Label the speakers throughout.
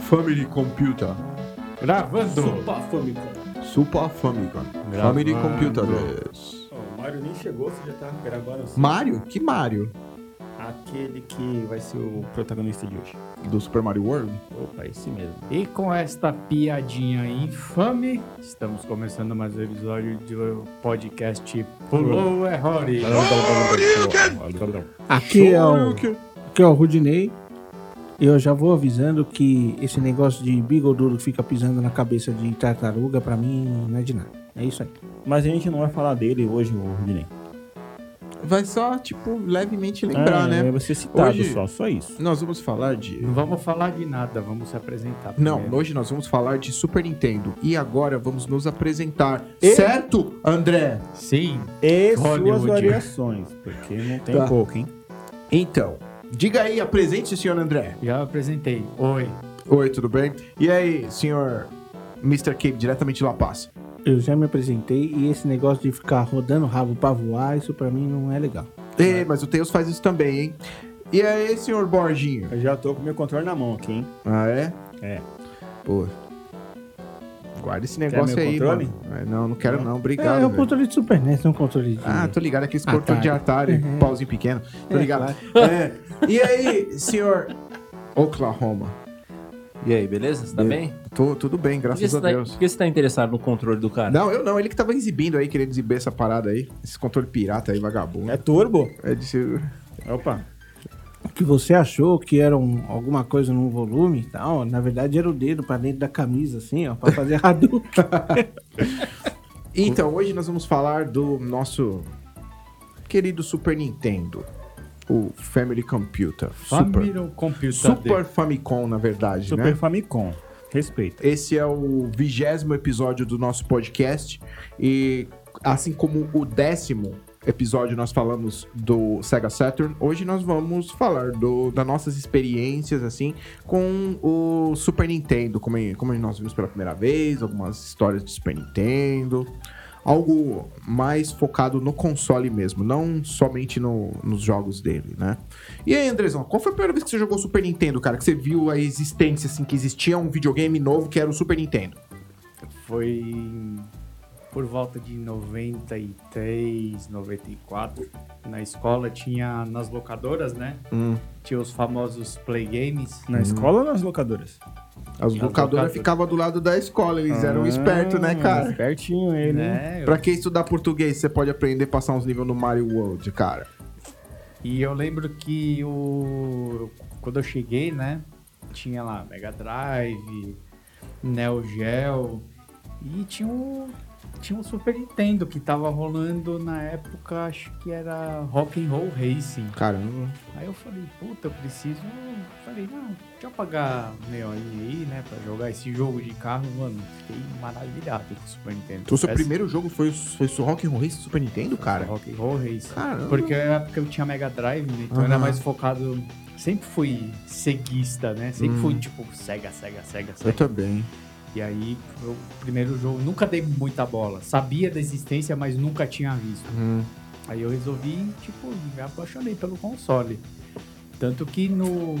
Speaker 1: Family Computer. Gravando.
Speaker 2: Super Famicom.
Speaker 1: Super Famicom.
Speaker 3: Gravando.
Speaker 1: Family Computer 10.
Speaker 2: Ó, o Mario nem chegou, você já tá gravando assim.
Speaker 1: Mario? Que Mario?
Speaker 2: Aquele que vai ser o protagonista de hoje.
Speaker 1: Do Super Mario World?
Speaker 2: Opa, esse mesmo.
Speaker 3: E com esta piadinha infame, estamos começando mais um episódio do podcast Pulou é Rory.
Speaker 4: Aqui
Speaker 1: Então,
Speaker 4: é, o,
Speaker 1: Shoryuken.
Speaker 4: aqui é o Rudinei. E Eu já vou avisando que esse negócio de bigodudo que fica pisando na cabeça de tartaruga, pra mim, não é de nada. É isso aí.
Speaker 2: Mas a gente não vai falar dele hoje, o Rudinei.
Speaker 1: Vai só, tipo, levemente lembrar,
Speaker 2: É,
Speaker 1: né?
Speaker 2: Vai ser citado
Speaker 1: Hoje-
Speaker 2: só, só isso.
Speaker 1: Nós vamos falar de.
Speaker 3: Não vamos falar de nada, vamos se apresentar.
Speaker 1: Não,
Speaker 3: primeiro.
Speaker 1: hoje nós vamos falar de Super Nintendo. E agora vamos nos apresentar.
Speaker 2: E-
Speaker 1: Certo, André?
Speaker 3: Sim,
Speaker 2: E suas
Speaker 3: Hollywood.
Speaker 2: variações, porque não tem
Speaker 1: Tá.
Speaker 2: pouco, hein?
Speaker 1: Então, diga aí, apresente, senhor André.
Speaker 3: já apresentei. Oi.
Speaker 1: Oi, tudo bem? E aí, senhor Mr. Cape, diretamente de La Paz?
Speaker 4: Eu já me apresentei e esse negócio de ficar rodando o rabo pra voar, isso pra mim não é legal.
Speaker 1: Ei, mas o Tails faz isso também, hein? E aí, senhor Borginho?
Speaker 2: Eu já tô com meu controle na mão aqui, hein?
Speaker 1: Ah, é?
Speaker 2: É.
Speaker 1: Pô. Guarda esse negócio
Speaker 2: meu
Speaker 1: aí,
Speaker 2: controle?
Speaker 1: mano. Ah, Não, não quero não,
Speaker 4: é,
Speaker 1: obrigado.
Speaker 4: é um
Speaker 1: velho.
Speaker 4: controle de Super NES, não é um controle de...
Speaker 1: Ah, tô ligado, aqueles controle de Atari, pauzinho pequeno. Tô
Speaker 4: Uhum. É,
Speaker 1: ligado. É. E aí, senhor Oklahoma?
Speaker 5: E aí, beleza? Você tá
Speaker 1: Be-
Speaker 5: bem?
Speaker 1: Tô, tudo bem,
Speaker 5: Por que,
Speaker 1: graças
Speaker 5: você
Speaker 1: a
Speaker 5: tá,
Speaker 1: Deus.
Speaker 5: por que você tá interessado no controle do cara?
Speaker 1: Não, eu não, ele que tava exibindo aí, querendo exibir essa parada aí. Esse controle pirata aí, vagabundo.
Speaker 2: É turbo?
Speaker 1: É de ser- Né?
Speaker 2: Opa.
Speaker 4: Que você achou que era um- alguma coisa num volume e tal, na verdade era o dedo pra dentro da camisa, assim, ó, pra fazer Hadouken.
Speaker 1: Então, hoje nós vamos falar do nosso querido Super Nintendo. O Family Computer. Super,
Speaker 3: Family Computer.
Speaker 1: Super Famicom, na verdade,
Speaker 2: Super
Speaker 1: né?
Speaker 2: Famicom. Respeita.
Speaker 1: Esse é o vigésimo episódio do nosso podcast. E assim como o décimo episódio nós falamos do Sega Saturn, hoje nós vamos falar do, das nossas experiências, assim, com o Super Nintendo. Como, como nós vimos pela primeira vez, algumas histórias de Super Nintendo. Algo mais focado no console mesmo, não somente no- nos jogos dele, né? E aí, Andrezão, qual foi a primeira vez que você jogou Super Nintendo, cara? Que você viu a existência, assim, que existia um videogame novo que era o Super Nintendo?
Speaker 3: Foi em- por volta de 93, 94. Na escola tinha, nas locadoras, né?
Speaker 1: Hum.
Speaker 3: Tinha os famosos play games.
Speaker 2: Na escola ou nas locadoras?
Speaker 1: As locadoras
Speaker 3: locadoras.
Speaker 1: ficavam do lado da escola, eles
Speaker 2: Ah.
Speaker 1: eram espertos, né, cara?
Speaker 2: Espertinho ele, né?
Speaker 3: Né?
Speaker 1: Pra quem estudar português, você pode aprender a passar uns níveis no Mario World, cara.
Speaker 3: E eu lembro que o quando eu cheguei, né, tinha lá Mega Drive, Neo Geo e tinha um tinha um Super Nintendo que tava rolando na época, acho que era Rock and Roll Racing.
Speaker 1: Caramba.
Speaker 3: Aí eu falei, puta, eu preciso. Falei, não, deixa eu pagar meia horinha aí, né, pra jogar esse jogo de carro, mano. Fiquei maravilhado com o Super Nintendo.
Speaker 1: Então, o seu
Speaker 3: Parece
Speaker 1: primeiro jogo foi, foi o Rock and Roll Race do Super Nintendo, cara?
Speaker 3: Rock and Roll Racing.
Speaker 1: Caramba.
Speaker 3: Porque na época eu tinha Mega Drive, né? Então eu era
Speaker 1: Aham.
Speaker 3: mais focado. Sempre fui seguista, né? Sempre
Speaker 1: Hum.
Speaker 3: fui tipo Sega, Sega, Sega, Sega.
Speaker 1: também.
Speaker 3: E aí, o primeiro jogo, nunca dei muita bola. Sabia da existência, mas nunca tinha visto.
Speaker 1: Uhum.
Speaker 3: Aí eu resolvi, tipo, me apaixonei pelo console. Tanto que no.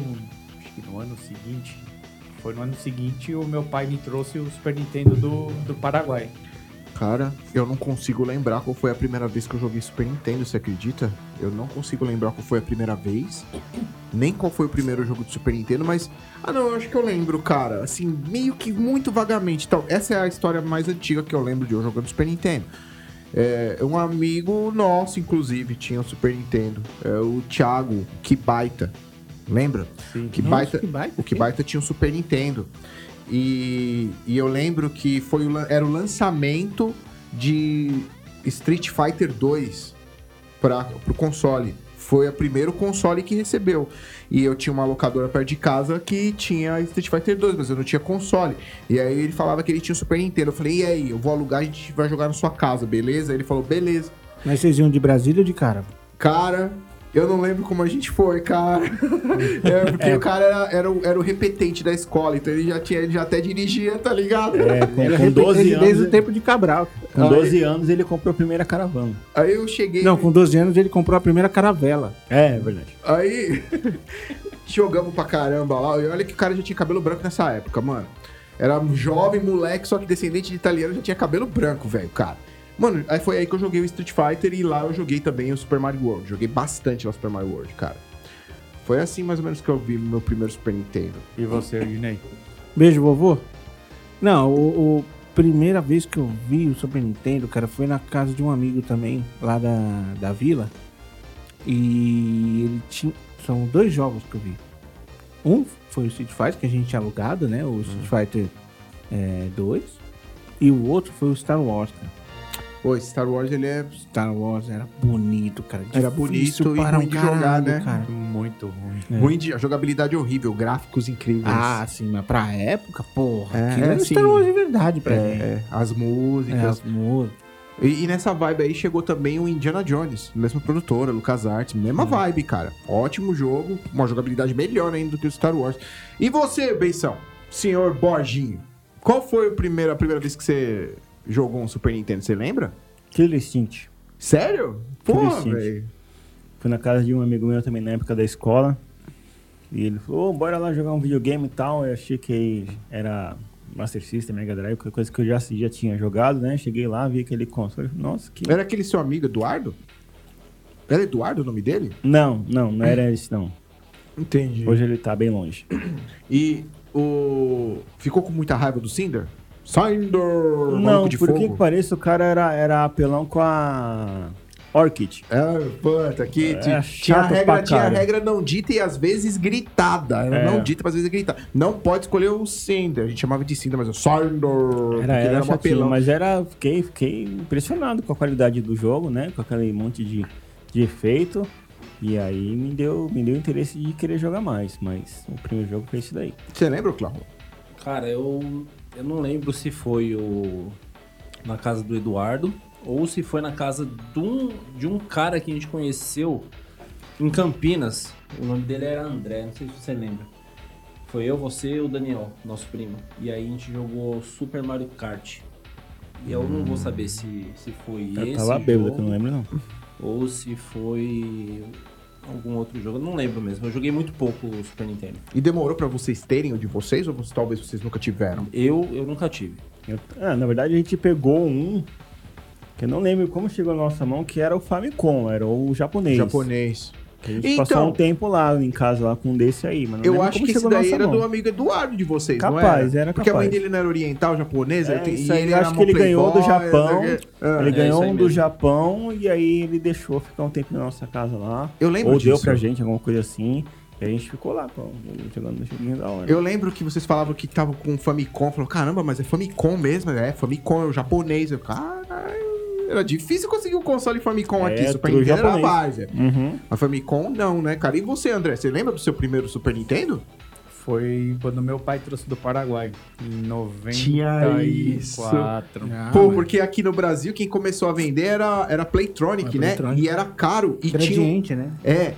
Speaker 3: Acho que no ano seguinte. Foi no ano seguinte o meu pai me trouxe o Super Nintendo do, do Paraguai.
Speaker 1: Cara, eu não consigo lembrar qual foi a primeira vez que eu joguei Super Nintendo, você acredita? Eu não consigo lembrar qual foi a primeira vez, nem qual foi o primeiro jogo de Super Nintendo, mas. Ah, não, eu acho que eu lembro, cara. Assim, meio que muito vagamente. Então, essa é a história mais antiga que eu lembro de eu jogando Super Nintendo. É, um amigo nosso, inclusive, tinha o Super Nintendo. É o Thiago, que baita. Lembra?
Speaker 3: Sim.
Speaker 1: Que baita.
Speaker 4: que baita.
Speaker 1: O que baita tinha um Super Nintendo. E, e eu lembro que foi o lan- era o lançamento de Street Fighter 2 para o console. Foi o primeiro console que recebeu. E eu tinha uma locadora perto de casa que tinha Street Fighter 2, mas eu não tinha console. E aí ele falava que ele tinha o Super Nintendo. Eu falei, e aí, eu vou alugar, a gente vai jogar na sua casa, beleza? Ele falou, beleza.
Speaker 4: Mas vocês iam de Brasília ou de cara?
Speaker 1: Cara, eu não lembro como a gente foi, cara. É, porque o cara era, era, o, era o repetente da escola, então ele já, tinha, ele já até dirigia, tá ligado?
Speaker 2: É, com,
Speaker 4: Era
Speaker 2: com 12
Speaker 4: repetente
Speaker 2: anos.
Speaker 4: desde o tempo de Cabral.
Speaker 2: Com 12 anos ele comprou a primeira caravana.
Speaker 1: Aí eu cheguei.
Speaker 4: Não, com 12 anos ele comprou a primeira caravela.
Speaker 2: É, é verdade.
Speaker 1: Aí. jogamos pra caramba lá. E olha que o cara já tinha cabelo branco nessa época, mano. Era um jovem moleque, só que descendente de italiano, já tinha cabelo branco, velho, cara. Mano, aí foi aí que eu joguei o Street Fighter e lá eu joguei também o Super Mario World. Joguei bastante lá o Super Mario World, cara. Foi assim mais ou menos que eu vi meu primeiro Super Nintendo.
Speaker 2: E você, Dinei?
Speaker 4: Beijo, vovô. Não, o, o- primeira vez que eu vi o Super Nintendo, cara, foi na casa de um amigo também, lá da, da vila. E ele tinha. São dois jogos que eu vi. Um foi o Street Fighter, que a gente tinha alugado, né? O Street
Speaker 1: Uhum.
Speaker 4: Fighter 2. e o outro foi o Star Wars, cara.
Speaker 1: Pô, esse Star Wars ele é.
Speaker 4: Star Wars era bonito, cara.
Speaker 1: Era
Speaker 4: Difícil
Speaker 1: bonito e ruim de jogar, né?
Speaker 4: Cara.
Speaker 2: Muito ruim.
Speaker 1: Ruim de. A jogabilidade é horrível, gráficos incríveis.
Speaker 4: Ah, sim, mas pra época, porra,
Speaker 1: É,
Speaker 4: aquilo era
Speaker 1: sim.
Speaker 4: Star Wars de verdade pra mim.
Speaker 1: é, as
Speaker 4: É,
Speaker 1: músicas.
Speaker 4: as músicas.
Speaker 1: E, e nessa vibe aí chegou também o Indiana Jones, mesma produtora, LucasArts, mesma vibe, cara. Ótimo jogo, uma jogabilidade melhor ainda do que o Star Wars. E você, Benção, senhor Borginho, qual foi a primeira, a primeira vez que você jogou um Super Nintendo, você lembra?
Speaker 2: Killer Instinct.
Speaker 1: Sério? Pô,
Speaker 2: Killer Instinct.
Speaker 1: velho.
Speaker 2: Fui na casa de um amigo meu também na época da escola. E ele falou, "Ô, bora lá jogar um videogame e tal. Eu achei que era Master System, Mega Drive, qualquer coisa que eu já, já tinha jogado, né? Cheguei lá, vi aquele console. Nossa, que.
Speaker 1: Era aquele seu amigo Eduardo? Era Eduardo o nome dele?
Speaker 2: Não, não, não era esse não.
Speaker 1: Entendi.
Speaker 2: Hoje ele tá bem longe.
Speaker 1: E o. Ficou com muita raiva do Cinder? Cinder!
Speaker 2: não,
Speaker 1: maluco um de
Speaker 2: por que
Speaker 1: fogo.
Speaker 2: que pareça, o cara era, era apelão com a Orchid.
Speaker 1: Ah, puta, que ti-
Speaker 2: É
Speaker 1: tinha,
Speaker 2: chato
Speaker 1: regra,
Speaker 2: pra
Speaker 1: tinha
Speaker 2: cara.
Speaker 1: regra não dita e às vezes gritada. Era
Speaker 2: É.
Speaker 1: não dita, mas às vezes gritada. Não pode escolher o Cinder. A gente chamava de Cinder, mas o Cinder. porque
Speaker 2: Era, era
Speaker 1: um
Speaker 2: chatinho, mas era, fiquei, fiquei impressionado com a qualidade do jogo, né? Com aquele monte de, de efeito. E aí me deu, me deu interesse de querer jogar mais, mas o primeiro jogo foi esse daí.
Speaker 1: Você lembra, Cláudio?
Speaker 5: Cara, eu, eu não lembro se foi o na casa do Eduardo ou se foi na casa de um, de um cara que a gente conheceu em Campinas. O nome dele era André, não sei se você lembra. Foi eu, você e o Daniel, nosso primo. E aí a gente jogou Super Mario Kart. E eu não vou saber se, se foi
Speaker 2: Eu
Speaker 5: esse
Speaker 2: tava tá bêbado, que eu
Speaker 5: jogo
Speaker 2: não lembro não.
Speaker 5: ou se foi algum outro jogo. Eu não lembro mesmo. Eu joguei muito pouco o Super Nintendo.
Speaker 1: E demorou pra vocês terem o de vocês ou vocês- talvez vocês nunca tiveram?
Speaker 5: Eu, eu nunca tive.
Speaker 2: Eu- ah, na verdade a gente pegou um, que eu não lembro como chegou na nossa mão, que era o Famicom, era o japonês.
Speaker 1: Japonês.
Speaker 2: A gente
Speaker 1: Então-
Speaker 2: passou um tempo lá em casa, lá com um desse aí, mas não
Speaker 1: Eu
Speaker 2: lembro
Speaker 1: acho
Speaker 2: como
Speaker 1: que esse
Speaker 2: chegou na
Speaker 1: daí
Speaker 2: nossa
Speaker 1: era
Speaker 2: mão.
Speaker 1: do amigo Eduardo de vocês, não era?
Speaker 2: Capaz, era
Speaker 1: Porque a mãe
Speaker 2: capaz.
Speaker 1: dele não era oriental, japonesa?
Speaker 2: É,
Speaker 1: ele- e
Speaker 2: isso aí, eu
Speaker 1: era
Speaker 2: acho
Speaker 1: mó
Speaker 2: que ele ganhou do
Speaker 1: playboy,
Speaker 2: Japão,
Speaker 1: não sei o quê. Ah.
Speaker 2: Ele
Speaker 5: É, isso
Speaker 2: ganhou
Speaker 5: aí
Speaker 2: um do
Speaker 5: mesmo.
Speaker 2: Japão e aí ele deixou ficar um tempo na nossa casa lá.
Speaker 1: Eu lembro
Speaker 2: Ou deu
Speaker 1: disso.
Speaker 2: pra gente alguma coisa assim. E a gente ficou lá, pô, jogando no joguinho da hora.
Speaker 1: Eu lembro que vocês falavam que estavam com Famicom. Falaram, caramba, mas é Famicom mesmo? É, Famicom, é o japonês. Eu, caralho. Era difícil conseguir um console Famicom
Speaker 2: É,
Speaker 1: aqui. Super
Speaker 2: tudo
Speaker 1: Nintendo era
Speaker 2: japonês.
Speaker 1: várzea.
Speaker 2: Uhum.
Speaker 1: Mas Famicom não, né, cara? E você, André? Você lembra do seu primeiro Super Nintendo?
Speaker 3: Foi quando meu pai trouxe do Paraguai, em 94.
Speaker 1: Tinha isso. Pô, porque aqui no Brasil quem começou a vender era, era Playtronic,
Speaker 4: Era
Speaker 1: né?
Speaker 4: Playtronic.
Speaker 1: E era caro. E tinha.
Speaker 4: Gradiente, né?
Speaker 1: É,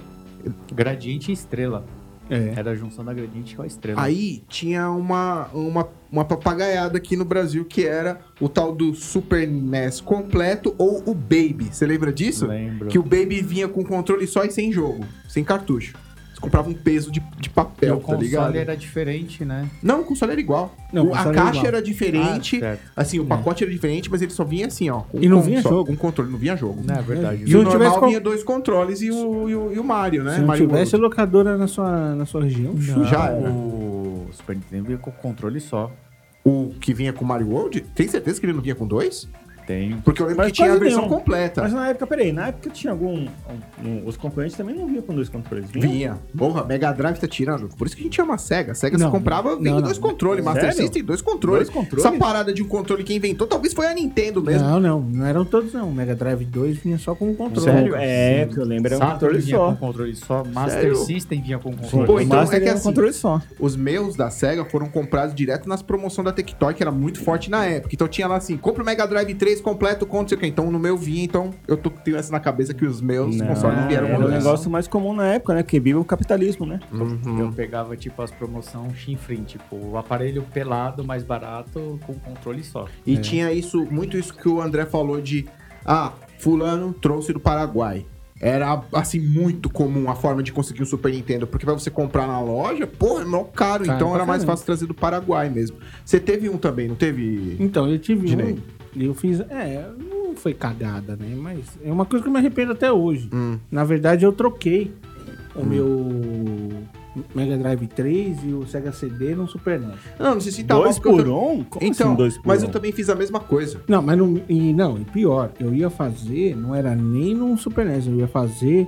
Speaker 3: Gradiente e estrela.
Speaker 4: É.
Speaker 3: Era a junção da gradiente com a estrela.
Speaker 1: Aí tinha uma, uma, uma papagaiada aqui no Brasil que era o tal do Super NES completo ou o Baby. Você lembra disso?
Speaker 3: Lembro.
Speaker 1: Que o Baby vinha com controle só e sem jogo, sem cartucho. Você comprava um peso de, de
Speaker 3: E
Speaker 1: papel,
Speaker 3: o
Speaker 1: tá
Speaker 3: console
Speaker 1: ligado?
Speaker 3: era diferente, né?
Speaker 1: Não, o console era igual.
Speaker 4: é- Não,
Speaker 1: O-
Speaker 4: o
Speaker 1: a
Speaker 4: console era
Speaker 1: caixa
Speaker 4: igual. é.
Speaker 1: era diferente,
Speaker 3: Ah, certo.
Speaker 1: assim, o pacote era diferente, mas ele só vinha assim, ó. com
Speaker 4: E não
Speaker 1: um
Speaker 4: vinha
Speaker 1: console,
Speaker 4: jogo. Né?
Speaker 1: com Um controle, não vinha jogo.
Speaker 3: Não, é verdade.
Speaker 1: E
Speaker 4: Se
Speaker 1: o
Speaker 4: não
Speaker 1: normal
Speaker 4: tivesse com-
Speaker 1: vinha dois controles e o, e o, e o Mario, né?
Speaker 4: Se não
Speaker 1: Mario
Speaker 4: tivesse
Speaker 1: World.
Speaker 4: locadora na sua, na sua região,
Speaker 1: já era.
Speaker 3: O Super Nintendo vinha com controle só.
Speaker 1: o que vinha com Mario World, tem certeza que ele não vinha com dois?
Speaker 3: Tem. um
Speaker 1: Porque eu lembro
Speaker 2: Mas
Speaker 1: que tinha a
Speaker 2: quase
Speaker 1: versão
Speaker 2: nenhum.
Speaker 1: completa.
Speaker 2: Mas na época, peraí, na época tinha algum. um- um- os concorrentes também não vinham com dois controles. vinham?
Speaker 1: Vinha. Porra, Mega Drive tá tirando. Por isso que a gente ama a SEGA. A SEGA
Speaker 4: Não,
Speaker 1: você comprava, vinha
Speaker 4: não,
Speaker 1: dois
Speaker 4: não.
Speaker 1: controles. Master
Speaker 2: É Sério?
Speaker 1: System, dois controles.
Speaker 2: Dois controles? É.
Speaker 1: Essa parada de um controle que inventou, talvez foi a Nintendo mesmo.
Speaker 4: Não, não, não eram todos não. O Mega Drive 2 vinha só com o controle.
Speaker 2: Sério? É, que eu lembro era um
Speaker 3: Saturn
Speaker 2: controle
Speaker 3: vinha
Speaker 2: só.
Speaker 3: com controle só. Master
Speaker 1: Sério?
Speaker 3: System vinha com
Speaker 2: Sim,
Speaker 3: controle
Speaker 1: Pô,
Speaker 2: o
Speaker 1: então
Speaker 2: Master
Speaker 1: é que
Speaker 2: era um
Speaker 1: assim-
Speaker 2: controle só.
Speaker 1: Os meus da SEGA foram comprados direto nas promoções da Tectoy, que era muito forte na época. Então tinha lá assim, compra o Mega Drive 3 completo com não sei o que. Então no meu vinha, então eu tô, tenho essa na cabeça que os meus consoles não vieram
Speaker 2: era
Speaker 1: com
Speaker 2: um
Speaker 1: dois.
Speaker 2: negócio mais comum na época, né? Porque vive o capitalismo, né?
Speaker 1: Uhum.
Speaker 3: Eu pegava, tipo, as promoções chinfrim, tipo, o aparelho pelado, mais barato, com controle só.
Speaker 1: E
Speaker 4: É.
Speaker 1: tinha isso, muito isso que o André falou de ah, fulano trouxe do Paraguai. Era, assim, muito comum a forma de conseguir o Super Nintendo. Porque pra você comprar na loja, porra, é mó caro.
Speaker 4: Caro
Speaker 1: então
Speaker 4: pra
Speaker 1: era mais
Speaker 4: caramba.
Speaker 1: fácil trazer do Paraguai mesmo. Você teve um também, não teve?
Speaker 4: Então, eu tive
Speaker 1: Dinei.
Speaker 4: um. e Eu fiz. É, não foi cagada, né? Mas é uma coisa que eu me arrependo até hoje.
Speaker 1: Hum.
Speaker 4: Na verdade, eu troquei o meu Mega Drive 3 e o Sega CD no Super NES.
Speaker 1: Não, não se sinta mal.
Speaker 2: dois
Speaker 1: porque eu
Speaker 2: por
Speaker 1: tam-
Speaker 2: um? Como
Speaker 1: Então,
Speaker 2: assim dois por
Speaker 1: mas
Speaker 2: um?
Speaker 1: eu também fiz a mesma coisa.
Speaker 4: Não, mas não. E não, e pior, eu ia fazer, não era nem num Super NES, eu ia fazer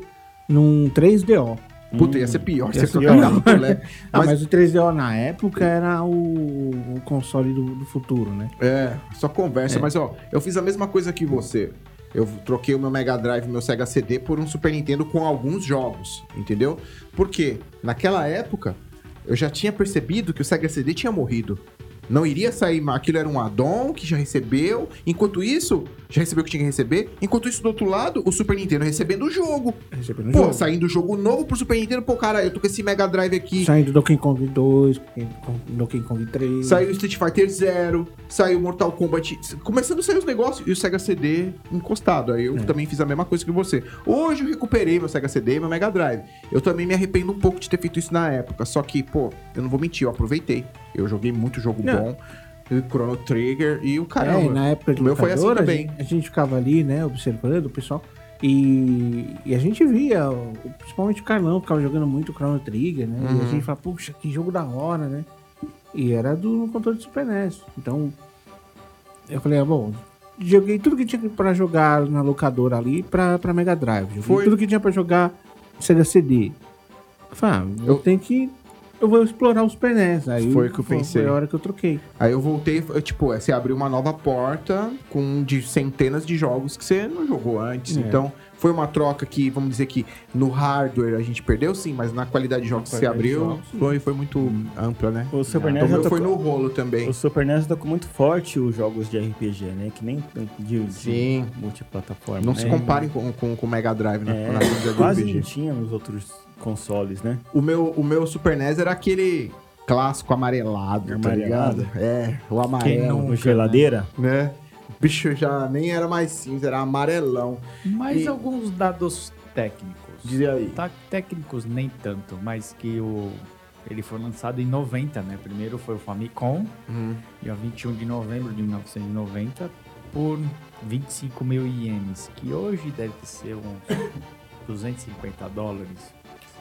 Speaker 4: num 3DO.
Speaker 1: Puta, ia
Speaker 2: Hum,
Speaker 1: ser pior
Speaker 4: Ia
Speaker 1: se
Speaker 4: ser
Speaker 1: você né?
Speaker 4: pior.
Speaker 1: trocar o Pelé.
Speaker 4: Ah,
Speaker 1: Mas-
Speaker 4: mas... o 3DO na época era o, o console do, do futuro, né?
Speaker 1: É, só conversa. Mas, ó, eu fiz a mesma coisa que você. Eu troquei o meu Mega Drive, meu Sega CD por um Super Nintendo com alguns jogos, entendeu? Porque naquela época eu já tinha percebido que o Sega CD tinha morrido. Não iria sair, mais. aquilo era um add-on que já recebeu. Enquanto isso, já recebeu o que tinha que receber. Enquanto isso, do outro lado, o Super Nintendo recebendo o jogo.
Speaker 4: Recebendo
Speaker 1: Pô,
Speaker 4: jogo.
Speaker 1: saindo jogo novo pro Super Nintendo. Pô, cara, eu tô com esse Mega Drive aqui.
Speaker 4: Saindo Donkey Kong 2, Donkey Kong 3.
Speaker 1: Saiu Street Fighter Zero, saiu Mortal Kombat. Começando a sair os negócios e o Sega CD encostado. Aí eu
Speaker 4: É.
Speaker 1: também fiz a mesma coisa que você. Hoje eu recuperei meu Sega CD e meu Mega Drive. Eu também me arrependo um pouco de ter feito isso na época. Só que, pô, eu não vou mentir, eu aproveitei. Eu joguei muito jogo
Speaker 4: Não.
Speaker 1: bom. e Chrono Trigger e o
Speaker 4: É, e
Speaker 1: caramba.
Speaker 4: na época de
Speaker 1: O meu foi assim
Speaker 4: locadora,
Speaker 1: também.
Speaker 4: A gente, a gente ficava ali, né, observando o pessoal. E, e a gente via, o- principalmente o Carlão, ficava jogando muito Chrono Trigger, né? E a
Speaker 1: Uhum.
Speaker 4: gente falava, puxa, que jogo da hora, né? E era do no controle do Super NES. Então, eu falei, ah, bom, joguei tudo que tinha pra jogar na locadora ali pra, pra Mega Drive. Joguei
Speaker 1: Foi.
Speaker 4: tudo que tinha pra jogar Sega CD. Eu Falei, ah, eu,
Speaker 1: Eu-
Speaker 4: tenho que... Eu vou explorar o Super NES. Aí
Speaker 1: Foi o que eu pensei.
Speaker 4: Foi a hora que eu troquei.
Speaker 1: Aí eu voltei, eu, tipo, é, você abriu uma nova porta com de centenas de jogos que você não jogou antes.
Speaker 4: É.
Speaker 1: Então, foi uma troca que, vamos dizer que no hardware a gente perdeu sim, mas na qualidade de jogos que você
Speaker 2: qualidade de
Speaker 1: abriu,
Speaker 2: jogos,
Speaker 1: foi, foi muito ampla, né?
Speaker 2: Tipo, Ah, O Super
Speaker 1: Então,
Speaker 2: NES já
Speaker 1: eu foi
Speaker 2: tocou-
Speaker 1: no rolo também.
Speaker 2: O Super NES tá com muito forte os jogos de RPG, né? Que nem tanto de, de
Speaker 1: Sim.
Speaker 2: multiplataforma.
Speaker 1: Não
Speaker 2: né?
Speaker 1: se comparem com, com, com o Mega Drive né? na, na vida do
Speaker 2: É. Quase não
Speaker 1: RPG.
Speaker 2: tinha nos outros consoles, né?
Speaker 1: O meu, o meu Super NES era aquele clássico amarelado,
Speaker 2: Amarelado.
Speaker 1: tá ligado? É, o
Speaker 3: Quem
Speaker 1: amarelo,
Speaker 3: não-
Speaker 2: O geladeira.
Speaker 1: né? Bicho já nem era mais cinza, era amarelão.
Speaker 3: Mas
Speaker 1: E-
Speaker 3: alguns dados técnicos.
Speaker 1: Dizia aí.
Speaker 3: Tá, técnicos nem tanto, mas que o ele foi lançado em 90, né? Primeiro foi o Famicom,
Speaker 1: Hum.
Speaker 3: dia 21 de novembro de 1990, por 25 mil ienes, que hoje deve ser uns 250 dólares.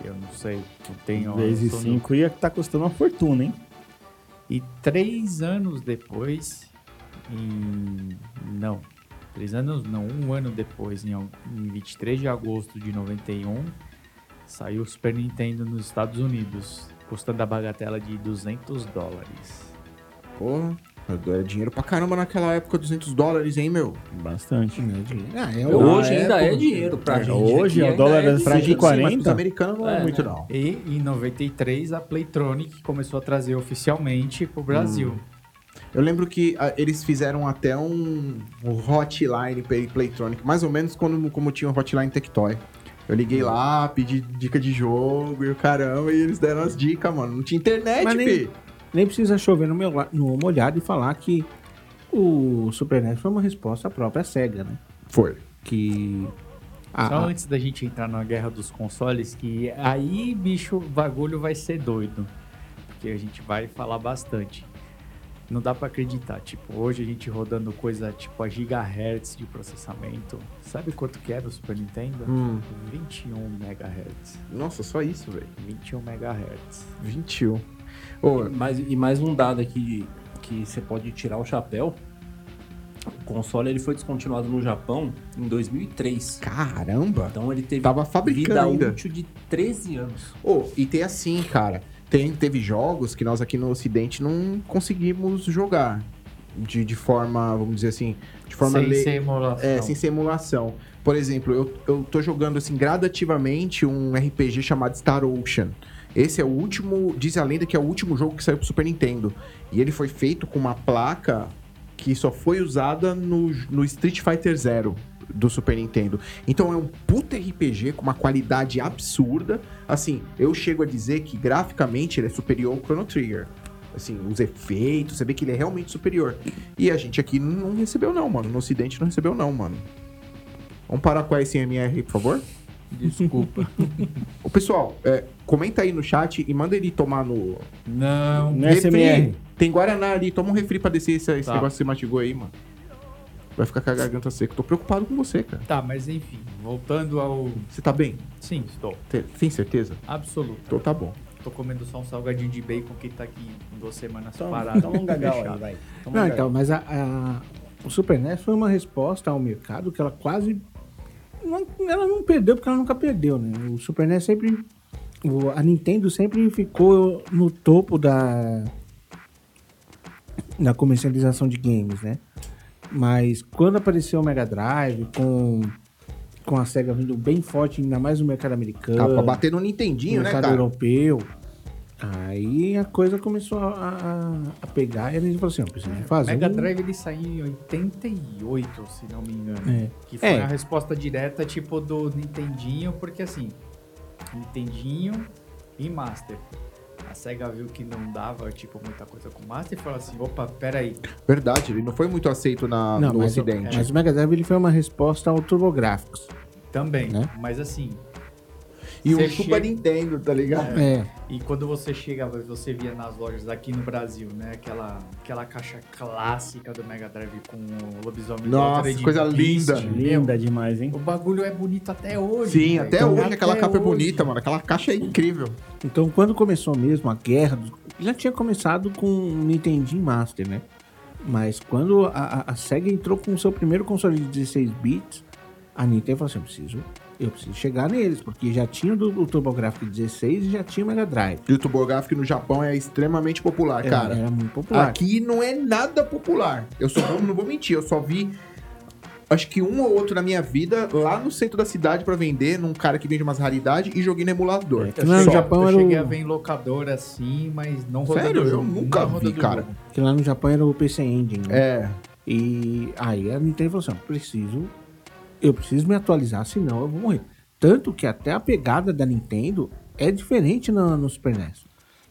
Speaker 3: Eu não sei, não tenho...
Speaker 2: Vezes
Speaker 3: eu tô no-
Speaker 2: 5 ia tá custando uma fortuna, hein?
Speaker 3: E três anos depois, em... não, três anos não, um ano depois, em, al- em 23 de agosto de 91, saiu o Super Nintendo nos Estados Unidos, custando a bagatela de 200 dólares.
Speaker 1: Porra, é dinheiro pra caramba naquela época, 200 dólares, hein, meu?
Speaker 2: Bastante.
Speaker 4: Ah, é
Speaker 1: o-
Speaker 5: Hoje
Speaker 1: na
Speaker 5: ainda é
Speaker 1: época-
Speaker 5: dinheiro pra
Speaker 2: É,
Speaker 5: gente.
Speaker 2: hoje
Speaker 5: aqui
Speaker 2: o dólar
Speaker 5: ainda
Speaker 2: é pra
Speaker 5: dinheiro.
Speaker 2: gente 40?
Speaker 1: os americanos não é,
Speaker 5: É,
Speaker 1: muito,
Speaker 5: né?
Speaker 1: não.
Speaker 3: E em 93, a Playtronic começou a trazer oficialmente pro Brasil.
Speaker 1: Eu lembro que ah, eles fizeram até um, um hotline pra Playtronic, mais ou menos quando, como tinha um hotline Tectoy. Eu liguei lá, pedi dica de jogo e o caramba, e eles deram as dicas, mano. Não tinha internet,
Speaker 4: Mas nem-
Speaker 1: pi.
Speaker 4: Nem precisa chover no meu la- no molhado e falar que o Super NES foi uma resposta à própria SEGA, né?
Speaker 1: Foi.
Speaker 4: Que.
Speaker 3: Só um
Speaker 4: Ah,
Speaker 3: antes da gente entrar na guerra dos consoles, que aí, bicho, o bagulho vai ser doido. Porque a gente vai falar bastante. Não dá pra acreditar. Tipo, hoje a gente rodando coisa tipo a gigahertz de processamento. Sabe quanto que era o Super Nintendo?
Speaker 2: Hum.
Speaker 5: Hum.
Speaker 3: 21 megahertz.
Speaker 1: Nossa, só isso, velho.
Speaker 3: 21 megahertz.
Speaker 1: 21. Ô,
Speaker 5: Mas, e mais um dado aqui que você pode tirar o chapéu. O console ele foi descontinuado no Japão em 2003.
Speaker 1: caramba.
Speaker 5: Então ele teve
Speaker 1: Tava
Speaker 5: vida
Speaker 1: fabricando ainda.
Speaker 5: útil de 13 anos.
Speaker 1: Ô, e tem assim, cara. Tem, teve jogos que nós aqui no Ocidente não conseguimos jogar. De, de forma, vamos dizer assim, de forma
Speaker 3: sem
Speaker 1: le-
Speaker 3: ser emulação.
Speaker 1: é, sem ser emulação. Por exemplo, eu, eu tô jogando assim gradativamente um RPG chamado Star Ocean. Esse é o último, diz a lenda que é o último jogo que saiu pro Super Nintendo. E ele foi feito com uma placa que só foi usada no, no Street Fighter Zero do Super Nintendo. Então é um puta RPG com uma qualidade absurda. Assim, eu chego a dizer que graficamente ele é superior ao Chrono Trigger. Assim, os efeitos, você vê que ele é realmente superior. E a gente aqui não recebeu não, mano. No ocidente não recebeu não, mano. Vamos parar com a SMR, por favor?
Speaker 5: Desculpa.
Speaker 1: Ô, pessoal, é, comenta aí no chat e manda ele tomar no.
Speaker 3: Não.
Speaker 2: No SMR.
Speaker 1: Tem Guaraná ali, toma um refri pra descer esse, esse
Speaker 3: Tá.
Speaker 1: negócio que você mastigou aí, mano. Vai ficar com a garganta seca. Tô preocupado com você, cara.
Speaker 3: Tá, mas enfim, voltando ao.
Speaker 1: Você tá bem?
Speaker 3: Sim, estou.
Speaker 1: Te- Tem certeza?
Speaker 3: Absoluto.
Speaker 1: Então tá bom.
Speaker 3: Tô comendo só um salgadinho de bacon que tá aqui em duas semanas
Speaker 2: Toma,
Speaker 3: parado.
Speaker 2: toma um gagal
Speaker 3: Fechado.
Speaker 2: aí, vai. Toma um
Speaker 4: Não,
Speaker 2: gagal.
Speaker 4: então, mas a, a- o Super NES foi uma resposta ao mercado que ela quase. não- ela não perdeu porque ela nunca perdeu, né? O Super NES sempre. o- a Nintendo sempre ficou no topo da. da comercialização de games, né? Mas quando apareceu o Mega Drive com. Com a SEGA vindo bem forte, ainda mais no mercado americano.
Speaker 1: Tá pra bater no
Speaker 4: Ah. No
Speaker 1: Nintendinho, né,
Speaker 4: mercado
Speaker 1: cara?
Speaker 4: europeu. Aí a coisa começou a, a- a pegar e a gente falou assim, ó, precisa fazer
Speaker 3: Mega
Speaker 4: um-
Speaker 3: Drive ele saiu em 88, se não me engano.
Speaker 4: É.
Speaker 3: Que foi
Speaker 4: É.
Speaker 3: a resposta direta, tipo, do Nintendinho, porque assim, Nintendinho e Master. A SEGA viu que não dava, tipo, muita coisa com Master e falou assim, opa, peraí.
Speaker 1: Verdade, ele não foi muito aceito na,
Speaker 4: Não,
Speaker 1: no
Speaker 4: mas,
Speaker 1: Ah,
Speaker 4: É.
Speaker 1: Ocidente.
Speaker 4: mas o Mega Drive ele foi uma resposta ao TurboGrafx.
Speaker 3: Também.
Speaker 4: Né?
Speaker 3: Mas assim,
Speaker 1: E o
Speaker 3: Você
Speaker 1: Super
Speaker 3: chega-
Speaker 1: Nintendo, tá ligado?
Speaker 4: É.
Speaker 3: e quando você chegava, você via nas lojas aqui no Brasil, né? Aquela, aquela caixa clássica do Mega Drive com o lobisomem.
Speaker 1: Nossa,
Speaker 3: Ultra de
Speaker 1: coisa
Speaker 3: Beast,
Speaker 1: linda.
Speaker 3: meu.
Speaker 2: Linda demais, hein?
Speaker 3: O bagulho é bonito até hoje.
Speaker 1: Sim,
Speaker 3: velho.
Speaker 1: até hoje aquela
Speaker 3: Então, até
Speaker 1: capa é
Speaker 3: hoje.
Speaker 1: bonita, mano. Aquela caixa é incrível.
Speaker 4: Então quando começou mesmo a guerra, do- já tinha começado com o Nintendinho Master, né? Mas quando a, a- a SEGA entrou com o seu primeiro console de 16 bits, a Nintendo falou assim, eu preciso, eu preciso chegar neles, porque já tinha o, do- o TurboGrafx 16 e já tinha o Mega Drive.
Speaker 1: E o TurboGrafx no Japão é extremamente popular,
Speaker 4: Era-
Speaker 1: cara. Ah,
Speaker 4: era, muito É, popular.
Speaker 1: Aqui não é nada popular. Eu só vou- não vou mentir, eu só vi acho que um ou outro na minha vida lá no centro da cidade pra vender, num cara que vende umas raridades e joguei no
Speaker 3: É,
Speaker 1: emulador.
Speaker 4: que lá no
Speaker 1: Só.
Speaker 4: Japão
Speaker 3: eu
Speaker 4: era
Speaker 3: cheguei a
Speaker 4: o-
Speaker 3: ver em locadora assim, mas não roda
Speaker 1: Sério?
Speaker 3: do
Speaker 1: Eu
Speaker 3: jogo.
Speaker 1: nunca
Speaker 3: Não roda
Speaker 1: vi,
Speaker 3: do
Speaker 1: cara.
Speaker 3: jogo.
Speaker 4: Que lá no Japão era o PC Engine, né?
Speaker 1: É,
Speaker 4: E aí a Nintendo falou assim, "Ó, preciso, eu preciso me atualizar, senão eu vou morrer. Tanto que até a pegada da Nintendo é diferente na- no, Super NES.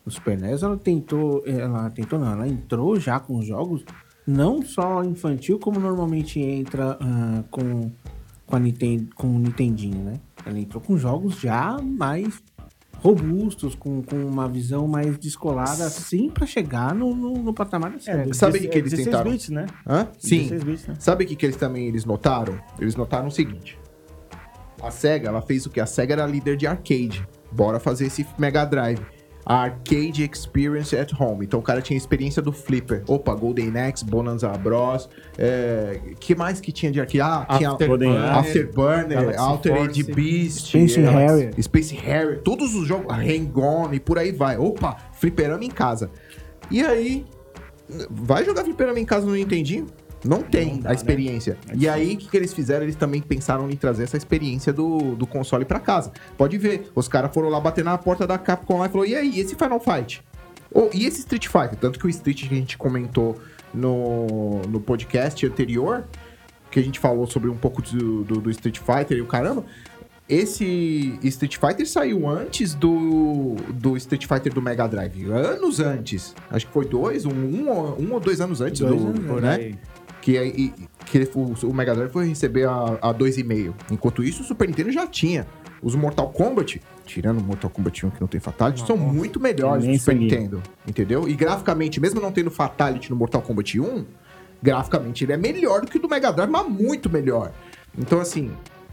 Speaker 4: No Super NES ela tentou, ela tentou não, ela entrou já com os jogos, não só infantil, como normalmente entra ah, com, com, a Nintendo, com o Nintendinho, né? Ela entrou com jogos já mais robustos, com, com uma visão mais descolada, assim, pra chegar no, no, no patamar da série.
Speaker 2: do
Speaker 1: É, Sabe o que
Speaker 2: 16
Speaker 1: que eles tentaram?
Speaker 2: É, bits, né?
Speaker 1: hã? Sim.
Speaker 2: 16 bits, né?
Speaker 1: Sabe o que, que eles também eles notaram? Eles notaram o seguinte. A SEGA, ela fez o que? A SEGA era líder de arcade. Bora fazer esse Mega Drive. A Arcade Experience at Home. Então o cara tinha a experiência do Flipper. Opa, Golden Axe, Bonanza Bros. É... que mais que tinha de arcade? Ah, tinha...
Speaker 2: Golden Axe.
Speaker 1: Afterburner,
Speaker 3: Galaxy
Speaker 1: Altered
Speaker 3: Force,
Speaker 1: Beast,
Speaker 4: Space
Speaker 1: Galaxy-
Speaker 4: Harrier.
Speaker 1: Space Harrier, todos os jogos, Hang-On e por aí vai. Opa, fliperama em casa. E aí, vai jogar fliperama em casa no Nintendinho? Não tem
Speaker 2: Não dá,
Speaker 1: a
Speaker 2: né?
Speaker 1: experiência. E aí, o que, que eles fizeram? Eles também pensaram em trazer essa experiência do, do console pra casa. Pode ver, os caras foram lá bater na porta da Capcom lá e falou: e aí, esse Final Fight? Oh, e esse Street Fighter? Tanto que o Street que a gente comentou no, no podcast anterior, que a gente falou sobre um pouco do, do- do Street Fighter e o caramba. Esse Street Fighter saiu antes do, do Street Fighter do Mega Drive. Anos antes. Acho que foi dois, um, um, ou- um ou dois anos antes
Speaker 4: Dois
Speaker 1: do.
Speaker 4: anos,
Speaker 1: do,
Speaker 3: Por
Speaker 1: né?
Speaker 3: aí.
Speaker 1: Que, aí- que ele foi- o Mega Drive foi receber a, a 2,5. Enquanto isso, o Super Nintendo já tinha. Os Mortal Kombat, tirando o Mortal Kombat 1 que não tem Fatality, são muito melhores
Speaker 2: Nem
Speaker 1: do Super
Speaker 2: sanguinho.
Speaker 1: Nintendo. Entendeu? E graficamente, mesmo não tendo Fatality no Mortal Kombat 1, graficamente ele é melhor do que o do Mega Drive, mas muito melhor. Então, assim,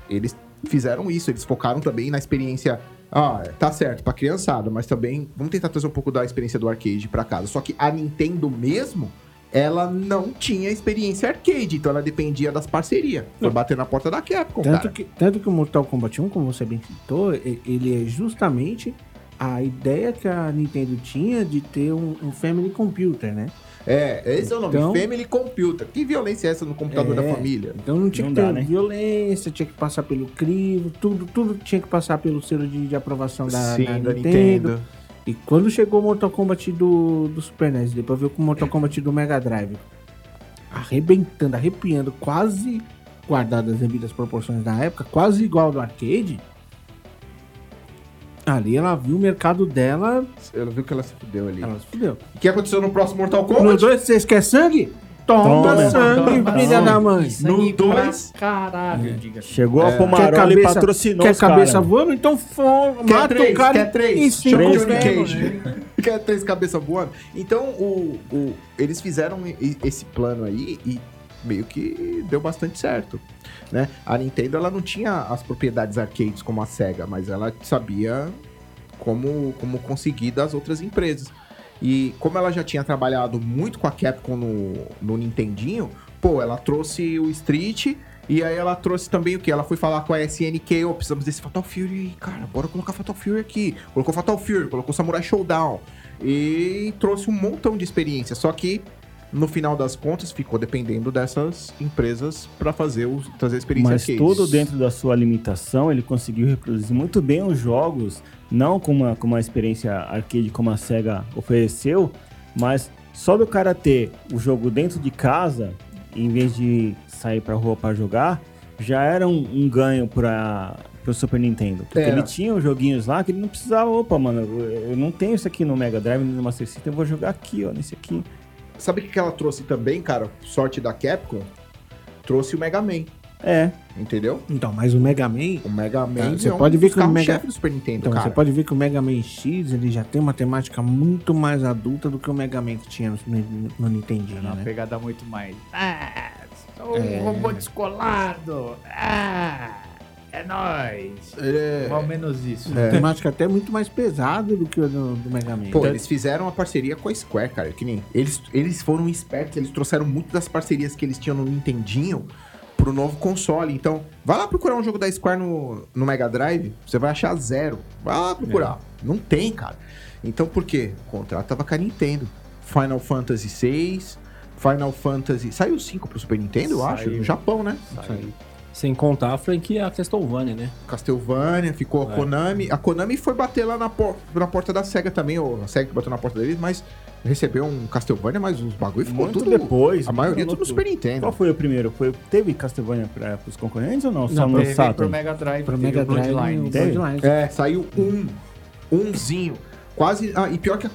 Speaker 1: eles fizeram isso, eles focaram também na experiência. Ah, tá certo, pra criançada, mas também vamos tentar trazer um pouco da experiência do arcade pra casa. Só que a Nintendo mesmo, ela não tinha experiência arcade, então ela dependia das parcerias. Foi bater na porta da Capcom,
Speaker 4: Tanto
Speaker 1: cara.
Speaker 4: que, tanto que o Mortal Kombat 1, como você bem citou, e- ele é justamente a ideia que a Nintendo tinha de ter um, um family computer, né?
Speaker 1: É, esse é o nome,
Speaker 4: Então-
Speaker 1: Family Computer. Que violência é essa no computador
Speaker 4: É.
Speaker 1: da família?
Speaker 4: Então não tinha
Speaker 2: Não
Speaker 4: que ter
Speaker 2: dá, né?
Speaker 4: violência, tinha que passar pelo crivo, tudo, tudo tinha que passar pelo selo de, de aprovação da, da Nintendo. E quando chegou o Mortal Kombat do, do Super NES, depois veio com o Mortal Kombat do Mega Drive, arrebentando, arrepiando, quase guardadas as devidas proporções da época, quase igual ao do arcade. Ali ela viu o mercado dela,
Speaker 1: Ela viu que ela se fudeu ali.
Speaker 4: ela se fudeu.
Speaker 1: O que aconteceu no próximo Mortal
Speaker 4: No
Speaker 1: Kombat?
Speaker 4: 2, vocês querem sangue? Toma,
Speaker 2: Toma.
Speaker 4: sangue,
Speaker 3: Toma.
Speaker 4: filha da mãe.
Speaker 3: Isso aí
Speaker 1: No dois- É.
Speaker 3: pra Caralho, diga.
Speaker 2: Chegou a
Speaker 4: Quer
Speaker 2: Pomaroli e
Speaker 4: cabeça,
Speaker 2: patrocinou
Speaker 4: quer
Speaker 2: os caras.
Speaker 4: cabeça voando? Então fo- mata o cara
Speaker 1: quer três.
Speaker 4: e cinco
Speaker 1: Chama o
Speaker 2: três,
Speaker 1: Johnny
Speaker 2: né,
Speaker 1: Cage. quer é três cabeça voando. Então, o, o- eles fizeram e- esse plano aí e meio que deu bastante certo. Né? A Nintendo ela não tinha as propriedades arcades como a SEGA, mas ela sabia como, como conseguir das outras empresas. E como ela já tinha trabalhado muito com a Capcom no, no Nintendinho, pô, ela trouxe o Street e aí ela trouxe também o que? Ela foi falar com a SNK, ó, precisamos desse Fatal Fury aí, cara, bora colocar Fatal Fury aqui. Colocou Fatal Fury, colocou Samurai Showdown e trouxe um montão de experiência, só que no final das contas ficou dependendo dessas empresas pra fazer os, trazer experiência
Speaker 2: Mas
Speaker 1: arcade.
Speaker 2: todo dentro da sua limitação, ele conseguiu reproduzir muito bem os jogos, não com uma, com uma experiência arcade como a SEGA ofereceu, mas só do cara ter o jogo dentro de casa, em vez de sair pra rua pra jogar, já era um, um ganho pra, pro Super Nintendo. Porque
Speaker 1: É.
Speaker 2: ele tinha os joguinhos lá que ele não precisava, opa, mano, eu eu não tenho isso aqui no Mega Drive, nem no Master System, eu vou jogar aqui, ó, nesse aqui.
Speaker 1: Sabe o que que ela trouxe também, cara? Sorte da Capcom? Trouxe o Mega Man,
Speaker 2: É,
Speaker 1: entendeu?
Speaker 4: Então, mas o Mega Man.
Speaker 1: O Mega Man
Speaker 4: Cara, Ah, você
Speaker 1: um
Speaker 4: pode ver
Speaker 1: dos
Speaker 4: que o
Speaker 1: carros-chefe
Speaker 4: Mega-
Speaker 1: do Super Nintendo,
Speaker 4: Então,
Speaker 1: cara.
Speaker 4: você pode ver que o Mega Man X ele já tem uma temática muito mais adulta do que o Mega Man que tinha no, no Nintendinho,
Speaker 3: Era uma
Speaker 4: né?
Speaker 3: pegada muito mais. Ah, sou
Speaker 1: É.
Speaker 3: um robô descolado. Ah, é nóis.
Speaker 1: É,
Speaker 3: Mais ou menos isso.
Speaker 4: Uma temática até é muito mais pesada do que o do, do Mega
Speaker 3: Então-
Speaker 4: Man. Então,
Speaker 1: Pô, eles fizeram uma parceria com a Square, cara. Que nem eles, eles foram espertos, eles trouxeram muito das parcerias que eles tinham no Nintendinho pro novo console. Então, vai lá procurar um jogo da Square no, no Mega Drive, você vai achar zero. Vai lá procurar.
Speaker 3: É.
Speaker 1: Não tem, cara. Então, por quê? O contrato tava com a Nintendo. Final Fantasy VI, Final Fantasy... Saiu 5 pro Super Nintendo, eu acho,
Speaker 3: Saiu.
Speaker 1: no Japão, né?
Speaker 3: Saiu.
Speaker 5: Sem contar a franquia Castlevania, né?
Speaker 1: Castlevania, ficou a
Speaker 5: É.
Speaker 1: Konami. A Konami foi bater lá na, por- na porta da SEGA também, ou a SEGA que bateu na porta deles, mas recebeu um Castlevania, mas os bagulho ficou
Speaker 2: muito
Speaker 1: tudo...
Speaker 2: depois.
Speaker 1: A maioria
Speaker 2: não,
Speaker 1: tudo no Super Nintendo.
Speaker 2: Qual foi o primeiro? Foi, teve Castlevania para os concorrentes ou não? Só
Speaker 3: Não,
Speaker 2: no
Speaker 3: teve pro
Speaker 2: Saturn?
Speaker 3: Mega Drive,
Speaker 4: Tá Pro
Speaker 3: teve
Speaker 4: Mega
Speaker 3: o
Speaker 4: Drive, o
Speaker 3: Bloodlines.
Speaker 2: Teve?
Speaker 4: Bloodlines.
Speaker 1: É, saiu um. Umzinho. Quase... Ah, e pior que... a-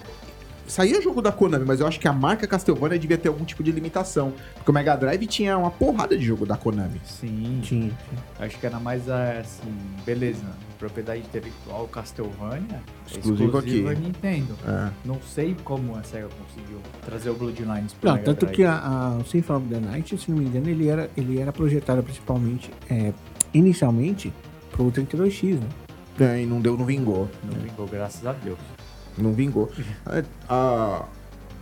Speaker 1: Saía jogo da Konami, mas eu acho que a marca Castlevania devia ter algum tipo de limitação. Porque o Mega Drive tinha uma porrada de jogo da Konami.
Speaker 3: Sim,
Speaker 4: Tinha.
Speaker 3: acho que era mais ah, assim, beleza, propriedade intelectual Castlevania,
Speaker 1: Exclusivo
Speaker 3: exclusiva
Speaker 1: aqui.
Speaker 3: Nintendo.
Speaker 1: É.
Speaker 3: Não sei como a SEGA conseguiu trazer o Bloodlines pro
Speaker 4: Não,
Speaker 3: Mega
Speaker 4: tanto
Speaker 3: Drive.
Speaker 4: que a, a, o Symphony of the Night, se não me engano, ele era, ele era projetado principalmente, é, inicialmente, pro 32X, né?
Speaker 1: É, E não deu, não vingou.
Speaker 3: Não vingou, graças a Deus.
Speaker 1: Não vingou. Ah, ah,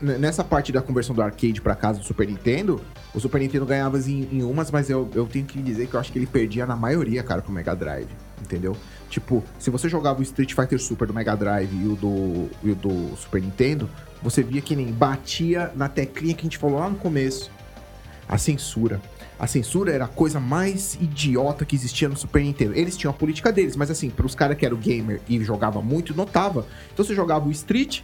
Speaker 1: n- nessa parte da conversão do arcade pra casa do Super Nintendo, o Super Nintendo ganhava em, em umas, mas eu, eu tenho que dizer que eu acho que ele perdia na maioria, cara, pro Mega Drive. Entendeu? Tipo, se você jogava o Street Fighter Super do Mega Drive e o do, e o do Super Nintendo, você via que nem batia na teclinha que a gente falou lá no começo. A censura. A censura era a coisa mais idiota que existia no Super Nintendo. Eles tinham a política deles, mas assim, pros caras que eram gamer e jogava muito, notava. Então você jogava o Street,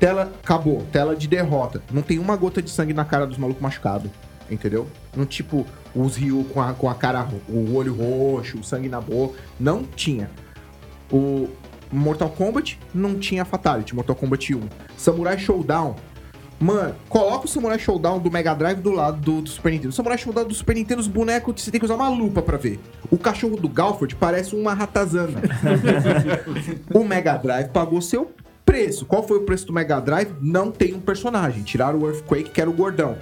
Speaker 1: tela acabou, tela de derrota. Não tem uma gota de sangue na cara dos malucos machucados, entendeu? Não tipo os Ryu com a, com a cara, ro- o olho roxo, o sangue na boca. Não tinha. O Mortal Kombat não tinha Fatality, Mortal Kombat 1. Samurai Showdown. Mano, coloca o Samurai Showdown do Mega Drive do lado do, do Super Nintendo. O Samurai Showdown do Super Nintendo, os bonecos, você tem que usar uma lupa pra ver. O cachorro do Galford parece uma ratazana. o Mega Drive pagou seu preço. Qual foi o preço do Mega Drive? Não tem um personagem. Tiraram o Earthquake, que era o gordão.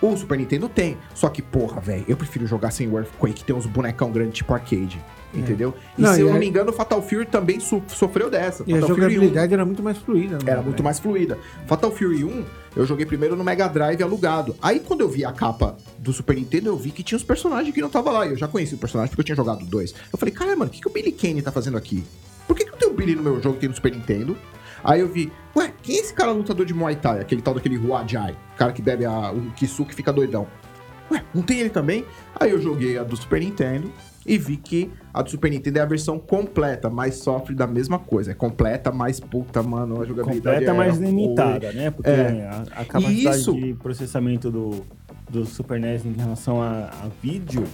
Speaker 1: O Super Nintendo tem. Só que, porra, velho, eu prefiro jogar sem o Earthquake, ter uns bonecão grande tipo arcade. Entendeu? E
Speaker 4: Não,
Speaker 1: se
Speaker 4: e
Speaker 1: eu não
Speaker 4: a-
Speaker 1: me engano, o Fatal Fury também so- sofreu dessa.
Speaker 4: E
Speaker 1: Fatal Fury
Speaker 4: a
Speaker 1: 1
Speaker 4: jogabilidade era muito mais fluida, né?
Speaker 1: era muito mais fluida. Fatal Fury 1, eu joguei primeiro no Mega Drive alugado. Aí quando eu vi a capa do Super Nintendo, eu vi que tinha os personagens que não tava lá. E eu já conheci o personagem porque eu tinha jogado dois. Eu falei, cara, mano, o que, que o Billy Kane tá fazendo aqui? Por que, que eu tenho o Billy no meu jogo que tem no Super Nintendo? Aí eu vi, ué, quem é esse cara lutador de Muay Thai? Aquele tal daquele Hua Jai, o cara que bebe a, o Kisu que fica doidão. Ué, não tem ele também? Aí eu joguei a do Super Nintendo e vi que a do Super Nintendo é a versão completa, mas sofre da mesma coisa. É completa, mas puta, mano, a jogabilidade
Speaker 2: Completa,
Speaker 1: é
Speaker 2: mas
Speaker 1: ruim.
Speaker 2: limitada, né? Porque
Speaker 1: É.
Speaker 2: a, a capacidade
Speaker 1: isso-
Speaker 2: de processamento do, do Super NES em relação a, a vídeo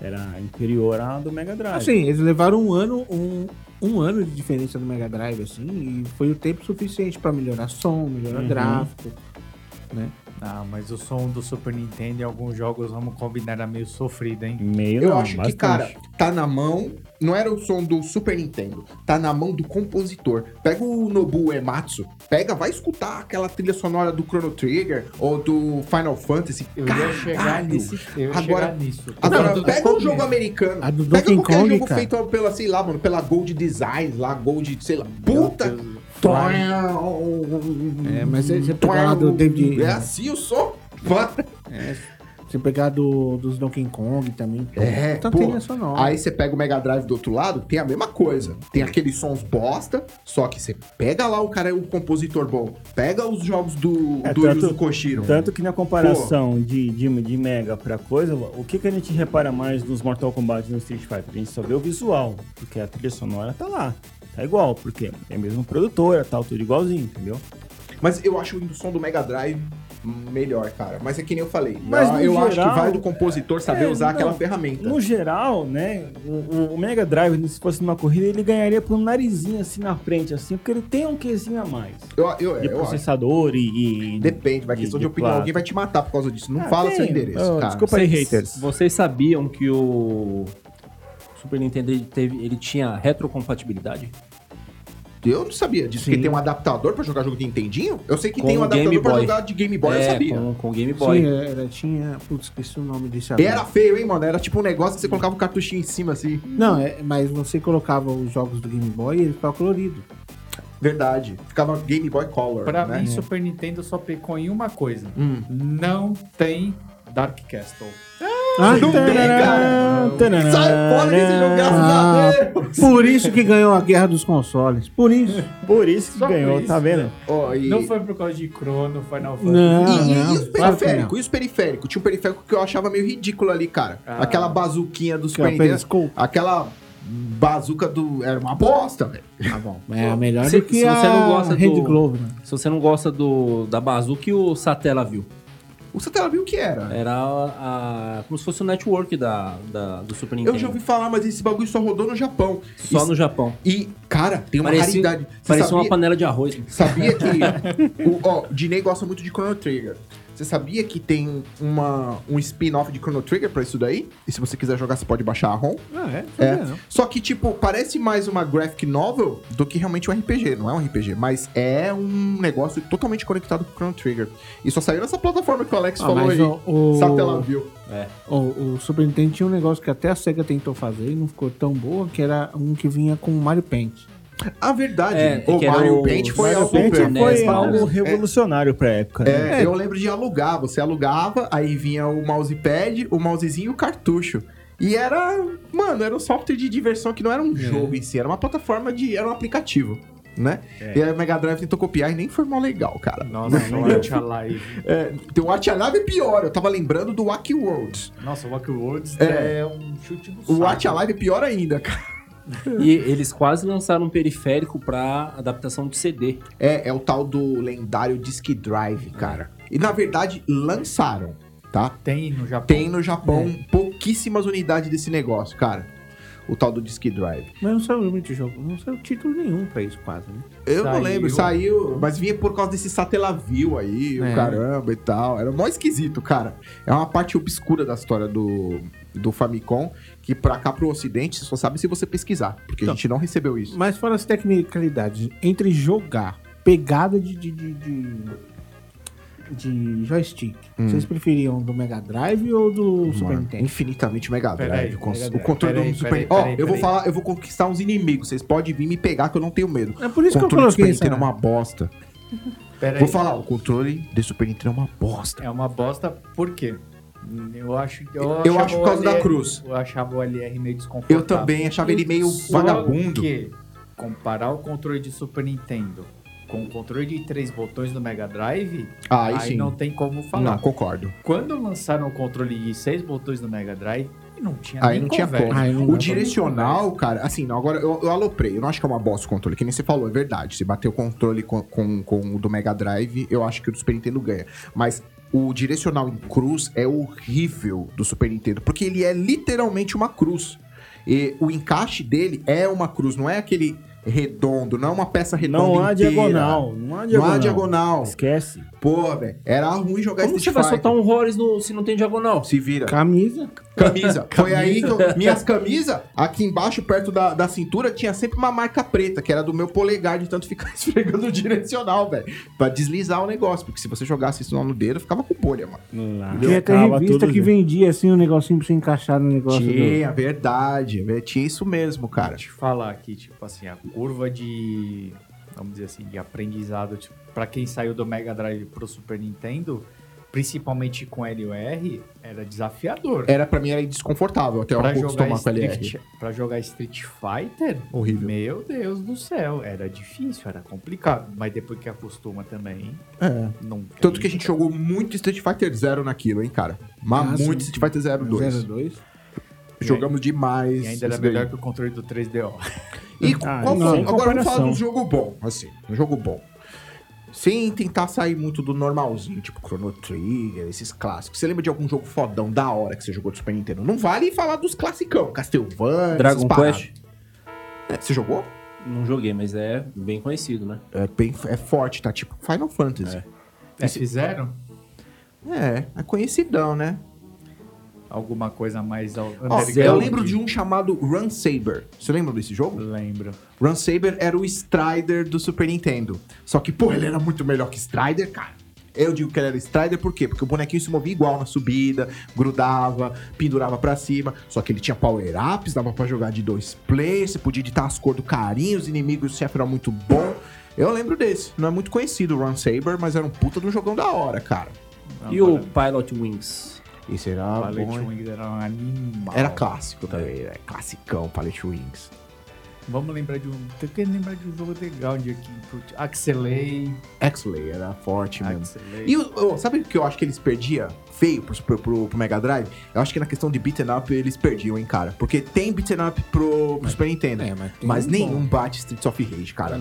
Speaker 2: era inferior à do Mega Drive.
Speaker 4: Assim, eles levaram um ano, um, um ano de diferença do Mega Drive, assim, e foi o tempo suficiente pra melhorar som, melhorar
Speaker 2: Uhum.
Speaker 4: gráfico, né?
Speaker 3: Ah, mas o som do Super Nintendo em alguns jogos, vamos combinar, era meio sofrido,
Speaker 1: Né?
Speaker 3: hein?
Speaker 2: Meio
Speaker 1: Eu
Speaker 2: não,
Speaker 1: acho que,
Speaker 2: bastante.
Speaker 1: cara, tá na mão. Não era o som do Super Nintendo, tá na mão do compositor. Pega o Nobu Ematsu, pega, vai escutar aquela trilha sonora do Chrono Trigger ou do Final Fantasy.
Speaker 3: Eu ia
Speaker 1: Caralho!
Speaker 3: chegar nesse. Eu ia
Speaker 1: Agora-
Speaker 3: chegar nisso.
Speaker 1: Agora,
Speaker 3: Não,
Speaker 1: pega
Speaker 3: ficou
Speaker 1: um jogo
Speaker 3: mesmo.
Speaker 1: americano.
Speaker 4: A do
Speaker 1: Pega
Speaker 4: Donkey
Speaker 1: qualquer
Speaker 4: Kong,
Speaker 1: jogo
Speaker 4: cara.
Speaker 1: feito pela, sei lá, mano, pela Gold Design, lá, Gold, sei lá. Puta! um,
Speaker 4: É, mas se você pegar lá do David-
Speaker 1: É assim o som? Foda.
Speaker 4: Se pegar do, dos Donkey Kong também. pô,
Speaker 1: É,
Speaker 4: Tanta
Speaker 1: pô.
Speaker 4: trilha sonora.
Speaker 1: Aí você pega o Mega Drive do outro lado, tem a mesma coisa. Tem aqueles sons bosta, só que você pega lá o cara, o compositor bom, pega os jogos do,
Speaker 2: É,
Speaker 1: do
Speaker 2: tanto-
Speaker 1: Yuzo Koshiro.
Speaker 2: Tanto que na comparação de, de, de Mega pra coisa, o que, que a gente repara mais nos Mortal Kombat e no Street Fighter? A gente só vê o visual, porque a trilha sonora tá lá. Tá igual, porque é a mesma produtora, tal, tudo igualzinho, entendeu?
Speaker 1: Mas eu acho o som do Mega Drive melhor, cara. Mas é que nem eu falei.
Speaker 2: Mas,
Speaker 1: eu
Speaker 2: no
Speaker 1: eu acho que
Speaker 2: geral,
Speaker 1: vai do compositor saber
Speaker 2: é,
Speaker 1: usar
Speaker 2: não,
Speaker 1: aquela ferramenta.
Speaker 2: No geral, né, o, o Mega Drive, se fosse numa corrida, ele ganharia por um narizinho assim na frente, assim, porque ele tem um quesinho a mais.
Speaker 1: Eu, É, eu,
Speaker 2: De
Speaker 1: eu acho.
Speaker 2: processador e, e-
Speaker 1: Depende, vai questão de,
Speaker 2: de
Speaker 1: opinião.
Speaker 2: placa.
Speaker 1: Alguém vai te matar por causa disso. Não
Speaker 2: Ah,
Speaker 1: fala
Speaker 2: tem.
Speaker 1: seu endereço,
Speaker 2: Oh,
Speaker 1: cara.
Speaker 2: desculpa aí, haters.
Speaker 5: Vocês sabiam que o Super Nintendo ele teve, ele tinha retrocompatibilidade?
Speaker 1: Eu não sabia disso. Que
Speaker 4: Sim.
Speaker 1: tem um adaptador pra jogar jogo de Nintendinho? Eu sei que
Speaker 5: Com
Speaker 1: tem um
Speaker 5: o Game
Speaker 1: adaptador pra
Speaker 5: Boy.
Speaker 1: jogar de Game Boy, eu
Speaker 5: é,
Speaker 1: sabia.
Speaker 5: com, com o Game Boy.
Speaker 4: Sim, é, era, tinha. Putz, esqueci o nome
Speaker 1: E
Speaker 4: desse agora.
Speaker 1: Era feio, hein, mano? Era tipo um negócio que você colocava um cartuchinho em cima, assim.
Speaker 4: Não, é- mas você colocava os jogos do Game Boy e ele ficava colorido.
Speaker 1: Verdade. Ficava Game Boy Color,
Speaker 3: Pra
Speaker 1: né?
Speaker 3: mim, Super Nintendo só pecou em uma coisa.
Speaker 1: Hum.
Speaker 3: Não tem Dark Castle.
Speaker 4: Ah,
Speaker 1: não tem,
Speaker 3: cara.
Speaker 2: Tananã, né?
Speaker 1: Sai fora desse jogo, graças a
Speaker 4: Ah.
Speaker 1: Deus!
Speaker 4: Por isso que ganhou a guerra dos consoles. Por isso.
Speaker 2: Por isso que
Speaker 3: Só por
Speaker 2: ganhou,
Speaker 3: isso,
Speaker 2: tá vendo?
Speaker 1: Ó, e...
Speaker 3: Não foi por causa de Chrono, Final Fantasy.
Speaker 4: Não.
Speaker 1: E, e- e os
Speaker 4: claro que
Speaker 1: periféricos? E os periféricos? Tinha um periférico que eu achava meio ridículo ali, cara.
Speaker 3: Ah.
Speaker 1: Aquela bazuquinha do
Speaker 4: Que é
Speaker 1: Super
Speaker 4: o
Speaker 1: Nintendo.
Speaker 4: Periscope.
Speaker 1: Aquela bazuca do... Era uma bosta, velho.
Speaker 4: Tá bom. É melhor
Speaker 5: Se-
Speaker 4: do que
Speaker 5: se
Speaker 4: a
Speaker 5: você não gosta
Speaker 4: Rede
Speaker 5: do-
Speaker 4: Globo. né?
Speaker 5: Se você não gosta do da Bazooka, o Satela viu.
Speaker 1: O Satela viu o que era.
Speaker 5: Era a, a- como se fosse o network da, da- do Super Nintendo.
Speaker 1: Eu já ouvi falar, mas esse bagulho só rodou no Japão.
Speaker 5: Só
Speaker 1: Isso-
Speaker 5: no Japão.
Speaker 1: E, cara, tem uma
Speaker 5: Parecia-
Speaker 1: raridade. Você
Speaker 5: Parecia
Speaker 1: sabia-
Speaker 5: uma panela de arroz.
Speaker 1: Sabia que. o, ó, o Diney gosta muito de Chrono Trigger. Você sabia que tem uma, um spin-off de Chrono Trigger pra isso daí? E se você quiser jogar, você pode baixar a ROM.
Speaker 4: Ah, é?
Speaker 1: É. Só que, tipo, parece mais uma graphic novel do que realmente um RPG. Não é um RPG, mas é um negócio totalmente conectado com Chrono Trigger. E só saiu nessa plataforma que o Alex
Speaker 4: Ah,
Speaker 1: falou
Speaker 4: mas
Speaker 1: aí.
Speaker 4: o,
Speaker 1: Satela
Speaker 4: o,
Speaker 1: viu.
Speaker 4: o, o Super Nintendo tinha um negócio que até a SEGA tentou fazer e não ficou tão boa, que era um que vinha com o Mario Paint.
Speaker 1: A verdade,
Speaker 5: É,
Speaker 1: o
Speaker 5: que era
Speaker 1: Mario
Speaker 5: o-
Speaker 1: Paint foi
Speaker 5: Mario
Speaker 1: algo
Speaker 5: Paint
Speaker 1: super.
Speaker 5: né,
Speaker 2: Foi
Speaker 5: é,
Speaker 2: algo
Speaker 5: é.
Speaker 2: revolucionário pra época. né?
Speaker 1: É, eu lembro de alugar. Você alugava, aí vinha o mousepad, o mousezinho e o cartucho. E era, mano, era um software de diversão que não era um jogo em si, era uma plataforma de. era um aplicativo, né?
Speaker 2: É.
Speaker 1: E aí o Mega Drive tentou copiar e nem foi mó legal, cara.
Speaker 3: Nossa, o Watch Alive.
Speaker 1: É, tem o Watch Alive é pior, eu tava lembrando do Wacky World.
Speaker 3: Nossa, o Walk Worlds
Speaker 1: É.
Speaker 3: é. um chute no
Speaker 1: O
Speaker 3: saco.
Speaker 1: Watch Alive é pior ainda, cara.
Speaker 5: E eles quase lançaram um periférico pra adaptação de CD.
Speaker 1: É, é o tal do lendário Disk Drive, cara. E na verdade, lançaram, tá?
Speaker 3: Tem no Japão.
Speaker 1: Tem no Japão pouquíssimas unidades desse negócio, cara. O tal do Disk Drive.
Speaker 4: Mas não saiu muito jogo, não saiu título nenhum pra isso quase, né?
Speaker 1: Eu não
Speaker 3: Saiu.
Speaker 1: lembro, saiu, mas vinha por causa desse satelavio aí, o
Speaker 4: É.
Speaker 1: caramba e tal. Era mó esquisito, cara. É uma parte obscura da história do, do Famicom, que pra cá pro ocidente só sabe se você pesquisar, porque a
Speaker 4: Então.
Speaker 1: gente não recebeu isso.
Speaker 4: Mas fora as tecnicalidades, entre jogar, pegada de, de, de, de, de joystick, vocês preferiam do Mega Drive ou do Super
Speaker 1: Mano,
Speaker 4: Nintendo?
Speaker 1: infinitamente o Mega
Speaker 3: Pera
Speaker 1: Drive,
Speaker 3: aí,
Speaker 1: o, cons-
Speaker 3: Mega
Speaker 1: o
Speaker 3: Drive.
Speaker 1: controle
Speaker 3: Pera
Speaker 1: do
Speaker 3: aí,
Speaker 1: Super
Speaker 3: pera aí,
Speaker 1: Nintendo. Ó,
Speaker 3: pera aí,
Speaker 1: eu vou
Speaker 3: pera aí.
Speaker 1: falar, eu vou conquistar uns inimigos, vocês podem vir me pegar que eu não tenho medo.
Speaker 4: É por isso que eu
Speaker 1: controle do Super
Speaker 4: coloquei
Speaker 1: Nintendo
Speaker 4: essa...
Speaker 1: é uma bosta.
Speaker 3: Pera
Speaker 1: Vou
Speaker 3: aí.
Speaker 1: falar, o controle do Super Nintendo é uma bosta.
Speaker 3: É uma bosta, por quê? Hum, Eu acho que.
Speaker 1: Eu, acho por causa da cruz.
Speaker 3: Eu achava o LR meio desconfortável.
Speaker 1: Eu também achava ele meio
Speaker 3: Tá. Só
Speaker 1: vagabundo.
Speaker 3: que comparar o controle de Super Nintendo com o controle de três botões do Mega Drive,
Speaker 1: Ah,
Speaker 3: aí,
Speaker 1: aí sim.
Speaker 3: não tem como falar.
Speaker 1: Não, concordo.
Speaker 3: Quando lançaram o controle de seis botões do Mega Drive, não tinha
Speaker 1: Aí
Speaker 3: nem
Speaker 1: não tinha
Speaker 3: conversa.
Speaker 1: como.
Speaker 4: Ah, eu não
Speaker 1: O
Speaker 4: lembro.
Speaker 1: direcional, cara, assim, não, agora eu, eu aloprei. Eu não acho que é uma bosta o controle, que nem você falou, é verdade. Se bater o controle com, com, com o do Mega Drive, eu acho que o do Super Nintendo ganha. Mas o direcional em cruz é horrível do Super Nintendo, porque ele é literalmente uma cruz. E o encaixe dele é uma cruz, não é aquele redondo, não é uma peça redonda.
Speaker 2: Não há
Speaker 1: inteira.
Speaker 2: diagonal. Não há
Speaker 1: Não
Speaker 2: diagonal.
Speaker 1: há diagonal.
Speaker 2: Esquece.
Speaker 1: Pô, velho, era ruim jogar
Speaker 5: Como
Speaker 1: Street
Speaker 5: você vai
Speaker 1: Fighter.
Speaker 5: soltar um Horus no- se não tem diagonal?
Speaker 1: Se vira.
Speaker 4: Camisa.
Speaker 1: Camisa. Foi aí que eu, minhas camisas, aqui embaixo, perto da, da cintura, tinha sempre uma marca preta, que era do meu polegar, de tanto ficar esfregando o direcional, velho. Pra deslizar o negócio. Porque se você jogasse isso lá no dedo, ficava com bolha, mano.
Speaker 3: Ah.
Speaker 2: Lá.
Speaker 4: Tinha até
Speaker 2: Acaba
Speaker 4: revista
Speaker 2: tudo,
Speaker 4: que
Speaker 2: né?
Speaker 4: vendia assim um negocinho pra você encaixar no negócio. do-
Speaker 1: Tinha, verdade. velho, Tinha isso mesmo, cara.
Speaker 3: te falar aqui, tipo assim, a curva de, vamos dizer assim, de aprendizado tipo, para quem saiu do Mega Drive pro Super Nintendo, principalmente com LR, era desafiador.
Speaker 1: Era, pra mim, era desconfortável até
Speaker 3: Pra
Speaker 1: um pouco
Speaker 3: jogar,
Speaker 1: tomar com a LR.
Speaker 3: Street, pra jogar Street Fighter,
Speaker 1: Horrível.
Speaker 3: meu Deus do céu, era difícil, era complicado. Mas depois que acostuma também,
Speaker 1: É.
Speaker 3: não
Speaker 1: Tanto que a gente jogou muito Street Fighter Zero naquilo, hein, cara. Mas
Speaker 4: Ah, sim.
Speaker 1: muito Street Fighter Zero 2.
Speaker 4: 02.
Speaker 1: Jogamos demais.
Speaker 3: E ainda era
Speaker 1: isso daí.
Speaker 3: melhor que o controle do 3DO.
Speaker 1: E
Speaker 2: Ah,
Speaker 1: qual
Speaker 2: não,
Speaker 1: foi- agora vamos
Speaker 2: sem
Speaker 1: falar
Speaker 2: comparação.
Speaker 1: de um jogo bom, assim, um jogo bom. Sem tentar sair muito do normalzinho, tipo Chrono Trigger, esses clássicos. Você lembra de algum jogo fodão da hora que você jogou do Super Nintendo? Não vale falar dos classicão, Castlevania,
Speaker 5: Dragon
Speaker 1: essas paradas.
Speaker 5: Quest?
Speaker 1: É, você jogou?
Speaker 5: Não joguei, mas é bem conhecido, né?
Speaker 1: É, bem, é forte, tá? Tipo Final Fantasy.
Speaker 3: Eles fizeram
Speaker 1: É, é, conhecidão, né?
Speaker 3: alguma coisa mais... ao-
Speaker 1: Ó,
Speaker 3: underground?
Speaker 1: eu lembro de um chamado Run Saber. Você lembra desse jogo?
Speaker 3: Lembro.
Speaker 1: Run Saber era o Strider do Super Nintendo. Só que, pô, ele era muito melhor que Strider, cara. Eu digo que ele era Strider por quê? Porque o bonequinho se movia igual na subida, grudava, pendurava pra cima. Só que ele tinha power-ups, dava pra jogar de dois players, você podia editar as cores do carinho, os inimigos, o chefe era muito bom. Eu lembro desse. Não é muito conhecido o Run Saber, mas era um puta de um jogão da hora, cara.
Speaker 5: E o Pilot Wings?
Speaker 1: Esse era bom,
Speaker 3: Palette
Speaker 1: hein?
Speaker 3: Wings era um animal.
Speaker 1: Era clássico também, né? Classicão, Palette Wings.
Speaker 3: Vamos lembrar de um. Tô querendo lembrar de um jogo legal de aqui. putz, Axelay.
Speaker 1: X-Lay era forte mesmo.
Speaker 3: Axelay.
Speaker 1: E o- o- sabe o que eu acho que eles perdiam feio pro, Super- pro- pro Mega Drive? Eu acho que na questão de beaten up eles perdiam, hein, cara. Porque tem beaten up pro, pro Super Nintendo.
Speaker 4: é, mas
Speaker 1: mas
Speaker 4: tem um É,
Speaker 1: nenhum bate Streets of Rage, cara.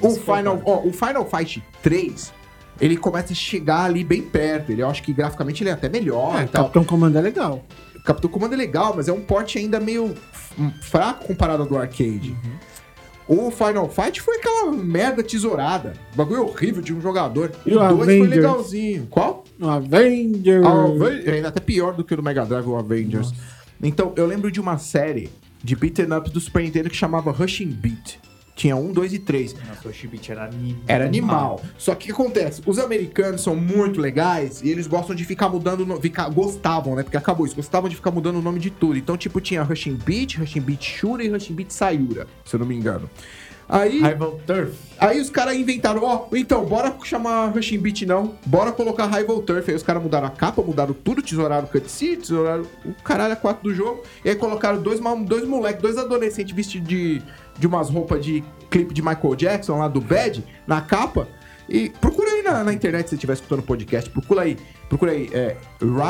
Speaker 1: O Final, ó, o Final Fight 3, ele começa a chegar ali bem perto. Ele, eu acho que graficamente ele é até melhor e
Speaker 3: Então-
Speaker 1: tal.
Speaker 4: Capitão Comando é legal.
Speaker 1: Capitão Comando é legal, mas é um porte ainda meio f- um, fraco comparado ao do arcade.
Speaker 4: Uhum.
Speaker 1: O Final Fight foi aquela merda tesourada. Bagulho horrível de um jogador.
Speaker 4: E
Speaker 1: o
Speaker 4: o
Speaker 1: 2 foi
Speaker 4: Avengers?
Speaker 1: legalzinho. Qual?
Speaker 4: No Um Avenger.
Speaker 1: Ah, o Aven- é ainda até pior do que o do Mega Drive, o Avengers. Então, eu lembro de uma série de beaten ups do Super Nintendo que chamava Rushing Beat. Tinha um, dois e três.
Speaker 3: Nossa, o Chibit era animal.
Speaker 1: Era animal. Só que o que acontece? Os americanos são muito legais e eles gostam de ficar mudando. no- ficar- gostavam, né? Porque acabou isso. Gostavam de ficar mudando o nome de tudo. Então, tipo, tinha Rushing Beat, Rushing Beat Shura e Rushing Beat Sayura, se eu não me engano. Aí.
Speaker 3: Rival Turf.
Speaker 1: Aí os caras inventaram, ó, então, bora chamar Rushing Beat não, bora colocar Rival Turf. Aí os caras mudaram a capa, mudaram tudo, tesouraram o cutscene, tesouraram o caralho a quatro do jogo. E aí colocaram dois, ma- dois moleques, dois adolescentes vestidos de, de umas roupas de clipe de Michael Jackson lá do Bad, na capa. E procura aí na, na internet se você estiver escutando o podcast, procura aí, procura aí, é,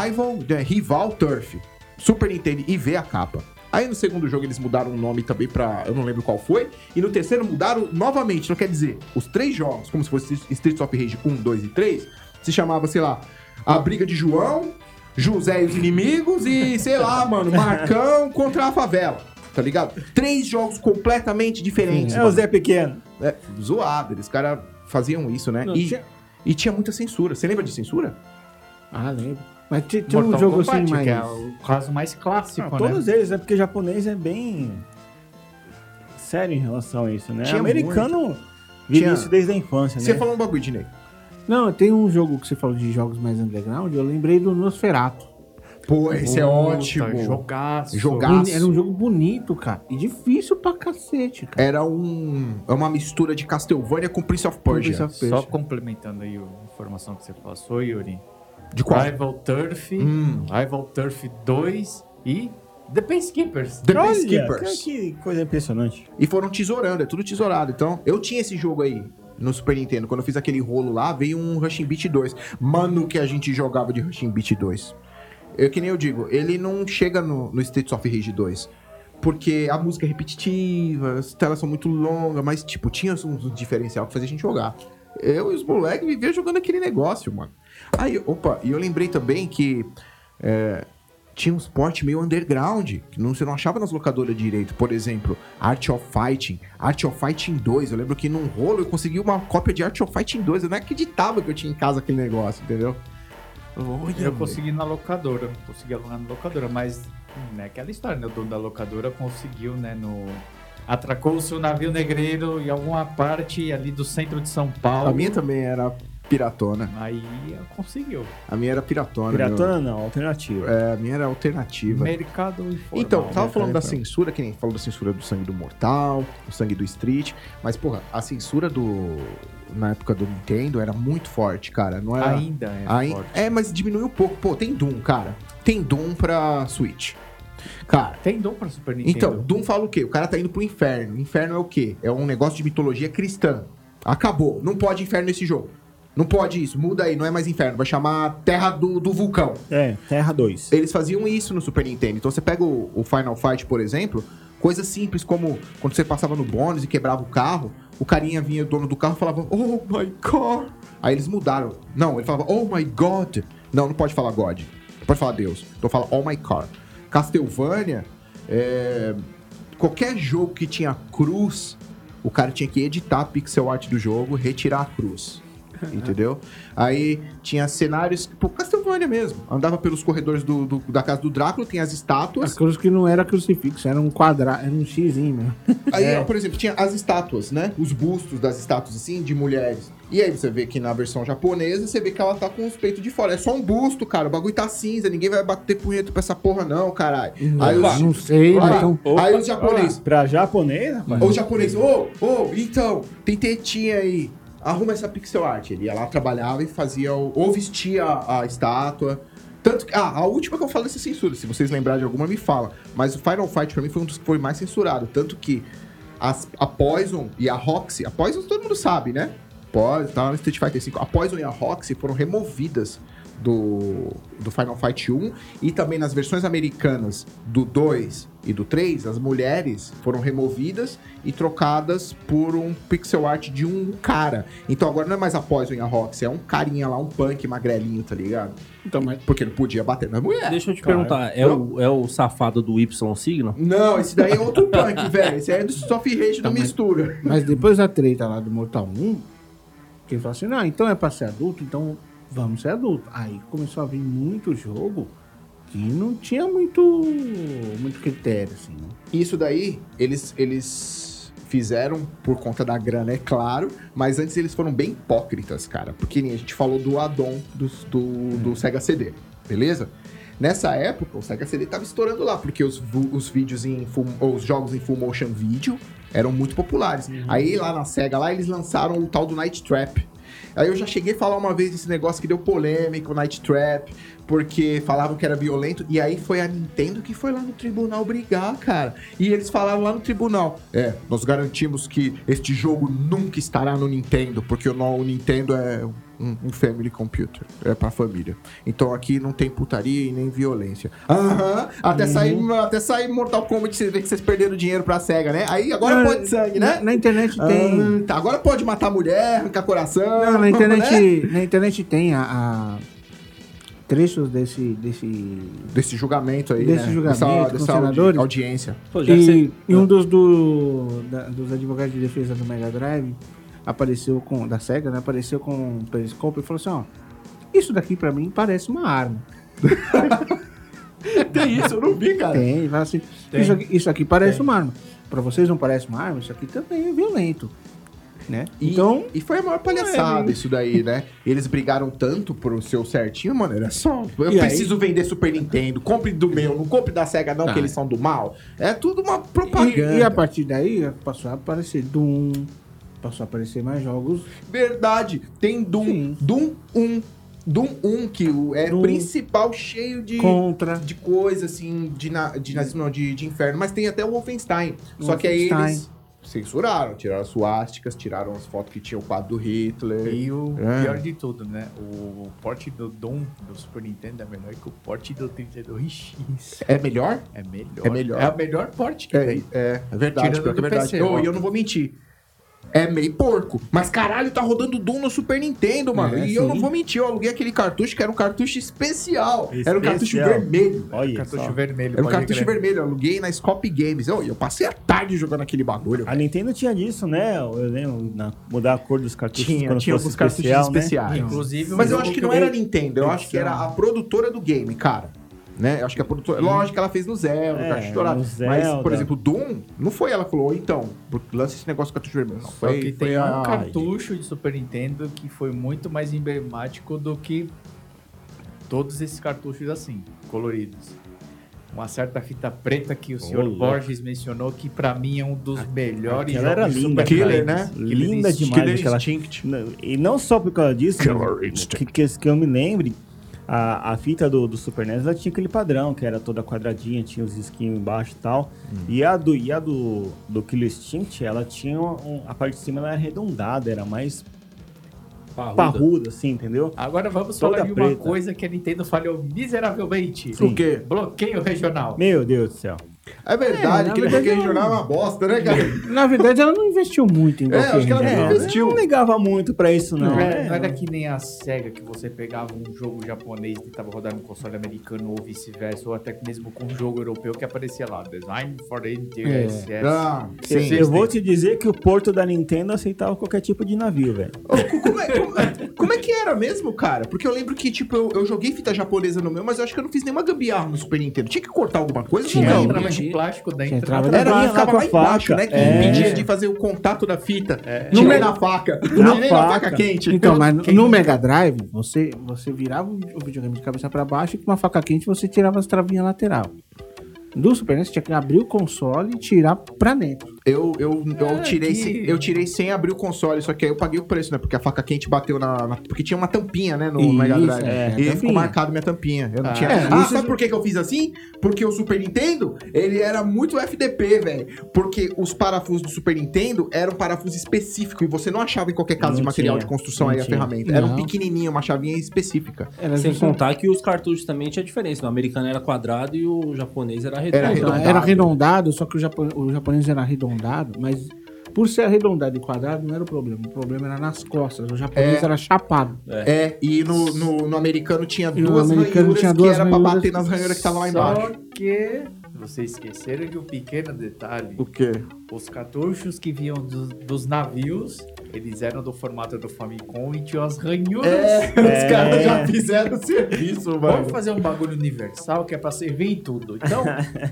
Speaker 1: Rival, é, Rival Turf, Super Nintendo e vê a capa. Aí no segundo jogo eles mudaram o nome também pra. Eu não lembro qual foi. E no terceiro mudaram novamente. Então quer dizer, os três jogos, como se fosse Streets of Rage 1, 2 e 3, se chamava, sei lá, A Briga de João, José e os Inimigos e, sei lá, mano, Marcão contra a Favela. Tá ligado? Três jogos completamente diferentes.
Speaker 2: É o Zé Pequeno.
Speaker 1: É, zoado, eles caras faziam isso, né?
Speaker 4: Não,
Speaker 1: e,
Speaker 4: tinha-
Speaker 1: e tinha muita censura. Você lembra de censura?
Speaker 4: Ah, lembro. Mas tinha tinha um
Speaker 3: Mortal
Speaker 4: jogo
Speaker 3: Kombat,
Speaker 4: assim, mais.
Speaker 3: que é o caso mais clássico,
Speaker 2: Ah,
Speaker 3: né?
Speaker 2: todos eles, é porque japonês é bem sério em relação a isso, né?
Speaker 1: Tinha
Speaker 2: americano vive
Speaker 1: Tinha.
Speaker 2: isso desde a infância,
Speaker 1: Você
Speaker 2: né?
Speaker 1: falou um bagulho, Dinei.
Speaker 4: Não, tem um jogo que você falou de jogos mais underground, eu lembrei do Nosferatu.
Speaker 1: Pô, esse é
Speaker 3: Puta,
Speaker 1: ótimo.
Speaker 3: Jogaço.
Speaker 1: Jogaço.
Speaker 4: Boni- Era um jogo bonito, cara. E difícil pra cacete, cara.
Speaker 1: Era um. É uma mistura de Castlevania com Prince of Persia.
Speaker 4: Prince of
Speaker 3: Só
Speaker 4: Persia.
Speaker 3: complementando aí a informação que você passou, Yuri.
Speaker 1: De qual?
Speaker 3: Rival Turf,
Speaker 1: Hum.
Speaker 3: Rival Turf 2 e The Peacekeepers.
Speaker 1: The
Speaker 2: Olha,
Speaker 1: Peacekeepers.
Speaker 2: Que, que coisa impressionante.
Speaker 1: E foram tesourando, é tudo tesourado. Então, eu tinha esse jogo aí no Super Nintendo. Quando eu fiz aquele rolo lá, veio um Rushing Beat 2. Mano, que a gente jogava de Rushing Beat 2. Eu que nem eu digo, ele não chega no, no States of Rage 2. Porque a música é repetitiva, as telas são muito longas, mas, tipo, tinha um um diferencial que fazia a gente jogar. Eu e os moleques viviam jogando aquele negócio, mano. Aí, opa, e eu lembrei também que é, tinha uns porte meio underground, que não, você não achava nas locadoras direito. Por exemplo, Art of Fighting, Art of Fighting 2. Eu lembro que num rolo eu consegui uma cópia de Art of Fighting 2. Eu não acreditava que eu tinha em casa aquele negócio, entendeu? Olha,
Speaker 3: Eu
Speaker 1: velho.
Speaker 3: consegui na locadora, consegui alugar na locadora, mas não é aquela história, né? O dono da locadora conseguiu, né? No... Atracou-se o navio negreiro em alguma parte ali do centro de São Paulo.
Speaker 1: A minha também era piratona.
Speaker 3: Aí conseguiu.
Speaker 1: A minha era piratona. meu.
Speaker 2: Piratona não, alternativa.
Speaker 1: É, a minha era alternativa.
Speaker 3: Mercado informal.
Speaker 1: Então, tava
Speaker 3: né?
Speaker 1: falando da
Speaker 4: Então.
Speaker 1: censura, que nem falou da censura do sangue do mortal, do sangue do street, mas, porra, a censura do. Na época do Nintendo era muito forte, cara. Não era.
Speaker 3: Ainda é
Speaker 1: Aí-
Speaker 3: forte.
Speaker 1: é, mas diminuiu um pouco. Pô, tem Doom, cara. Tem Doom pra Switch. Cara.
Speaker 3: Tem dom pra Super Nintendo.
Speaker 1: Então, Doom fala o quê? O cara tá indo pro inferno. Inferno é o quê? É um negócio de mitologia cristã. Acabou. Não pode inferno nesse jogo. Não pode isso. Muda aí, não é mais inferno. Vai chamar Terra do, do Vulcão.
Speaker 2: É, Terra 2.
Speaker 1: Eles faziam isso no Super Nintendo. Então você pega o, o Final Fight, por exemplo, coisas simples como quando você passava no bônus e quebrava o carro, o carinha vinha, o dono do carro, falava, Oh my God! Aí eles mudaram. Não, ele falava, Oh my God! Não, não pode falar God. Não pode falar Deus. Então fala, Oh my God. Castlevania, é, qualquer jogo que tinha cruz, o cara tinha que editar a pixel art do jogo, retirar a cruz. Entendeu? Aí tinha cenários, tipo, Castlevania mesmo. Andava pelos corredores do, do- da casa do Drácula, tem as
Speaker 4: A
Speaker 3: É.
Speaker 1: estátuas.
Speaker 4: cruz que não era crucifixo, era um quadrado, era um xizinho mesmo.
Speaker 1: Aí, ó, por exemplo, tinha as estátuas, né? Os bustos das estátuas, assim, de mulheres. E aí você vê que na versão japonesa, você vê que ela tá com os peitos de fora. É só um busto, cara. O bagulho tá cinza, ninguém vai bater punheta pra essa porra, não, caralho. Aí os,
Speaker 4: Não
Speaker 1: Uhum.
Speaker 4: sei,
Speaker 1: Opa.
Speaker 4: mas então.
Speaker 1: aí os japoneses.
Speaker 2: Pra japonês, rapaz.
Speaker 1: Ou japonês, ô, ô, então, tem tetinha aí. Arruma essa pixel art. Ele ia lá, trabalhava e fazia. o- Ou vestia a, a estátua. Tanto que. Ah, a última que eu falo dessa censura. Se vocês lembrarem de alguma, me fala. Mas o Final Fight pra mim foi um dos que foi mais censurado. Tanto que as- a Poison e a Roxy. A Poison todo mundo sabe, né? Poison, tá lá no Street Fighter V. A Poison e a Roxy foram removidas do, do Final Fight 1 e também nas versões americanas do 2 e do 3, as mulheres foram removidas e trocadas por um pixel art de um cara. Então agora não é mais a Poison e a Roxy, é um carinha lá, um punk magrelinho, tá ligado?
Speaker 4: Então, mas
Speaker 1: Porque não podia bater na mulher.
Speaker 5: Deixa eu te
Speaker 1: claro.
Speaker 5: perguntar, é o, é o safado do Y signo?
Speaker 1: Não, esse daí é outro punk, velho. Esse aí é do Soft Rage do
Speaker 4: Tá, mas-
Speaker 1: Mistura.
Speaker 4: Mas depois da treta lá do Mortal 1, que ele falou assim, não, então é pra ser adulto, então vamos ser adulto. Aí começou a vir muito jogo que não tinha muito, muito critério, assim, né?
Speaker 1: Isso daí, eles, eles fizeram por conta da grana, é claro, mas antes eles foram bem hipócritas, cara. Porque nem a gente falou do addon do, do, do Sega CD, beleza? Nessa época, o Sega CD tava estourando lá, porque os, vu- os vídeos em full, ou os jogos em full motion video eram muito populares. Aí lá na Sega, lá eles lançaram o tal do Night Trap. Aí eu já cheguei a falar uma vez desse negócio que deu polêmica, o Night Trap, porque falavam que era violento, e aí foi a Nintendo que foi lá no tribunal brigar, cara. E eles falaram lá no tribunal: é, nós garantimos que este jogo nunca estará no Nintendo, porque o, no- o Nintendo é um, um family computer, é pra família. Então aqui não tem putaria e nem violência. Aham, até, sair, até sair Mortal Kombat, você vê que vocês perderam dinheiro pra SEGA, né? Aí agora
Speaker 4: Não,
Speaker 1: pode sangue,
Speaker 4: Na,
Speaker 1: né?
Speaker 4: na internet tem.
Speaker 1: Ah, tá, agora pode matar mulher, arrancar coração.
Speaker 4: Não, na
Speaker 1: né?
Speaker 4: internet, na internet tem a, a- trechos desse, desse
Speaker 1: Desse julgamento aí,
Speaker 4: Desse
Speaker 1: né?
Speaker 4: julgamento
Speaker 1: dessa,
Speaker 4: com
Speaker 1: dessa
Speaker 4: senadores.
Speaker 1: audi- audiência.
Speaker 5: Pô, já que
Speaker 4: E,
Speaker 5: você-
Speaker 4: e
Speaker 1: Ah.
Speaker 4: um dos, do- da- dos advogados de defesa do Mega Drive apareceu com. Da SEGA, né? Apareceu com um periscópio e falou assim, ó. Isso daqui pra mim parece uma arma.
Speaker 1: Tem isso, eu não vi, cara.
Speaker 4: Tem, ele fala assim.
Speaker 3: Tem.
Speaker 4: Isso, aqui, isso aqui parece uma arma. Pra vocês não parece uma arma, isso aqui também é violento. Né?
Speaker 1: E-
Speaker 4: Então, é.
Speaker 1: E foi a maior palhaçada isso daí, né? Eles brigaram tanto pro seu certinho, mano. Era só. Eu
Speaker 4: E aí?
Speaker 1: preciso vender Super Nintendo. Compre do meu, não compre da SEGA, não,
Speaker 4: Tá.
Speaker 1: que eles são do mal. É tudo uma
Speaker 4: e,
Speaker 1: propaganda.
Speaker 4: e a partir daí passou a aparecer Doom, passou a aparecer mais jogos.
Speaker 1: Verdade. Tem Doom.
Speaker 4: Sim.
Speaker 1: Doom 1. Doom 1, que o- é
Speaker 4: Doom.
Speaker 1: principal, cheio de.
Speaker 4: Contra.
Speaker 1: de coisa, assim, de, na, de nazismo, não, de, de inferno, mas tem até o Wolfenstein. Só que aí eles
Speaker 4: Wolfenstein.
Speaker 1: censuraram, tiraram as suásticas, tiraram as fotos que tinha o quadro do Hitler.
Speaker 3: E o
Speaker 1: É.
Speaker 3: pior de tudo, né? O porte do Doom do Super Nintendo é melhor que o porte do 32X.
Speaker 1: É melhor?
Speaker 3: É melhor.
Speaker 1: É melhor.
Speaker 3: É o melhor porte que
Speaker 1: É,
Speaker 3: tem.
Speaker 1: é, é verdade,
Speaker 3: Tirando
Speaker 1: pior que é
Speaker 3: do
Speaker 1: verdade.
Speaker 3: PC,
Speaker 1: Eu-
Speaker 3: ó.
Speaker 1: E eu não vou mentir. é meio porco. Mas caralho, tá rodando Doom no Super Nintendo, mano.
Speaker 2: É,
Speaker 1: e eu
Speaker 2: sim.
Speaker 1: não vou mentir, eu aluguei aquele cartucho que era um cartucho especial. Era um
Speaker 2: Especial.
Speaker 1: cartucho É, vermelho.
Speaker 2: Olha
Speaker 3: Cartucho
Speaker 2: só.
Speaker 3: vermelho.
Speaker 1: Era um
Speaker 3: pode
Speaker 1: cartucho
Speaker 3: crer.
Speaker 1: vermelho, eu aluguei na Scope Games. Eu, eu passei a tarde jogando aquele bagulho.
Speaker 2: A Nintendo tinha disso, né? Eu lembro, na- mudar a cor dos cartuchos quando fosse
Speaker 1: alguns cartuchos
Speaker 2: especial, né?
Speaker 1: especiais.
Speaker 3: Inclusive,
Speaker 1: Mas
Speaker 3: um
Speaker 1: eu
Speaker 3: jogo
Speaker 1: acho que não era a Nintendo, eu acho que era a produtora do game, cara. Né? Eu acho que a produtora. Lógico que ela fez no Zelda,
Speaker 2: É,
Speaker 1: cartucho dourado.
Speaker 2: no
Speaker 1: Mas, por
Speaker 2: Zelda.
Speaker 1: exemplo, Doom, não foi ela que falou, "Ô, então, lança esse negócio com cartucho vermelho. Não,
Speaker 3: Só
Speaker 1: foi,
Speaker 3: que
Speaker 1: foi
Speaker 3: tem
Speaker 1: a-
Speaker 3: um cartucho de Super Nintendo que foi muito mais emblemático do que todos esses cartuchos assim, coloridos. Uma certa fita preta que o senhor
Speaker 2: louco.
Speaker 3: Borges mencionou, que pra mim é um dos melhores
Speaker 2: Ela era
Speaker 3: jogos de
Speaker 2: linda,
Speaker 3: Super
Speaker 1: Killer,
Speaker 3: Nintendo.
Speaker 1: né?
Speaker 2: Linda
Speaker 3: Instinct.
Speaker 2: demais
Speaker 1: Killer
Speaker 2: aquela
Speaker 1: Instinct.
Speaker 2: Não, E não só por causa disso, mas que, que, que eu me lembre, a, a fita do, do Super NES ela tinha aquele padrão, que era toda quadradinha, tinha os esquinhos embaixo e tal.
Speaker 1: Hum.
Speaker 2: E a do, e a do, do Killer Instinct, ela tinha um- a parte de cima ela era arredondada, era mais
Speaker 5: Parruda.
Speaker 2: parruda, assim, entendeu?
Speaker 3: Agora vamos
Speaker 2: Toda
Speaker 3: falar de uma
Speaker 2: preta.
Speaker 3: coisa que a Nintendo falhou miseravelmente.
Speaker 1: O quê?
Speaker 3: Bloqueio regional.
Speaker 2: Meu Deus do céu.
Speaker 1: É verdade,
Speaker 4: É,
Speaker 1: aquele
Speaker 4: na verdade,
Speaker 1: bloqueio
Speaker 4: eu-
Speaker 1: jornal é uma bosta, né, cara?
Speaker 4: Na verdade, ela não investiu muito em
Speaker 1: É, acho que ela não
Speaker 4: bloqueio regional.
Speaker 1: investiu.
Speaker 2: Eu não ligava muito pra isso, não.
Speaker 3: Não,
Speaker 2: É,
Speaker 3: não era que nem a SEGA que você pegava um jogo japonês e tentava rodar um console americano ou vice-versa, ou até mesmo com um jogo europeu que aparecia lá, Design for NTSS.
Speaker 1: Ah,
Speaker 2: eu-
Speaker 1: sim.
Speaker 2: Eu vou te dizer que o porto da Nintendo aceitava qualquer tipo de navio, velho.
Speaker 1: Ô, co- Como é, como é- como é que era mesmo, cara? Porque eu lembro que, tipo, eu, eu joguei fita japonesa no meu, mas eu acho que eu não fiz nenhuma gambiarra no Super Nintendo. Tinha que cortar alguma coisa?
Speaker 3: Daí
Speaker 1: não,
Speaker 5: Tinha.
Speaker 3: entrava
Speaker 5: entendi.
Speaker 3: de um plástico, daí
Speaker 4: Você
Speaker 3: entrava...
Speaker 4: entrava
Speaker 1: Era
Speaker 2: Ela
Speaker 1: a
Speaker 2: vinha lá
Speaker 1: ficava
Speaker 2: com a
Speaker 1: lá embaixo,
Speaker 2: faca.
Speaker 1: né? Que
Speaker 2: É.
Speaker 1: impedia de fazer o contato da fita.
Speaker 3: É.
Speaker 1: Não é
Speaker 4: Tirei
Speaker 1: na faca.
Speaker 2: Na
Speaker 1: Tirei na faca
Speaker 2: faca.
Speaker 1: quente.
Speaker 4: um Então, mas
Speaker 3: quem-
Speaker 4: no Mega Drive, você, você virava o videogame de cabeça pra baixo e com uma faca quente você tirava as travinhas lateral. Do Super NES, você tinha que abrir o console e tirar pra dentro.
Speaker 1: Eu, eu, eu,
Speaker 3: É,
Speaker 1: tirei
Speaker 3: que-
Speaker 1: sem, eu tirei sem abrir o console, só que aí eu paguei o preço, né? Porque a faca quente bateu na. na- porque tinha uma tampinha, né? No
Speaker 4: Isso,
Speaker 1: Mega Drive. e
Speaker 4: é,
Speaker 1: aí
Speaker 4: tampinha.
Speaker 1: ficou marcado minha tampinha. Eu não
Speaker 3: Ah,
Speaker 1: tinha.
Speaker 4: é,
Speaker 1: ah,
Speaker 4: isso-
Speaker 1: sabe por que, que eu fiz assim? Porque o Super Nintendo, ele era muito FDP, velho. Porque os parafusos do Super Nintendo eram parafusos específicos. E você não achava em qualquer casa
Speaker 2: Não
Speaker 1: de material
Speaker 2: tinha,
Speaker 1: de construção
Speaker 2: não
Speaker 1: aí a
Speaker 2: tinha.
Speaker 1: ferramenta. Era um
Speaker 4: Não.
Speaker 1: pequenininho, uma chavinha específica.
Speaker 4: Era
Speaker 5: Sem
Speaker 4: justa-
Speaker 5: contar que os cartuchos também tinha diferença. né? O americano era quadrado e o japonês era redondo.
Speaker 1: Era
Speaker 4: Então,
Speaker 1: redondo.
Speaker 4: era arredondado, só que o, japo- o japonês era arredondado, mas por ser arredondado e quadrado não era o problema. O problema era nas costas. O japonês
Speaker 1: É.
Speaker 4: era chapado.
Speaker 1: É, e no, no, no americano tinha
Speaker 4: E no
Speaker 1: duas
Speaker 4: americano
Speaker 1: ranhuras
Speaker 4: tinha
Speaker 1: que
Speaker 4: duas
Speaker 1: era pra
Speaker 4: ranhuras.
Speaker 1: bater nas ranhuras que estavam lá embaixo.
Speaker 3: Só que vocês esqueceram de um pequeno detalhe.
Speaker 1: quê?
Speaker 3: Os cartuchos que vinham dos, dos navios, eles eram do formato do Famicom e tinham as ranhuras.
Speaker 1: Os caras já fizeram o serviço, mano.
Speaker 3: É, Vamos fazer um bagulho universal que é pra servir em tudo. Então,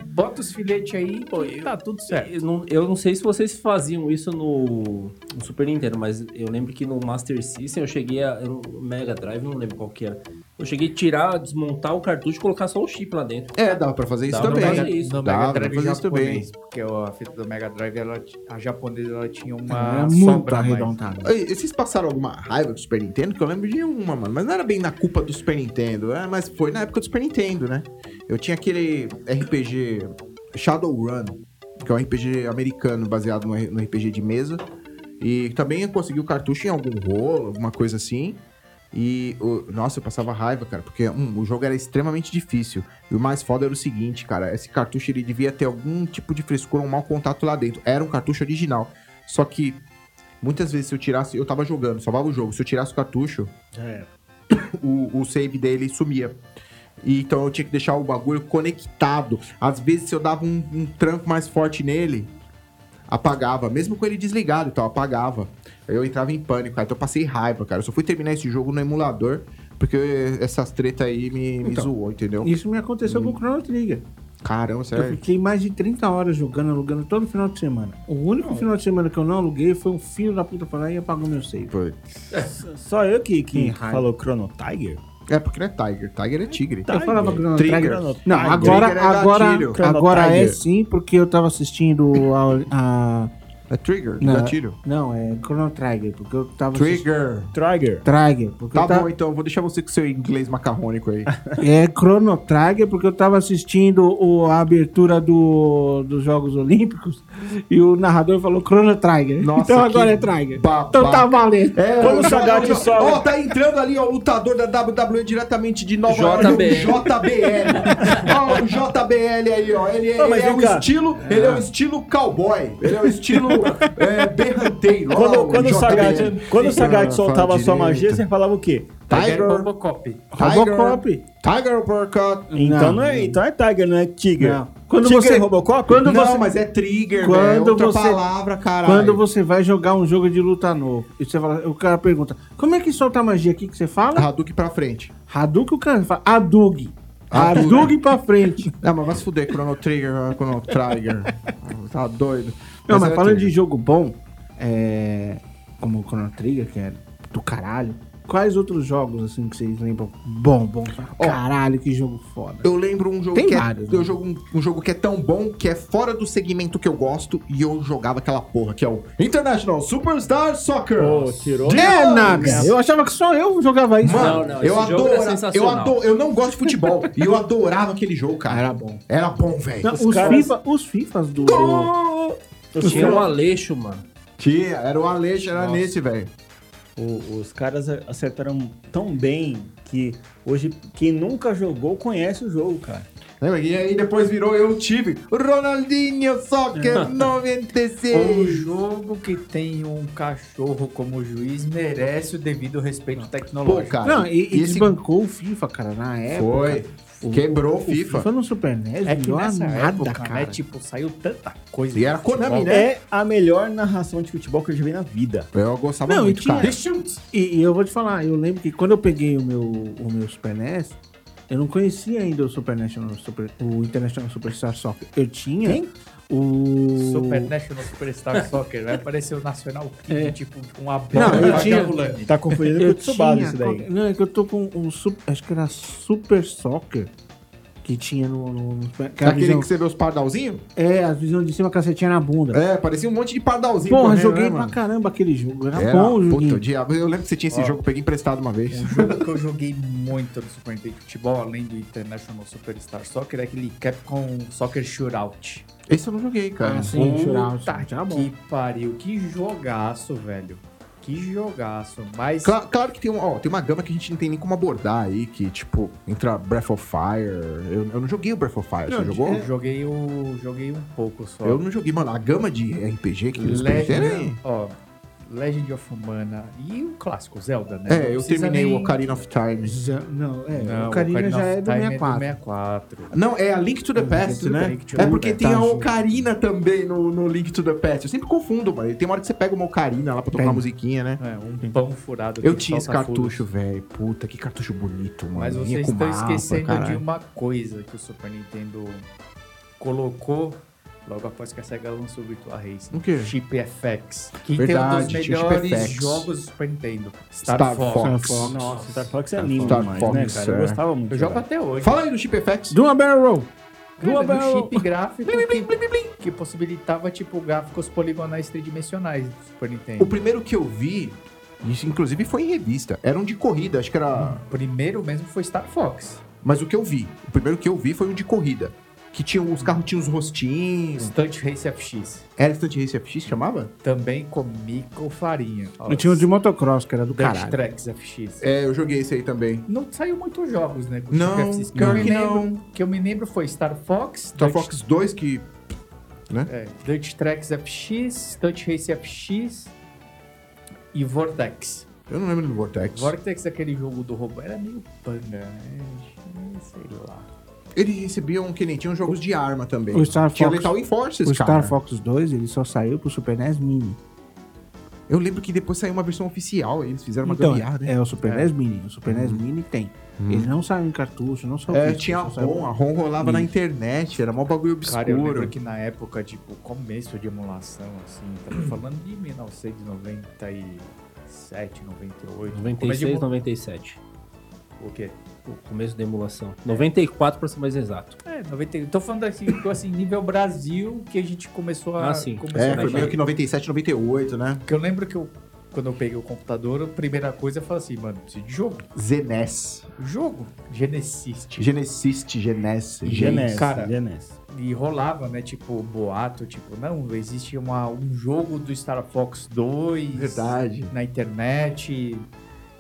Speaker 3: bota os filetes aí e tá tudo certo.
Speaker 5: Eu não, eu não sei se vocês faziam isso no, no Super Nintendo, mas eu lembro que no Master System eu cheguei a. eu não- Mega Drive, não lembro qual que era. Eu cheguei a tirar, desmontar o cartucho e colocar só o chip lá dentro.
Speaker 1: É, dava pra fazer isso
Speaker 5: Dava
Speaker 1: também.
Speaker 5: pra
Speaker 1: Dava
Speaker 5: fazer isso.
Speaker 1: pra
Speaker 3: No Mega
Speaker 1: fazer
Speaker 3: Drive
Speaker 1: isso também.
Speaker 3: japonês, porque a fita do Mega Drive, ela, ti- a japonesa, ela tinha uma
Speaker 4: era muito
Speaker 3: Ah, sobra a mais.
Speaker 4: arredondado.
Speaker 1: Ei, Vocês passaram alguma raiva do Super Nintendo? Que eu lembro de uma, mano. Mas não era bem na culpa do Super Nintendo. É, mas foi na época do Super Nintendo, né? Eu tinha aquele RPG Shadowrun, que é um RPG americano baseado no R- no RPG de mesa. E também eu consegui o cartucho em algum rolo, alguma coisa assim. E, o- nossa, eu passava raiva, cara, porque um, o jogo era extremamente difícil. E o mais foda era o seguinte, cara, esse cartucho ele devia ter algum tipo de frescura, um mau contato lá dentro. Era um cartucho original. Só que, muitas vezes, se eu tirasse. Eu tava jogando, salvava o jogo. Se eu tirasse o cartucho, o, o save dele sumia. E, então eu tinha que deixar o bagulho conectado. Às vezes, se eu dava um, um tranco mais forte nele, apagava. Mesmo com ele desligado e tal, apagava. Eu entrava em pânico, cara. Então eu passei raiva, cara. Eu só fui terminar esse jogo no emulador, porque essas tretas aí me, me
Speaker 4: Então,
Speaker 1: zoou, entendeu?
Speaker 4: Isso me aconteceu com o Chrono Trigger.
Speaker 1: Caramba,
Speaker 4: Eu
Speaker 1: sério.
Speaker 4: fiquei mais de 30 horas jogando, alugando todo final de semana. O único final de semana que eu não aluguei foi um filho da puta falar e apagou meu save.
Speaker 1: Foi.
Speaker 2: Só eu que, que
Speaker 4: Que raiva.
Speaker 2: falou Chrono Tiger?
Speaker 1: É porque não é Tiger. Tiger é tigre.
Speaker 4: Eu falava
Speaker 2: Tiger.
Speaker 4: Chrono
Speaker 1: Trigger.
Speaker 4: Trigger.
Speaker 2: Chrono Tiger.
Speaker 4: Não, agora,
Speaker 1: Trigger é
Speaker 4: agora,
Speaker 1: gatilho.
Speaker 4: agora
Speaker 2: Chrono
Speaker 4: é
Speaker 2: Tiger.
Speaker 4: sim, porque eu tava assistindo a. a-
Speaker 1: É Trigger,
Speaker 4: Não.
Speaker 1: gatilho.
Speaker 4: não, é Chrono Trigger, porque eu tava assistindo.
Speaker 1: Trigger.
Speaker 2: Trigger.
Speaker 4: Trigger, porque
Speaker 1: Tá
Speaker 4: eu tava,
Speaker 1: bom, então. Vou deixar você com seu inglês macarrônico aí.
Speaker 4: É Chrono Trigger, porque eu tava assistindo o- a abertura do, dos Jogos Olímpicos e o narrador falou Chrono Trigger.
Speaker 1: Nossa,
Speaker 4: então agora
Speaker 1: que
Speaker 4: é Trigger.
Speaker 1: babaca.
Speaker 4: Então tá valendo.
Speaker 1: É,
Speaker 2: Quando o
Speaker 1: cara,
Speaker 2: Sagat
Speaker 1: ó,
Speaker 2: sobe-
Speaker 1: Ó, tá entrando ali, ó, o lutador da WWE diretamente de Nova
Speaker 5: JBL.
Speaker 1: York, o JBL. ó, o JBL aí, ó. Ele, é-
Speaker 2: Não, mas
Speaker 1: ele é
Speaker 2: vem
Speaker 1: um
Speaker 2: cá.
Speaker 1: estilo, ele é um estilo cowboy. Ele é um estilo é, berranteiro. ó,
Speaker 2: Quando, quando o
Speaker 1: JBL.
Speaker 2: Sagat, quando o Sagat
Speaker 1: Ah,
Speaker 2: soltava
Speaker 1: fala
Speaker 2: a sua magia,
Speaker 1: direito.
Speaker 2: você falava o quê?
Speaker 1: Tiger,
Speaker 3: Robocop.
Speaker 4: Robocop.
Speaker 1: Tiger Uppercut.
Speaker 2: Então não é, então é Tiger, não é Tiger.
Speaker 4: Não. Quando
Speaker 2: Tiger
Speaker 4: você-
Speaker 2: é Robocop?
Speaker 4: quando
Speaker 1: não,
Speaker 4: você-
Speaker 1: mas é trigger,
Speaker 4: Quando
Speaker 1: né? Outra
Speaker 4: você-
Speaker 1: palavra, caralho.
Speaker 4: Quando você vai jogar um jogo de luta novo, e você fala, o cara pergunta, como é que solta a magia? O que, que você fala?
Speaker 1: Hadouken pra frente.
Speaker 4: Hadouken, o cara fala, Hadug.
Speaker 1: Hadouken.
Speaker 4: Hadug pra frente.
Speaker 1: Ah, mas vai se fuder, Chrono Trigger, Chrono Trigger. tá doido.
Speaker 4: Não, mas
Speaker 1: era
Speaker 4: falando de
Speaker 1: trigger.
Speaker 4: jogo bom, é... como o Chrono Trigger, que é do caralho, quais outros jogos, assim, que vocês lembram? Bom, bom, pra caralho, que jogo foda.
Speaker 1: Eu lembro um jogo
Speaker 4: Tem
Speaker 1: que é,
Speaker 4: vários,
Speaker 1: eu
Speaker 4: né?
Speaker 1: jogo um, um jogo que é tão bom que é fora do segmento que eu gosto e eu jogava aquela porra que é o International Superstar Soccer.
Speaker 2: Pô, tirou.
Speaker 1: Deluxe.
Speaker 4: É nada, eu achava que só eu jogava isso.
Speaker 1: Mano,
Speaker 5: Não, não,
Speaker 1: eu
Speaker 5: esse jogo era
Speaker 1: adoro, eu
Speaker 5: sensacional.
Speaker 1: adoro, eu não gosto de futebol e eu adorava aquele jogo, cara. Era bom. Era bom,
Speaker 4: Não,
Speaker 1: velho.
Speaker 4: os,
Speaker 2: os caras-
Speaker 4: FIFA, os Fifas do... do-
Speaker 2: Os,
Speaker 5: Tinha um
Speaker 2: caras-
Speaker 5: Aleixo, mano.
Speaker 1: Tia, era o Alex, era nesse, velho.
Speaker 2: o- os caras acertaram tão bem que hoje quem nunca jogou conhece o jogo, cara.
Speaker 1: Lembra? E aí depois virou eu tive Ronaldinho Soccer 96.
Speaker 3: Um jogo que tem um cachorro como juiz merece o devido respeito
Speaker 1: Pô,
Speaker 3: tecnológico.
Speaker 1: cara.
Speaker 4: Não, e, e
Speaker 1: esse
Speaker 4: desbancou o FIFA, cara, na época.
Speaker 1: foi. Quebrou o FIFA.
Speaker 4: FIFA no Super NES,
Speaker 3: é que
Speaker 4: não é
Speaker 3: nessa
Speaker 4: nada,
Speaker 3: época,
Speaker 4: cara.
Speaker 3: né, tipo, saiu tanta coisa.
Speaker 1: E era
Speaker 3: de futebol.
Speaker 1: Konami, né?
Speaker 2: É a melhor narração de futebol que eu já vi na vida.
Speaker 1: Eu gostava
Speaker 4: Não, e
Speaker 1: muito,
Speaker 4: tinha-
Speaker 1: cara.
Speaker 3: um
Speaker 4: E, e eu vou te falar, eu lembro que quando eu peguei o meu, o meu Super NES, eu não conhecia ainda o Super National Super, o International Superstar Soccer. Eu tinha
Speaker 2: Quem?
Speaker 4: o
Speaker 3: Super National Superstar Soccer. Vai aparecer o Nacional Kid, tipo, com a bola
Speaker 4: Não, eu tinha-
Speaker 3: vagabulando.
Speaker 2: Tá confundindo com
Speaker 4: eu
Speaker 2: o Tsubasa
Speaker 4: tinha,
Speaker 2: isso daí.
Speaker 4: Não, é que eu tô com um super, acho que era Super Soccer que tinha no, no, no que era a
Speaker 1: Aquele
Speaker 4: visão,
Speaker 1: que você vê os pardalzinhos?
Speaker 4: é, a visão de cima cacetinha na bunda.
Speaker 1: É, parecia um monte de pardalzinho.
Speaker 4: Porra,
Speaker 1: correndo,
Speaker 4: joguei
Speaker 1: né,
Speaker 4: pra
Speaker 1: mano?
Speaker 4: caramba aquele jogo. Era,
Speaker 1: Era,
Speaker 4: bom o
Speaker 1: puta,
Speaker 4: joguinho. É.
Speaker 1: eu odiava. Eu lembro que você tinha esse jogo, eu peguei emprestado uma vez.
Speaker 3: Um jogo que eu joguei muito no Super Nintendo de futebol, além do International Superstar Soccer, é aquele Capcom Soccer Shootout.
Speaker 1: Esse eu não joguei, cara.
Speaker 4: Ah, sim, Shootout,
Speaker 3: Puta
Speaker 4: Shootout era bom.
Speaker 3: que pariu, que jogaço, velho. Que jogaço. Mas
Speaker 1: Cla- claro que tem, um, ó, tem uma gama que a gente não tem nem como abordar aí, que tipo, entra Breath of Fire. Eu, eu não joguei o Breath of Fire, você jogou?
Speaker 4: é.
Speaker 3: eu joguei, o, joguei um pouco só.
Speaker 1: Eu não joguei, mano. A gama de RPG que eles
Speaker 3: Legend,
Speaker 1: perderam
Speaker 3: ó, Legend of Humana e o clássico Zelda, né?
Speaker 1: é. É,
Speaker 3: Não
Speaker 1: eu
Speaker 3: precisa
Speaker 1: terminei
Speaker 3: nem-
Speaker 1: o Ocarina of Time.
Speaker 4: Já- Não, é,
Speaker 3: Não,
Speaker 4: o Karina já
Speaker 3: of
Speaker 4: é do
Speaker 1: tá
Speaker 3: Time
Speaker 4: 64.
Speaker 3: É do 64.
Speaker 1: Não, é a Link to the Past,
Speaker 4: to the
Speaker 1: né?
Speaker 3: Link to
Speaker 1: É
Speaker 3: the
Speaker 1: porque
Speaker 3: Past.
Speaker 1: tem a
Speaker 4: Tá, sim.
Speaker 1: Ocarina também no, no Link to the Past. Eu sempre confundo, mano. Tem uma hora que você pega uma Ocarina lá pra tocar
Speaker 4: Tem.
Speaker 1: uma musiquinha, né?
Speaker 3: É, um pão furado.
Speaker 1: Eu
Speaker 3: que
Speaker 1: tinha esse
Speaker 3: solta
Speaker 1: cartucho, velho. Puta, que cartucho bonito, mano.
Speaker 3: Mas
Speaker 1: Vinha
Speaker 3: vocês
Speaker 1: com
Speaker 3: estão
Speaker 1: mapa,
Speaker 3: esquecendo de um
Speaker 1: caralho.
Speaker 3: uma coisa que o Super Nintendo colocou logo após que a SEGA lançou o Virtua Racing.
Speaker 1: O quê?
Speaker 3: Chip FX. Que
Speaker 1: Verdade,
Speaker 3: tem um dos
Speaker 1: tinha o
Speaker 3: melhores
Speaker 1: Chip FX.
Speaker 3: jogos do Super Nintendo.
Speaker 1: Star, Fox.
Speaker 2: Nossa, Star Fox é
Speaker 1: Star
Speaker 2: lindo
Speaker 1: Fox,
Speaker 2: demais, né, cara?
Speaker 1: é.
Speaker 2: Eu gostava muito.
Speaker 3: Eu jogo
Speaker 2: cara.
Speaker 3: até hoje.
Speaker 1: Fala aí do Chip FX.
Speaker 4: Do uma Barrel Roll.
Speaker 3: Cara,
Speaker 4: Dual
Speaker 3: era
Speaker 4: Barrel.
Speaker 3: um chip gráfico que, que possibilitava tipo gráficos poligonais tridimensionais do Super Nintendo.
Speaker 1: O primeiro que eu vi, isso inclusive foi em revista. Era um de corrida, acho que era.
Speaker 3: O primeiro mesmo foi Star Fox.
Speaker 1: Mas o que eu vi, o primeiro que eu vi foi um de corrida. Que tinha os carros, tinha os rostinhos.
Speaker 3: Stunt Race FX.
Speaker 1: Era Stunt Race FX, que chamava?
Speaker 3: Também comi com farinha. Ó,
Speaker 4: Eu tinha um de motocross, que era do
Speaker 3: Dutch
Speaker 4: caralho.
Speaker 3: Tracks FX.
Speaker 1: É, eu joguei esse aí também.
Speaker 3: Não saiu muitos jogos, né? Com
Speaker 1: Não,
Speaker 3: Chip FX. Que,
Speaker 1: pior
Speaker 3: eu me
Speaker 1: que
Speaker 3: lembro,
Speaker 1: não.
Speaker 3: que eu me lembro foi Star Fox,
Speaker 1: Star
Speaker 3: Dutch-
Speaker 1: Fox 2 que.
Speaker 3: é, Dutch Tracks FX, Stunt Race FX e Vortex.
Speaker 1: Eu não lembro do Vortex.
Speaker 3: Vortex, aquele jogo do robô, era meio panga, né? Sei lá.
Speaker 1: Eles recebiam que nem tinham jogos de arma também.
Speaker 4: O Star
Speaker 1: tinha
Speaker 4: Fox-
Speaker 1: Lethal Enforces,
Speaker 4: O
Speaker 1: cara.
Speaker 4: Star Fox 2, ele só saiu pro Super NES Mini.
Speaker 1: Eu lembro que depois saiu uma versão oficial, eles fizeram uma
Speaker 4: Então,
Speaker 1: gambiarra, né? Uhum.
Speaker 4: é o Super NES Mini. O Super NES Mini tem. Ele não saiu em cartucho, não saiu
Speaker 1: É,
Speaker 4: físico,
Speaker 1: tinha a
Speaker 4: só saiu-
Speaker 1: ROM, a ROM rolava na internet, era mó bagulho obscuro.
Speaker 3: Cara, eu lembro que na época, tipo, começo de emulação, assim, estamos falando de 1997, 98. começo de
Speaker 5: 96, 97.
Speaker 3: O quê?
Speaker 5: O começo da emulação. 94 pra ser mais exato.
Speaker 3: É, 98. Tô falando assim, tipo assim, nível Brasil, que a gente começou a...
Speaker 5: Ah, sim.
Speaker 3: Começou
Speaker 1: É,
Speaker 3: a
Speaker 1: foi meio que 97, 98, né?
Speaker 3: Porque eu lembro que eu, quando eu peguei o computador, a primeira coisa eu falei assim, mano, preciso de jogo.
Speaker 1: Zenes.
Speaker 3: Jogo. Genesis.
Speaker 1: Genesiste, Genes.
Speaker 2: Genes,
Speaker 3: cara.
Speaker 2: Genes.
Speaker 3: E rolava, né? Tipo, boato, tipo, não, existe uma, um jogo do Star Fox 2.
Speaker 1: é Verdade.
Speaker 3: na internet.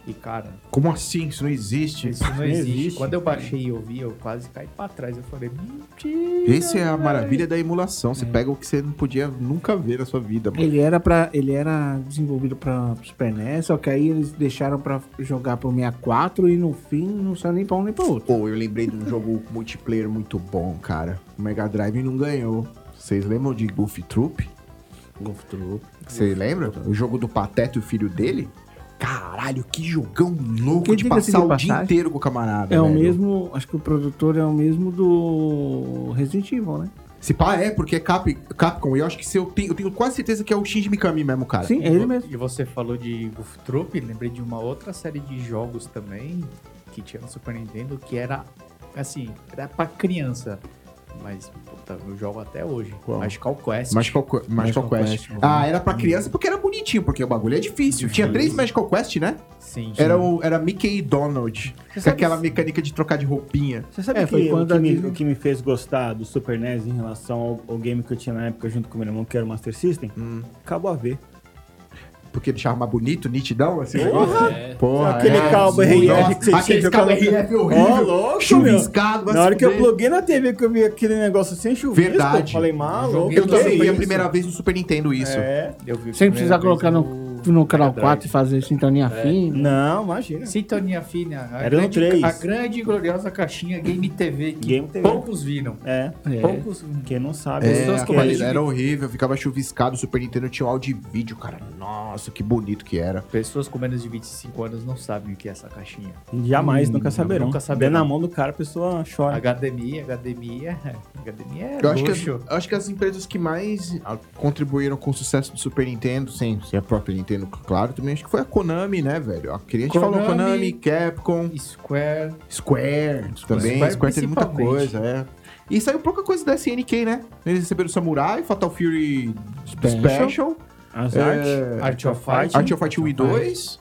Speaker 3: E, cara,
Speaker 1: Como assim? Isso não existe.
Speaker 3: isso não
Speaker 2: não
Speaker 3: existe.
Speaker 2: existe,
Speaker 3: Quando eu
Speaker 2: cara.
Speaker 3: baixei e ouvi, eu quase caí pra trás. Eu falei, mentira.
Speaker 1: Essa é a
Speaker 3: velho.
Speaker 1: maravilha da emulação.
Speaker 3: É.
Speaker 1: Você pega o que você não podia nunca ver na sua vida, mano.
Speaker 4: Ele era para, ele era desenvolvido para Super NES, só que aí eles deixaram pra jogar pro 64 e no fim não saiu nem pra um nem pra outro.
Speaker 1: Pô, eu lembrei de um jogo multiplayer muito bom, cara. O Mega Drive não ganhou. Vocês lembram de Goof Troop?
Speaker 4: Golf Troop.
Speaker 1: Você lembra? O jogo do Pateta e o filho dele? Caralho, que jogão louco
Speaker 4: Que
Speaker 1: de
Speaker 4: diga-se de
Speaker 1: passar o dia
Speaker 4: passagem,
Speaker 1: inteiro com o camarada.
Speaker 4: É o
Speaker 1: Tá velho.
Speaker 4: mesmo, acho que o produtor é o mesmo do Resident Evil, né?
Speaker 1: Se pá, é, porque é Cap, Capcom. E eu acho que se eu, tenho, eu tenho quase certeza que é o Shinji Mikami mesmo, cara.
Speaker 4: Sim, é ele mesmo.
Speaker 3: E você falou de Goof Troop, lembrei de uma outra série de jogos também que tinha no Super Nintendo que era assim, era pra criança. Mas, puta, eu jogo até hoje.
Speaker 1: Qual?
Speaker 3: Magical Quest.
Speaker 1: Magical, Que- Magical
Speaker 4: Magical
Speaker 1: Quest.
Speaker 4: Quest.
Speaker 1: Ah, era pra criança porque era bonitinho, porque o bagulho é difícil. Tinha três Magical Quest, né?
Speaker 3: Sim.
Speaker 1: Era, o, era Mickey e Donald. Com
Speaker 2: sabe-
Speaker 1: aquela mecânica de trocar de roupinha.
Speaker 2: Você sabe
Speaker 4: É,
Speaker 2: que,
Speaker 4: foi
Speaker 2: o
Speaker 4: quando
Speaker 2: que
Speaker 4: a
Speaker 2: me,
Speaker 4: Disney-
Speaker 2: o que me fez gostar do Super NES em relação ao, ao game que eu tinha na época junto com o meu irmão, que era o Master System?
Speaker 1: Hum.
Speaker 2: Cabo a ver.
Speaker 1: Porque ele chamava bonito, nitidão, assim.
Speaker 5: É.
Speaker 1: Porra,
Speaker 2: Aquele cabo RF que você tinha
Speaker 1: Aquele
Speaker 2: que
Speaker 1: cabo
Speaker 2: colocar-
Speaker 1: RF
Speaker 2: Ó,
Speaker 1: horrível.
Speaker 2: louco,
Speaker 1: Chuviscado,
Speaker 2: meu. Na hora que eu pluguei na TV que eu vi aquele negócio sem chuvisco,
Speaker 1: Verdade.
Speaker 2: eu falei, maluco.
Speaker 1: Eu
Speaker 3: Eu
Speaker 1: também
Speaker 3: também
Speaker 1: vi a
Speaker 3: isso.
Speaker 1: primeira vez no Super Nintendo isso.
Speaker 2: É.
Speaker 3: Eu vi a
Speaker 4: Sem
Speaker 3: primeira
Speaker 4: precisar colocar
Speaker 3: vez
Speaker 4: no, no canal 4 e fazer sintonia fina.
Speaker 2: Não, imagina.
Speaker 3: Sintonia Fina. A
Speaker 2: Era no
Speaker 3: grande,
Speaker 2: três.
Speaker 3: A grande e gloriosa caixinha Game TV que
Speaker 2: Game TV.
Speaker 3: poucos viram.
Speaker 2: É.
Speaker 4: É.
Speaker 3: Poucos.
Speaker 2: Quem não sabe,
Speaker 1: É,
Speaker 2: pessoas
Speaker 1: a
Speaker 2: que-
Speaker 1: qualidade era horrível, ficava chuviscado, o Super Nintendo tinha um áudio e vídeo, cara. Nossa, que bonito que era.
Speaker 3: Pessoas com menos de 25 anos não sabem o que é essa caixinha.
Speaker 2: Jamais,
Speaker 1: Hum,
Speaker 2: nunca saberão.
Speaker 3: nunca saberão.
Speaker 2: Dê na mão do cara, a pessoa chora.
Speaker 3: HDMI, HDMI, HDMI é
Speaker 1: Eu acho, que as,
Speaker 3: luxo.
Speaker 1: eu acho que as empresas que mais ah, contribuíram com o sucesso do Super Nintendo, sem ser a própria Nintendo, claro, também acho que foi a Konami, né, velho? A cliente falou
Speaker 3: Konami.
Speaker 1: Konami, Capcom,
Speaker 3: Square.
Speaker 1: Square também. Square,
Speaker 3: Square
Speaker 1: teve muita
Speaker 3: principalmente.
Speaker 1: coisa, é. E saiu pouca coisa da SNK, né? Eles receberam Samurai, Fatal Fury Special,
Speaker 4: Special.
Speaker 2: Azar.
Speaker 1: é,
Speaker 3: Art of Fight.
Speaker 1: Art of Fight 1 e 2.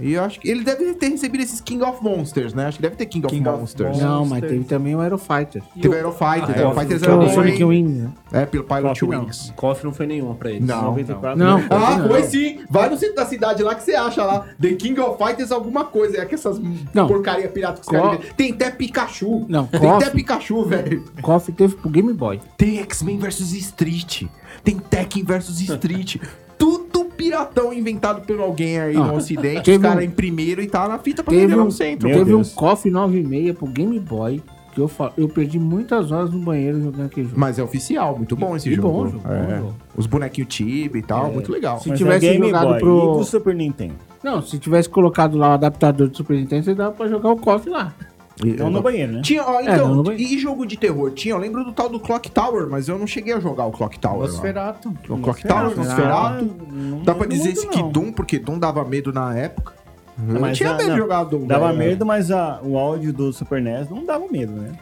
Speaker 1: E eu acho que ele deve ter recebido esses King of Monsters, né? Acho que deve ter King,
Speaker 3: King
Speaker 1: of
Speaker 3: of
Speaker 1: Monsters.
Speaker 3: Monsters.
Speaker 4: Não, mas teve também o Aero Fighter.
Speaker 1: Teve Aero Fighter,
Speaker 5: Ah,
Speaker 1: Aero
Speaker 5: é,
Speaker 1: Fighters
Speaker 5: o
Speaker 1: era
Speaker 4: o
Speaker 1: bom,
Speaker 4: Sonic
Speaker 1: hein?
Speaker 4: Wings. né?
Speaker 1: É, pelo Pilot
Speaker 2: Coffee não.
Speaker 1: Wings.
Speaker 5: KOF não foi nenhuma pra eles.
Speaker 1: Não.
Speaker 2: 94.
Speaker 4: Não,
Speaker 1: Ah,
Speaker 4: não.
Speaker 1: foi sim. Vai no centro da cidade lá que você acha lá. The King of Fighters alguma coisa. É que essas
Speaker 4: Não.
Speaker 1: porcaria pirata que os
Speaker 4: Co-
Speaker 1: caras inventam. Tem até Pikachu.
Speaker 4: Não,
Speaker 1: Tem
Speaker 4: KOF.
Speaker 1: até Pikachu, velho.
Speaker 4: KOF teve pro Game Boy.
Speaker 1: Tem X-Men versus Street. Tem Tekken versus Street. Tudo piratão inventado por alguém aí
Speaker 4: Não.
Speaker 1: no ocidente.
Speaker 4: Teve
Speaker 1: os caras
Speaker 4: um-
Speaker 1: imprimiram e tá na fita pra
Speaker 4: Teve
Speaker 1: vender lá
Speaker 4: um,
Speaker 1: no centro.
Speaker 2: Meu
Speaker 4: teve um
Speaker 2: Deus.
Speaker 4: KOF 9,6 pro Game Boy que eu, fa- eu perdi muitas horas no banheiro jogando aquele jogo.
Speaker 1: Mas é oficial, muito bom esse
Speaker 4: E
Speaker 1: jogo.
Speaker 4: bom jogo, bom
Speaker 1: É.
Speaker 4: jogo.
Speaker 1: Os bonequinhos Tibi e tal, muito legal.
Speaker 4: Se tivesse jogado
Speaker 2: é Boy
Speaker 4: pro-
Speaker 2: e do Super Nintendo.
Speaker 4: Não, se tivesse colocado lá o adaptador do Super Nintendo, você dava pra jogar o KOF lá.
Speaker 2: Então no banheiro, né?
Speaker 1: Tinha, ó,
Speaker 4: É, não,
Speaker 1: então,
Speaker 4: não vai-
Speaker 1: e jogo de terror? Tinha, eu lembro do tal do Clock Tower, mas eu não cheguei a jogar o Clock Tower. lá.
Speaker 3: Nosferatu.
Speaker 1: O Clock Tower, Nosferatu.
Speaker 2: Não
Speaker 1: um Dá pra
Speaker 2: lembro
Speaker 1: dizer
Speaker 2: muito,
Speaker 1: esse que
Speaker 2: não.
Speaker 1: Doom, porque Doom dava medo na época. Eu
Speaker 2: Mas
Speaker 1: tinha
Speaker 2: a-
Speaker 1: medo de
Speaker 2: não,
Speaker 1: jogar né? Doom.
Speaker 2: Dava
Speaker 1: velho.
Speaker 2: medo, mas a- o áudio do Super NES não dava medo, né?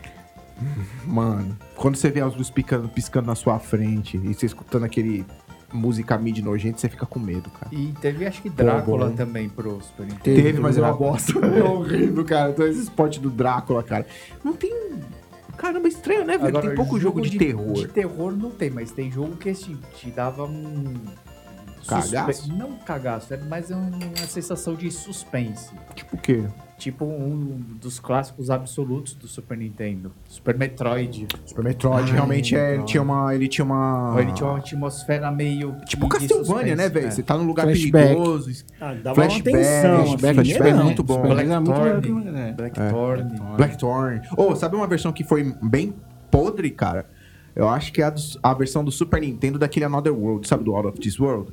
Speaker 1: Mano, quando você vê as luzes piscando, piscando na sua frente e você escutando aquele música mid nojenta, você fica com medo, cara.
Speaker 3: E teve, acho que, Drácula
Speaker 1: bom.
Speaker 3: também pro Super Nintendo.
Speaker 1: né? Teve,
Speaker 4: do
Speaker 1: mas é uma
Speaker 4: Drácula.
Speaker 1: bosta. É horrível, cara. Então esse esporte do Drácula, cara. Não tem. Caramba, estranho, né, velho? tem pouco jogo, de, terror.
Speaker 3: De terror não tem, mas tem jogo que assim, te dava um... suspe-
Speaker 1: Cagaço?
Speaker 3: Não cagaço, é mais um- uma sensação de suspense.
Speaker 1: Tipo o quê?
Speaker 3: Tipo um dos clássicos absolutos do Super Nintendo. Super Metroid.
Speaker 1: Super Metroid realmente é, ele tinha uma. Ele tinha uma.
Speaker 3: Ele tinha uma é. atmosfera meio...
Speaker 1: Ah. Tipo
Speaker 3: que de
Speaker 1: Castlevania,
Speaker 3: suspense,
Speaker 1: né, velho? Você tá num lugar
Speaker 4: Flashback.
Speaker 1: perigoso.
Speaker 2: Ah, dava
Speaker 1: Flashback, flashback,
Speaker 2: assim,
Speaker 1: flashback
Speaker 2: né?
Speaker 1: é muito bom.
Speaker 4: Super Nintendo era muito melhor que o Game
Speaker 3: Blackthorn.
Speaker 4: Boy.
Speaker 1: É.
Speaker 3: Blackthorn.
Speaker 1: Blackthorn. Ou sabe uma versão que foi bem podre, cara? Eu acho que é a, do- a versão do Super Nintendo daquele Another World, sabe? Do Out of This World.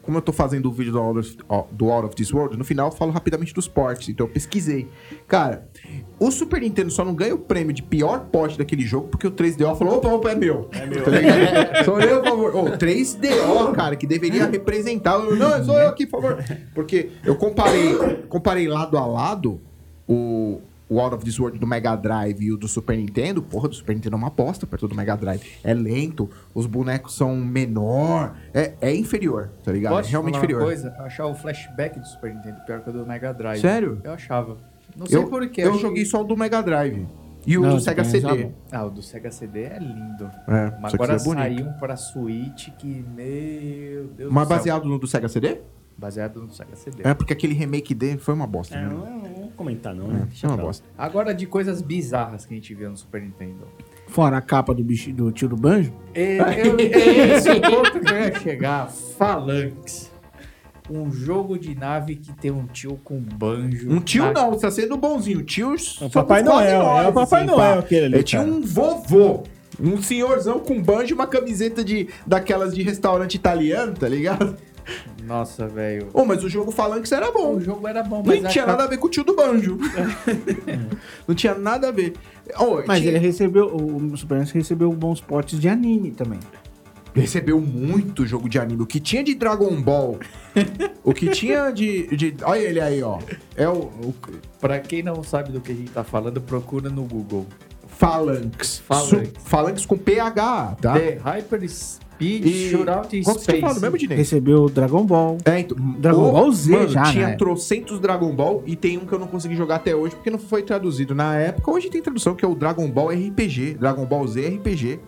Speaker 1: Como eu tô fazendo o vídeo do Out, of, ó, do Out of This World, no final eu falo rapidamente dos portes, então eu pesquisei. Cara, o Super Nintendo só não ganha o prêmio de pior porte daquele jogo porque o 3DO falou: opa, opa, é meu. É meu. Tá ligado? sou eu, por favor. Ô, 3DO, cara, que deveria representar. Eu, não, sou eu aqui, por favor. Porque eu comparei, comparei lado a lado o, o Out of This World do Mega Drive e o do Super Nintendo, porra, do Super Nintendo é uma bosta perto do Mega Drive. É lento, os bonecos são menor, é, é inferior, tá ligado?
Speaker 3: Posso
Speaker 1: é
Speaker 3: te
Speaker 1: realmente
Speaker 3: falar
Speaker 1: inferior.
Speaker 3: Uma coisa, eu achava o flashback do Super Nintendo pior que o do Mega Drive.
Speaker 1: Sério?
Speaker 3: Eu achava. Não sei
Speaker 1: Eu,
Speaker 3: porquê.
Speaker 1: eu joguei só o do Mega Drive e o
Speaker 4: Não,
Speaker 1: do
Speaker 4: você
Speaker 1: Sega
Speaker 4: tem
Speaker 1: CD.
Speaker 4: razão.
Speaker 3: Ah, o do Sega CD é lindo.
Speaker 1: É,
Speaker 3: Mas
Speaker 1: só que
Speaker 3: agora
Speaker 1: isso é bonito.
Speaker 3: saiu um pra Switch que, meu Deus
Speaker 1: Mas
Speaker 3: do céu.
Speaker 1: baseado no do Sega CD?
Speaker 3: Baseado no Sega CD.
Speaker 1: É porque aquele remake dele foi uma bosta,
Speaker 2: É,
Speaker 1: né?
Speaker 2: não, não vou comentar não, né?
Speaker 1: É
Speaker 2: Deixa
Speaker 1: uma
Speaker 2: pra lá.
Speaker 1: bosta.
Speaker 3: Agora de coisas bizarras que a gente via no Super Nintendo.
Speaker 4: Fora a capa do, bicho, do tio do banjo.
Speaker 3: É, eu- é esse o ponto que eu ia chegar. Phalanx. Um jogo de nave que tem um tio com banjo.
Speaker 1: Um tio
Speaker 3: na-
Speaker 1: não, você tá sendo bonzinho. Tios.
Speaker 2: É o
Speaker 1: somos
Speaker 2: Papai
Speaker 1: quase
Speaker 2: Noel,
Speaker 1: nós,
Speaker 2: é o Papai
Speaker 1: assim,
Speaker 2: Noel
Speaker 1: pá.
Speaker 2: aquele ali,
Speaker 1: Eu tinha
Speaker 2: cara.
Speaker 1: um vovô. Um senhorzão com banjo e uma camiseta de, daquelas de restaurante italiano, tá ligado?
Speaker 3: Nossa, velho.
Speaker 1: Ô, mas o jogo Phalanx era bom.
Speaker 3: O jogo era bom, mas
Speaker 1: Nem
Speaker 3: a É.
Speaker 1: tinha
Speaker 3: capa-
Speaker 1: nada a ver com o tio do banjo. não tinha nada a ver. Ô,
Speaker 4: Mas
Speaker 1: tinha-
Speaker 4: ele recebeu, o o Super NES recebeu bons potes de anime também.
Speaker 1: recebeu muito jogo de anime. O que tinha de Dragon Ball, o que tinha de, de- Olha ele aí, ó. É o, o
Speaker 3: Pra quem não sabe do que a gente tá falando, procura no Google.
Speaker 1: Phalanx.
Speaker 3: Phalanx.
Speaker 1: Su- Phalanx com PH, tá?
Speaker 3: The Hyper Speed
Speaker 1: E-
Speaker 3: Shootout in
Speaker 1: Qual que você tá
Speaker 3: Space.
Speaker 1: falando mesmo, Dinei?
Speaker 4: Recebeu o Dragon Ball.
Speaker 1: É, então,
Speaker 4: Dragon
Speaker 1: o-
Speaker 4: Ball Z
Speaker 1: mano,
Speaker 4: já,
Speaker 1: tinha
Speaker 4: né?
Speaker 1: trocentos Dragon Ball e tem um que eu não consegui jogar até hoje porque não foi traduzido na época. Hoje tem tradução que é o Dragon Ball RPG, Dragon Ball Z RPG.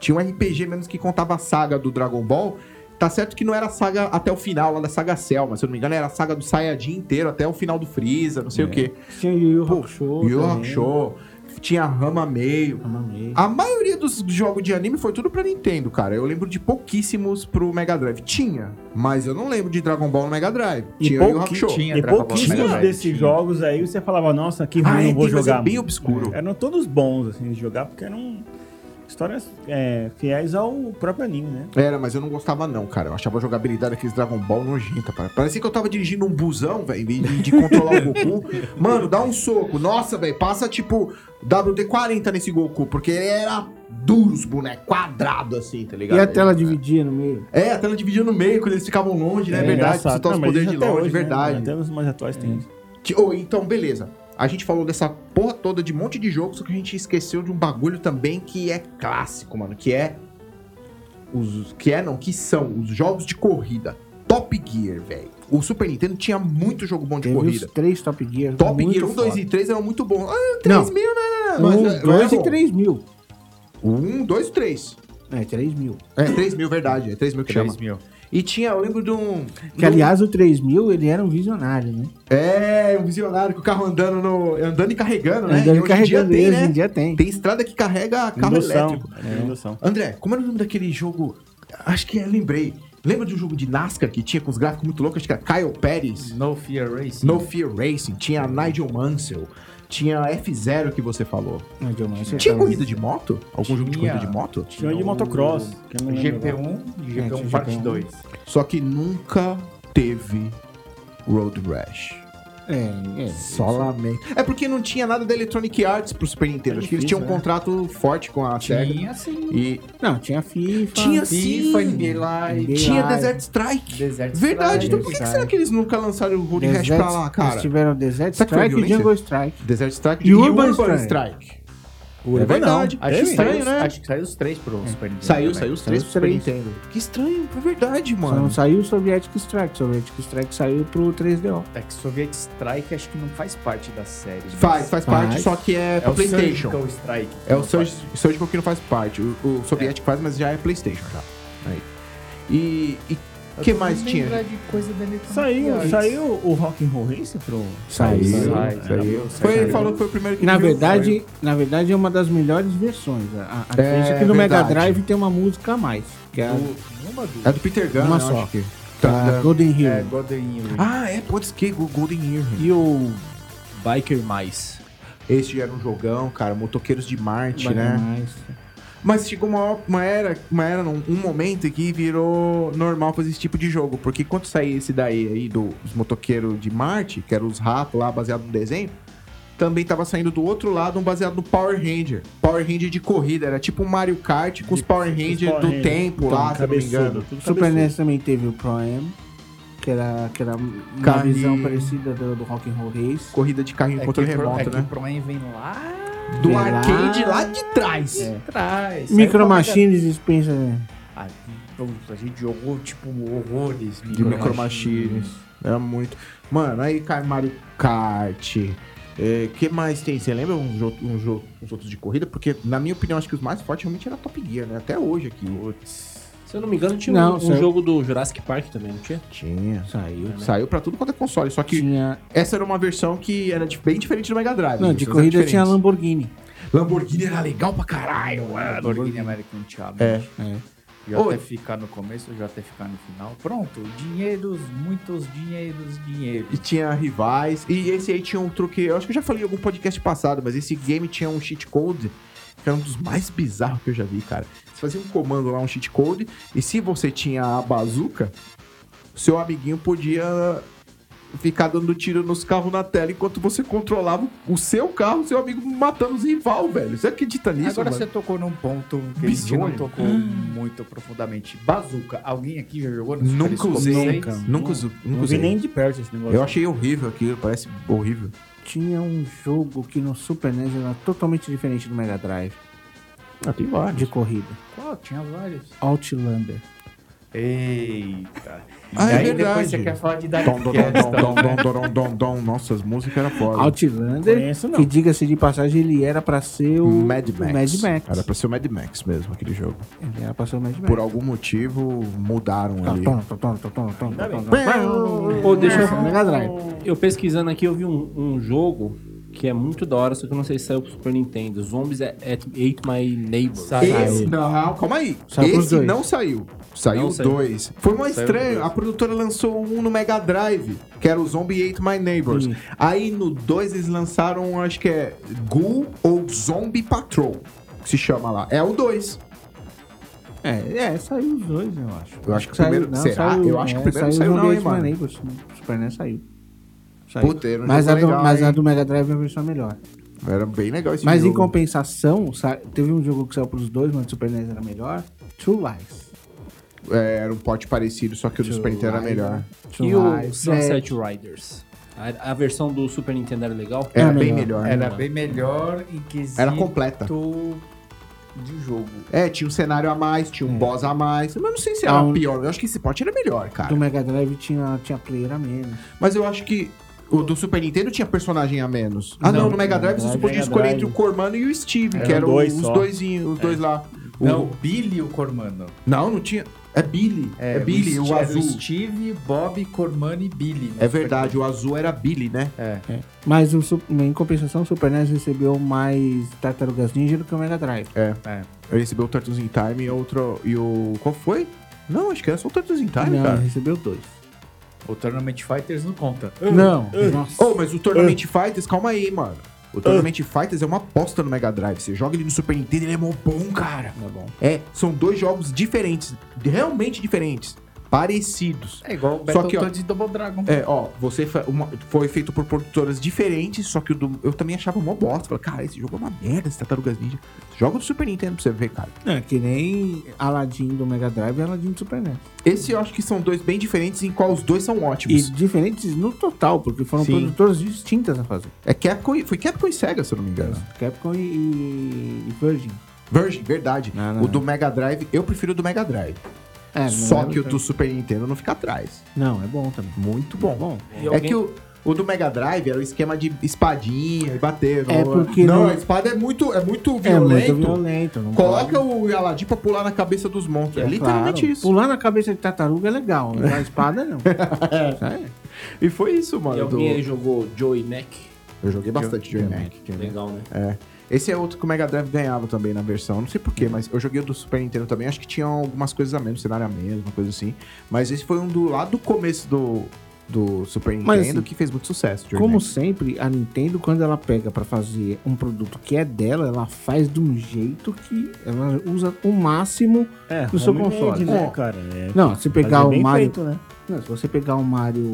Speaker 1: Tinha um RPG menos que contava a saga do Dragon Ball. Tá certo que não era a saga até o final, lá da saga Selma, se eu não me engano, era a saga do Saiyajin inteiro até o final do Freeza, não sei o quê.
Speaker 4: Tinha o Yu Yu
Speaker 1: Pô,
Speaker 4: Hakusho.
Speaker 1: Yu
Speaker 4: É. também.
Speaker 1: Hakusho, tinha Rama Meio.
Speaker 4: Amamei.
Speaker 1: A maioria dos jogos de anime foi tudo pra Nintendo, cara. Eu lembro de pouquíssimos pro Mega Drive. Tinha, mas eu não lembro de Dragon Ball no Mega Drive.
Speaker 2: E
Speaker 1: tinha o Yu
Speaker 2: pouqui-
Speaker 1: Hakusho.
Speaker 3: tinha
Speaker 2: E
Speaker 3: Dragon Ball
Speaker 2: pouquíssimos
Speaker 3: Mega Drive,
Speaker 2: desses
Speaker 3: tinha.
Speaker 2: jogos aí você falava, nossa, que ruim,
Speaker 1: Ah,
Speaker 2: não
Speaker 1: é,
Speaker 2: vou
Speaker 1: tem, mas
Speaker 2: jogar.
Speaker 1: é bem
Speaker 2: mano.
Speaker 1: obscuro.
Speaker 2: Eram todos bons, assim, de jogar, porque eram histórias é, fiéis ao próprio anime, né?
Speaker 1: Era, mas eu não gostava não, cara. Eu achava a jogabilidade daqueles Dragon Ball nojenta, cara. Parecia que eu tava dirigindo um busão, velho, em vez de, de controlar o Goku. Mano, dá um soco. Nossa, velho, passa tipo WD-40 nesse Goku, porque ele era duro os bonecos, quadrado assim, tá ligado?
Speaker 4: E a tela dividia no meio.
Speaker 1: É, a tela dividia no meio, quando eles ficavam longe, né? É verdade, você tá
Speaker 2: Não,
Speaker 1: os
Speaker 2: mas
Speaker 1: poderes
Speaker 2: isso
Speaker 1: de
Speaker 2: até
Speaker 1: longe,
Speaker 2: hoje, né?
Speaker 1: verdade.
Speaker 2: Até os mais atuais tem isso.
Speaker 1: Que- Ô, então, beleza. A gente falou dessa porra toda de um monte de jogo, só que a gente esqueceu de um bagulho também que é clássico, mano. Que é. Os. Que é, não, que são os jogos de corrida. Top Gear, velho. O Super Nintendo tinha muito jogo bom de
Speaker 4: Teve
Speaker 1: corrida.
Speaker 4: os três Top Gear.
Speaker 1: Top
Speaker 4: muito
Speaker 1: Gear 1, 2
Speaker 4: foda.
Speaker 1: e 3 eram muito bons. Ah, 3
Speaker 4: Não.
Speaker 1: mil, né?
Speaker 4: Um, dois e três mil.
Speaker 1: 1, 2 Um, e 3.
Speaker 4: É, três mil.
Speaker 1: É, 3 mil, verdade. É 3 mil que chama.
Speaker 3: 3 mil.
Speaker 1: E tinha, eu lembro de um.
Speaker 4: Que, aliás, o 3 mil, ele era um visionário, né?
Speaker 1: É, um visionário com o carro andando no. Andando e carregando, né?
Speaker 4: Andando
Speaker 1: E
Speaker 4: e carregando ele, hoje em dia tem.
Speaker 1: Tem estrada que carrega carro
Speaker 2: Indução,
Speaker 1: elétrico.
Speaker 2: é, indução.
Speaker 1: André, como era o nome daquele jogo? Acho que eu lembrei. Lembra de um jogo de NASCAR que tinha com os gráficos muito loucos? Acho que era Kyle Pérez,
Speaker 3: No Fear Racing.
Speaker 1: No Fear Racing, tinha Nigel Mansell, tinha F0 que você falou.
Speaker 4: Não, Dilma, você
Speaker 1: Tinha
Speaker 4: tá-
Speaker 1: corrida de moto? Algum jogo de
Speaker 3: Tinha.
Speaker 1: corrida de moto?
Speaker 2: Tinha um de motocross. que eu não lembro agora.
Speaker 3: GP1 e
Speaker 4: É,
Speaker 3: GP1
Speaker 4: tinha
Speaker 3: parte
Speaker 4: GP1.
Speaker 3: 2.
Speaker 1: Só que nunca teve Road Rash.
Speaker 4: É, é.
Speaker 1: Só lamento. É porque não tinha nada da Electronic Arts pro Super Nintendo. Acho que eles tinham um contrato forte com a SEGA.
Speaker 3: Tinha sim.
Speaker 1: E
Speaker 4: Não, tinha FIFA.
Speaker 1: Tinha
Speaker 3: FIFA,
Speaker 1: sim.
Speaker 3: NBA Live.
Speaker 1: tinha
Speaker 4: Live.
Speaker 1: Desert Strike.
Speaker 3: Desert
Speaker 1: Verdade,
Speaker 3: Strike.
Speaker 1: então por que, que será que eles nunca lançaram o Road Rash
Speaker 4: Desert,
Speaker 1: pra lá, cara?
Speaker 4: Eles tiveram Desert
Speaker 1: Será que foi
Speaker 4: Strike e
Speaker 1: violência?
Speaker 4: Jungle Strike.
Speaker 1: Desert Strike
Speaker 4: E Urban
Speaker 1: Strike.
Speaker 2: Urban
Speaker 1: é verdade.
Speaker 3: Acho que,
Speaker 1: Teve?
Speaker 3: saiu,
Speaker 1: estranho, né?
Speaker 3: acho que saiu os três pro Super Nintendo. né?
Speaker 1: Saiu,
Speaker 3: também.
Speaker 1: saiu os três
Speaker 4: Saiu
Speaker 1: pro
Speaker 4: os
Speaker 1: Super
Speaker 4: três.
Speaker 1: Nintendo. Que estranho, é verdade,
Speaker 4: Só não
Speaker 1: mano.
Speaker 4: saiu o Soviético Strike. Soviético Strike saiu pro 3DO.
Speaker 3: É que Soviet Strike acho que não faz parte da série. mas
Speaker 1: Faz, faz parte,
Speaker 4: Faz.
Speaker 1: só que é, pra
Speaker 3: o
Speaker 1: PlayStation.
Speaker 3: Surgical Strike.
Speaker 1: É o Surg- Surgical que não faz parte. O, o soviético faz, mas já é PlayStation já. Aí. E o que mais tinha?
Speaker 2: Saiu, saiu o Rock'n'Roll Race pro...
Speaker 4: Saiu.
Speaker 3: Saiu,
Speaker 1: Saiu.
Speaker 3: saiu.
Speaker 1: Foi, ele
Speaker 3: Saiu.
Speaker 1: falou que foi o primeiro que
Speaker 4: Na
Speaker 1: ele viu,
Speaker 4: verdade, na verdade, é uma das melhores versões. A, a
Speaker 1: É,
Speaker 4: diferença é que no Mega
Speaker 1: verdade.
Speaker 4: Drive tem uma música a mais. Que é a,
Speaker 1: foi. É do Peter Gunn,
Speaker 4: Uma
Speaker 1: eu
Speaker 4: só. Tá.
Speaker 1: acho que.
Speaker 4: a Golden Hill.
Speaker 3: É, Golden Ring.
Speaker 1: Ah, é, pode que Golden Year.
Speaker 5: E o Biker Mais.
Speaker 1: Esse era um jogão, cara, motoqueiros de Marte,
Speaker 4: Vai
Speaker 1: né?
Speaker 4: mais.
Speaker 1: Mas chegou uma, uma era, uma era não, um momento em que virou normal fazer esse tipo de jogo. Porque quando saía esse daí aí do- dos motoqueiros de Marte, que eram os ratos lá baseado no desenho, também tava saindo do outro lado um baseado no Power Ranger. Power Ranger de corrida, era tipo um Mario Kart com os Power Rangers
Speaker 2: Power
Speaker 1: do
Speaker 2: Ranger.
Speaker 1: tempo lá, se eu não me engano.
Speaker 2: tudo
Speaker 4: Super
Speaker 2: cabeçudo.
Speaker 4: NES também teve o Pro Am, que era, que era uma
Speaker 1: Carrinho.
Speaker 4: visão parecida do, do Rock'n'Roll Race.
Speaker 1: Corrida de carrinho
Speaker 3: É
Speaker 1: em controle
Speaker 3: que o Pro-
Speaker 1: remoto,
Speaker 3: é que
Speaker 1: né?
Speaker 3: o Pro Man vem lá
Speaker 1: Do
Speaker 4: Vem lá.
Speaker 1: arcade lá de trás.
Speaker 3: de trás.
Speaker 4: Micro
Speaker 3: Saiu
Speaker 4: Machines dispensa.
Speaker 3: pra- Ah, pronto, A gente jogou, tipo, horrores.
Speaker 1: De né? Micro Machines. Era É muito. Mano, aí cai Mario Kart. É, que mais tem? Você lembra uns, jo- uns jo- uns outros de corrida? Porque, na minha opinião, acho que os mais fortes realmente era Top Gear, né? Até hoje aqui.
Speaker 5: Se eu não me engano, tinha
Speaker 4: Não,
Speaker 5: um, um
Speaker 4: saiu.
Speaker 5: jogo do Jurassic Park também, não tinha?
Speaker 1: Tinha.
Speaker 4: Saiu.
Speaker 1: Saiu pra tudo quanto é console, só que
Speaker 4: Tinha.
Speaker 1: essa era uma versão que era de- bem diferente do Mega Drive.
Speaker 4: Não,
Speaker 1: as
Speaker 4: de
Speaker 1: versões
Speaker 4: corrida
Speaker 1: eram
Speaker 4: tinha
Speaker 1: diferentes.
Speaker 4: Lamborghini.
Speaker 1: Lamborghini era legal pra caralho, mano.
Speaker 3: Lamborghini American Challenge. É.
Speaker 1: Ô.
Speaker 3: JFK no começo, JFK no final. Pronto, dinheiros, muitos dinheiros, dinheiros.
Speaker 1: E tinha rivais. E esse aí tinha um truque. Eu acho que eu já falei em algum podcast passado, mas esse game tinha um cheat code que era um dos mais bizarros que eu já vi, cara. Você fazia um comando lá, um cheat code, e se você tinha a bazuca, seu amiguinho podia ficar dando tiro nos carros na tela enquanto você controlava o seu carro, seu amigo matando os rival, velho. Você acredita nisso,
Speaker 3: Agora
Speaker 1: mano?
Speaker 3: você tá tocou num ponto que a gente
Speaker 1: Bizonho.
Speaker 3: não tocou muito profundamente. Bazuca, alguém aqui já jogou no Super
Speaker 1: Nunca
Speaker 3: Scope
Speaker 1: usei.
Speaker 3: seis?
Speaker 1: Nunca,
Speaker 2: Nunca.
Speaker 1: usei.
Speaker 2: Não
Speaker 1: Nunca
Speaker 2: vi
Speaker 1: usei.
Speaker 2: nem de perto esse negócio.
Speaker 1: Eu achei horrível aquilo, parece horrível.
Speaker 4: Tinha um jogo que no Super NES era totalmente diferente do Mega Drive.
Speaker 1: Ah, tem vários.
Speaker 4: De corrida.
Speaker 3: Qual? Tinha vários.
Speaker 4: Outlander.
Speaker 3: Eita.
Speaker 1: Ah,
Speaker 3: e
Speaker 1: é
Speaker 3: aí
Speaker 1: verdade.
Speaker 3: depois você quer falar de tá?
Speaker 1: Dom, dom,
Speaker 3: Darkcast.
Speaker 1: dom, dom, dom, dom, dom, dom, dom. Nossa, as músicas eram foda.
Speaker 4: Outlander,
Speaker 2: Conheço, não.
Speaker 4: que diga-se de passagem, ele era pra ser o
Speaker 1: Mad
Speaker 4: o
Speaker 1: Max.
Speaker 4: Mad Max.
Speaker 1: Era pra ser o Mad Max mesmo, aquele jogo.
Speaker 4: Ele era pra ser o Mad Max. Tá,
Speaker 1: Por algum motivo, mudaram ali.
Speaker 4: Ah, Tom, tom, tom, tom, tom, tom, tom, tom.
Speaker 5: Pô, deixa
Speaker 4: Esse é o Mega Drive.
Speaker 5: eu... eu pesquisando aqui, eu vi um, um jogo que é muito da hora, só que eu não sei se saiu pro Super Nintendo. Zombies at, at Ate My Neighbor.
Speaker 3: Sai.
Speaker 1: Esse, não, calma aí.
Speaker 4: tá Saiu pros
Speaker 1: Esse
Speaker 4: dois.
Speaker 1: não saiu. Saiu
Speaker 5: Não saiu.
Speaker 1: dois. Foi mais
Speaker 3: Saiu
Speaker 1: estranho.
Speaker 3: dois.
Speaker 1: A produtora lançou um no Mega Drive, que era o Zombie Ate My Neighbors. Aí no dois eles lançaram, acho que é Ghoul ou Zombie Patrol, que se chama lá. É o dois.
Speaker 4: É, é, saiu os dois, eu acho.
Speaker 1: Eu acho que o primeiro- será? Eu acho que o primeiro saiu não, hein, mano?
Speaker 4: é, O Super NES saiu. Saiu.
Speaker 1: Puta, era um
Speaker 4: Tá mas a,
Speaker 1: jogo
Speaker 4: do,
Speaker 1: legal,
Speaker 4: mas a
Speaker 1: hein?
Speaker 4: do Mega Drive é uma versão melhor.
Speaker 1: Era bem legal esse
Speaker 4: mas em
Speaker 1: jogo.
Speaker 4: compensação, sa- teve um jogo que saiu pros dois, mas o Super NES era melhor. True Lies.
Speaker 1: É, era um pote parecido, só que o do
Speaker 4: True
Speaker 1: Super Nintendo era
Speaker 4: Lies.
Speaker 1: melhor.
Speaker 4: True
Speaker 5: E o
Speaker 4: Lies. é,
Speaker 5: Sunset Riders. A, a versão do Super Nintendo era legal?
Speaker 1: Era,
Speaker 4: Era
Speaker 1: bem melhor.
Speaker 4: melhor.
Speaker 3: Era bem melhor em quesito
Speaker 1: Era completa.
Speaker 3: de jogo.
Speaker 1: É, tinha um cenário a mais, tinha um boss a mais. Mas eu não sei se era
Speaker 4: Não.
Speaker 1: pior. Eu acho que esse pote era melhor,
Speaker 4: É,
Speaker 1: cara.
Speaker 4: do Mega Drive tinha, tinha player a menos.
Speaker 1: Mas eu acho que o do Super Nintendo tinha personagem a menos. Ah, não,
Speaker 4: Não,
Speaker 1: no Mega
Speaker 4: no
Speaker 1: Drive
Speaker 4: Mega
Speaker 1: você podia
Speaker 2: Drive.
Speaker 1: escolher
Speaker 2: Mega
Speaker 1: entre o
Speaker 2: Drive.
Speaker 1: Cormano e o Steve, que
Speaker 2: Eram
Speaker 1: eram
Speaker 2: dois
Speaker 1: os
Speaker 2: só.
Speaker 1: doisinhos, os dois lá. O-
Speaker 3: Não, Billy e o Cormano.
Speaker 1: não, não tinha. É Billy. É, Billy, o,
Speaker 3: Steve- era
Speaker 1: azul.
Speaker 3: Steve, Bob, Cormano e Billy. né?
Speaker 1: É verdade, o azul era Billy, né?
Speaker 3: É.
Speaker 4: Mas o Sup- em compensação, o Super NES recebeu mais Tartarugas Ninja do que o Mega Drive.
Speaker 3: É,
Speaker 1: Eu recebi o Turtles in Time e outro. E o. Qual foi? Não, acho que era só o Turtles in Time,
Speaker 4: não,
Speaker 1: cara.
Speaker 4: recebeu dois.
Speaker 3: O Tournament Fighters não conta.
Speaker 4: não, nossa.
Speaker 1: Oh, mas o Tournament
Speaker 4: Ah.
Speaker 1: Fighters, calma aí, mano. O Tournament Fighters é uma aposta no Mega Drive. Você joga ele no Super Nintendo, ele é mó bom, cara.
Speaker 4: Tá bom.
Speaker 1: É, são dois jogos diferentes, realmente diferentes, parecidos.
Speaker 3: É igual o
Speaker 1: Só que, ó,
Speaker 3: Battletoads e Double Dragon.
Speaker 1: É, ó, você fa- uma- foi feito por produtoras diferentes, só que o do- eu também achava mó bosta. Falei, cara, esse jogo é uma merda, esse Tartarugas Ninja. Joga do Super Nintendo pra você ver, cara.
Speaker 4: É, que nem Aladdin do Mega Drive e Aladdin do Super NES.
Speaker 1: Esse eu acho que são dois bem diferentes, em qual os dois são
Speaker 4: E
Speaker 1: ótimos.
Speaker 4: diferentes no total, porque foram
Speaker 1: Sim.
Speaker 4: produtoras distintas a fazer.
Speaker 1: É Capcom, e- foi Capcom e Sega, se eu não me engano.
Speaker 4: Capcom e, e- e Virgin.
Speaker 1: Virgin, verdade.
Speaker 4: É. Não, não.
Speaker 1: O do Mega Drive, eu prefiro o do Mega Drive.
Speaker 4: É, não
Speaker 1: só
Speaker 4: é-
Speaker 1: que o do Super Nintendo não fica atrás.
Speaker 4: Não, é bom também.
Speaker 1: Muito bom.
Speaker 5: E
Speaker 1: É
Speaker 5: alguém-
Speaker 1: que o, o do Mega Drive era o esquema de espadinha e bater.
Speaker 4: É
Speaker 1: não,
Speaker 4: porque
Speaker 1: não,
Speaker 4: não-
Speaker 1: a espada é muito, é muito
Speaker 4: É
Speaker 1: violento.
Speaker 4: muito violento. Não
Speaker 1: Coloca
Speaker 4: pode.
Speaker 1: o Aladim pra pular na cabeça dos monstros. É,
Speaker 4: É
Speaker 1: literalmente
Speaker 4: claro.
Speaker 1: isso.
Speaker 4: Pular na cabeça de tartaruga é legal, né? a espada não.
Speaker 1: E foi isso,
Speaker 5: E
Speaker 1: mano. do-
Speaker 5: alguém é aí jogou Joey Mac?
Speaker 1: Eu joguei bastante Joy Mac.
Speaker 5: Legal, né?
Speaker 1: Esse é outro que o Mega Drive ganhava também na versão. Não sei porquê, mas eu joguei o do Super Nintendo também. Acho que tinha algumas coisas a menos, cenário a menos, uma coisa assim. Mas esse foi um do lá do começo do, do Super Nintendo
Speaker 4: Mas, assim,
Speaker 1: que fez muito sucesso. Joy
Speaker 4: Como
Speaker 1: Mac.
Speaker 4: sempre, a Nintendo, quando ela pega pra fazer um produto que é dela, ela faz de um jeito que ela usa o máximo.
Speaker 2: É,
Speaker 4: No seu
Speaker 2: homemade,
Speaker 4: console.
Speaker 2: né,
Speaker 4: Ó.
Speaker 2: cara? É,
Speaker 4: Não, se pegar
Speaker 2: fazer
Speaker 4: o
Speaker 2: bem
Speaker 4: Mario.
Speaker 2: feito, né?
Speaker 4: Não, se você pegar o Mario.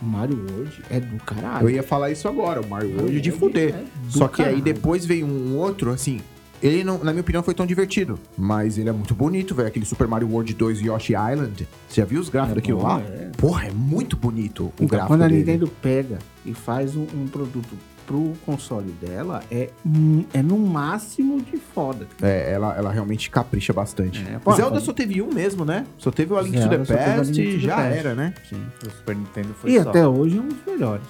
Speaker 4: Mario World, é do caralho.
Speaker 1: Eu ia falar isso agora, o Mario World
Speaker 4: World
Speaker 1: Ah, de fuder.
Speaker 4: é do
Speaker 1: Só que aí
Speaker 4: caralho.
Speaker 1: depois veio um outro, assim. Ele, não, na minha opinião, foi tão divertido. Mas ele é muito bonito, velho. Aquele Super Mario World 2 Yoshi Island. Você já viu os gráficos
Speaker 4: É
Speaker 1: daquilo
Speaker 4: bom,
Speaker 1: lá?
Speaker 4: é.
Speaker 1: Porra, é muito bonito o
Speaker 4: Então,
Speaker 1: gráfico
Speaker 4: quando a
Speaker 1: dele.
Speaker 4: Nintendo pega e faz um, um produto pro console dela, é, mu- é no máximo de foda.
Speaker 1: É, ela, ela realmente capricha bastante.
Speaker 4: É, pô,
Speaker 1: Zelda
Speaker 4: pô.
Speaker 1: só teve um mesmo, né? Só teve o A Link
Speaker 4: Zelda
Speaker 1: to
Speaker 4: só
Speaker 1: the
Speaker 4: teve a
Speaker 1: Past
Speaker 4: Link to
Speaker 1: e
Speaker 4: the
Speaker 1: já
Speaker 4: Past.
Speaker 1: era, né?
Speaker 3: O Super Nintendo foi
Speaker 4: E
Speaker 3: só.
Speaker 4: até hoje é um dos melhores.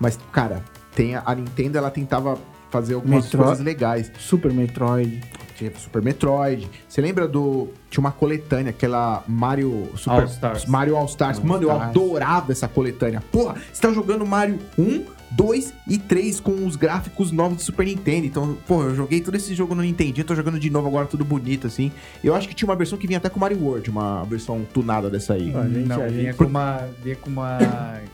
Speaker 1: Mas, cara, tem a, a Nintendo, ela tentava fazer algumas
Speaker 4: Metroid.
Speaker 1: coisas legais.
Speaker 4: Super Metroid.
Speaker 1: tinha Super Metroid. Você lembra do. Tinha uma coletânea, aquela Mario Super.
Speaker 3: All Stars.
Speaker 1: Mario All Stars. Mano, eu
Speaker 4: Stars.
Speaker 1: adorava essa coletânea. Porra, você tá jogando Mario 1, 2 e 3 com os gráficos novos do Super Nintendo. Então, porra, eu joguei todo esse jogo no Nintendinho, tô jogando de novo agora, tudo bonito assim. Eu acho que tinha uma versão que vinha até com Mario World, uma versão tunada dessa aí.
Speaker 2: A gente-
Speaker 3: não,
Speaker 2: a
Speaker 3: vinha
Speaker 2: gente-
Speaker 3: com uma. Vinha com uma.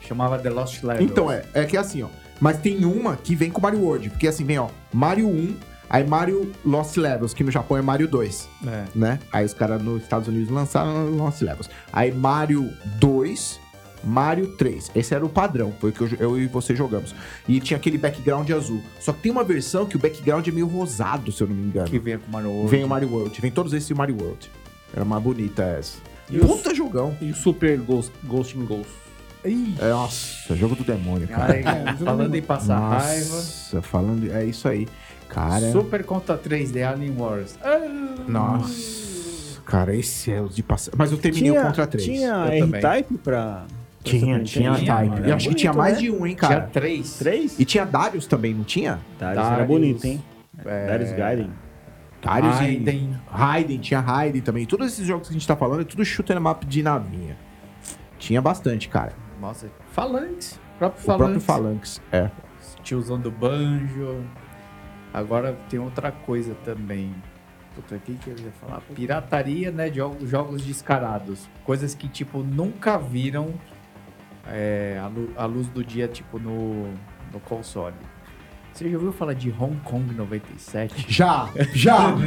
Speaker 3: chamava The Lost Level.
Speaker 1: Então, é, é que é assim, ó. Mas tem uma que vem com Mario World, porque assim, vem, ó, Mario 1, aí Mario Lost Levels, que no Japão é Mario 2,
Speaker 3: É.
Speaker 1: né? Aí os caras nos Estados Unidos lançaram Lost Levels. Aí Mario 2, Mario 3. Esse era o padrão, foi o que eu, eu e você jogamos. E tinha aquele background azul. Só que tem uma versão que o background é meio rosado, se eu não me engano.
Speaker 3: Que vinha com Mario World.
Speaker 1: Vem o Mario World, vem todos esses e o Mario World. Era uma bonita essa.
Speaker 5: E os-
Speaker 1: Puta jogão.
Speaker 5: E o Super Ghost, Ghost in Ghost.
Speaker 3: Ih,
Speaker 1: É, Nossa, jogo do demônio, cara.
Speaker 3: ai, falando em passar raiva.
Speaker 1: Nossa, falando. É isso aí. Cara.
Speaker 3: Super Conta 3D Alien Wars.
Speaker 1: Nossa. Cara, esse é o de passar. Mas eu terminei
Speaker 2: um
Speaker 1: o Contra 3.
Speaker 2: Tinha
Speaker 3: Eu também.
Speaker 2: R-Type pra. pra Super Nintendo?
Speaker 3: Type.
Speaker 2: mano,
Speaker 1: Eu
Speaker 2: era
Speaker 1: acho que
Speaker 2: bonito,
Speaker 1: tinha mais
Speaker 2: né?
Speaker 1: de um, hein,
Speaker 3: Tinha
Speaker 1: cara.
Speaker 3: três.
Speaker 2: Três?
Speaker 1: E tinha Darius também, não tinha?
Speaker 2: Darius era
Speaker 3: Darius,
Speaker 2: bonito, hein?
Speaker 3: é,
Speaker 2: Darius Gaiden.
Speaker 1: Darius e.
Speaker 3: Raiden.
Speaker 1: Raiden, tinha Raiden também. Todos esses jogos que a gente tá falando é tudo shooter map de navinha. Tinha bastante, cara.
Speaker 3: Nossa, Falanx. Próprio
Speaker 1: O próprio
Speaker 3: Falanx.
Speaker 1: Phalanx. É.
Speaker 3: Tiozão do banjo. Agora tem outra coisa também. Puta, o que que eu ia falar? Pirataria, né? de jo- jogos descarados. Coisas que, tipo, nunca viram é, a, lu- a luz do dia, tipo, no, no console. Você já ouviu falar de Hong Kong 97?
Speaker 1: Já, já.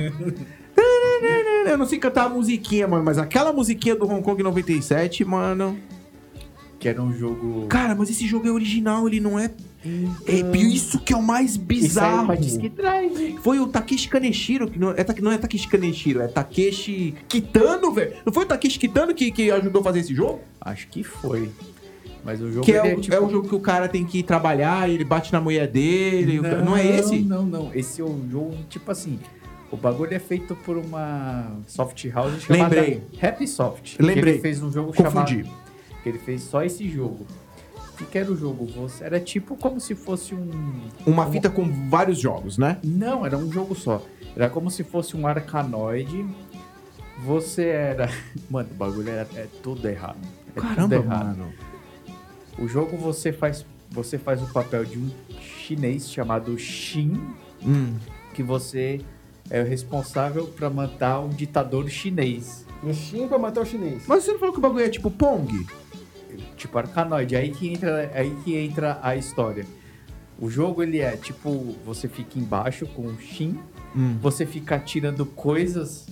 Speaker 1: Eu não sei cantar a musiquinha, mano, mas aquela musiquinha do Hong Kong 97, mano.
Speaker 3: Que era um jogo...
Speaker 1: Cara, mas esse jogo é original, ele não é. É isso que é o mais
Speaker 3: que saiu
Speaker 1: bizarro.
Speaker 3: pra Disk Drive.
Speaker 1: Foi o Takeshi Kaneshiro, que não é, Ta- não é Takeshi Kaneshiro, é Takeshi Kitano, velho. Não foi o Takeshi Kitano que, que ajudou a fazer esse jogo?
Speaker 3: Acho que foi. Mas o jogo
Speaker 1: Que é
Speaker 3: ele tipo um
Speaker 1: o, é o jogo que o cara tem que trabalhar, ele bate na mulher dele. o ca- Não, é esse?
Speaker 3: Não, não. Esse é um jogo, tipo assim. O bagulho é feito por uma soft house chamada
Speaker 1: Lembrei.
Speaker 3: Happy Soft.
Speaker 1: Lembrei.
Speaker 3: Que ele fez um jogo
Speaker 1: Confundi.
Speaker 3: chamado. Que ele fez só esse jogo. O que, que era o jogo? Você- Era tipo como se fosse um.
Speaker 1: Uma fita com vários jogos, né?
Speaker 3: Não, era um jogo só. Era como se fosse um arcanoide. Você era. Mano, o bagulho era é tudo errado. É tudo
Speaker 1: Caramba,
Speaker 3: errado.
Speaker 1: mano.
Speaker 3: O jogo você faz. Você faz o papel de um chinês chamado Xin
Speaker 1: Hum.
Speaker 3: que você é o responsável pra matar um ditador chinês.
Speaker 6: No Steam pra matar o chinês.
Speaker 1: Mas você não falou que o bagulho é tipo Pong?
Speaker 3: Tipo Arcanoide. Aí que entra, é aí que entra a história. O jogo ele é tipo, você fica embaixo com o Shin,
Speaker 1: Hum.
Speaker 3: você fica tirando coisas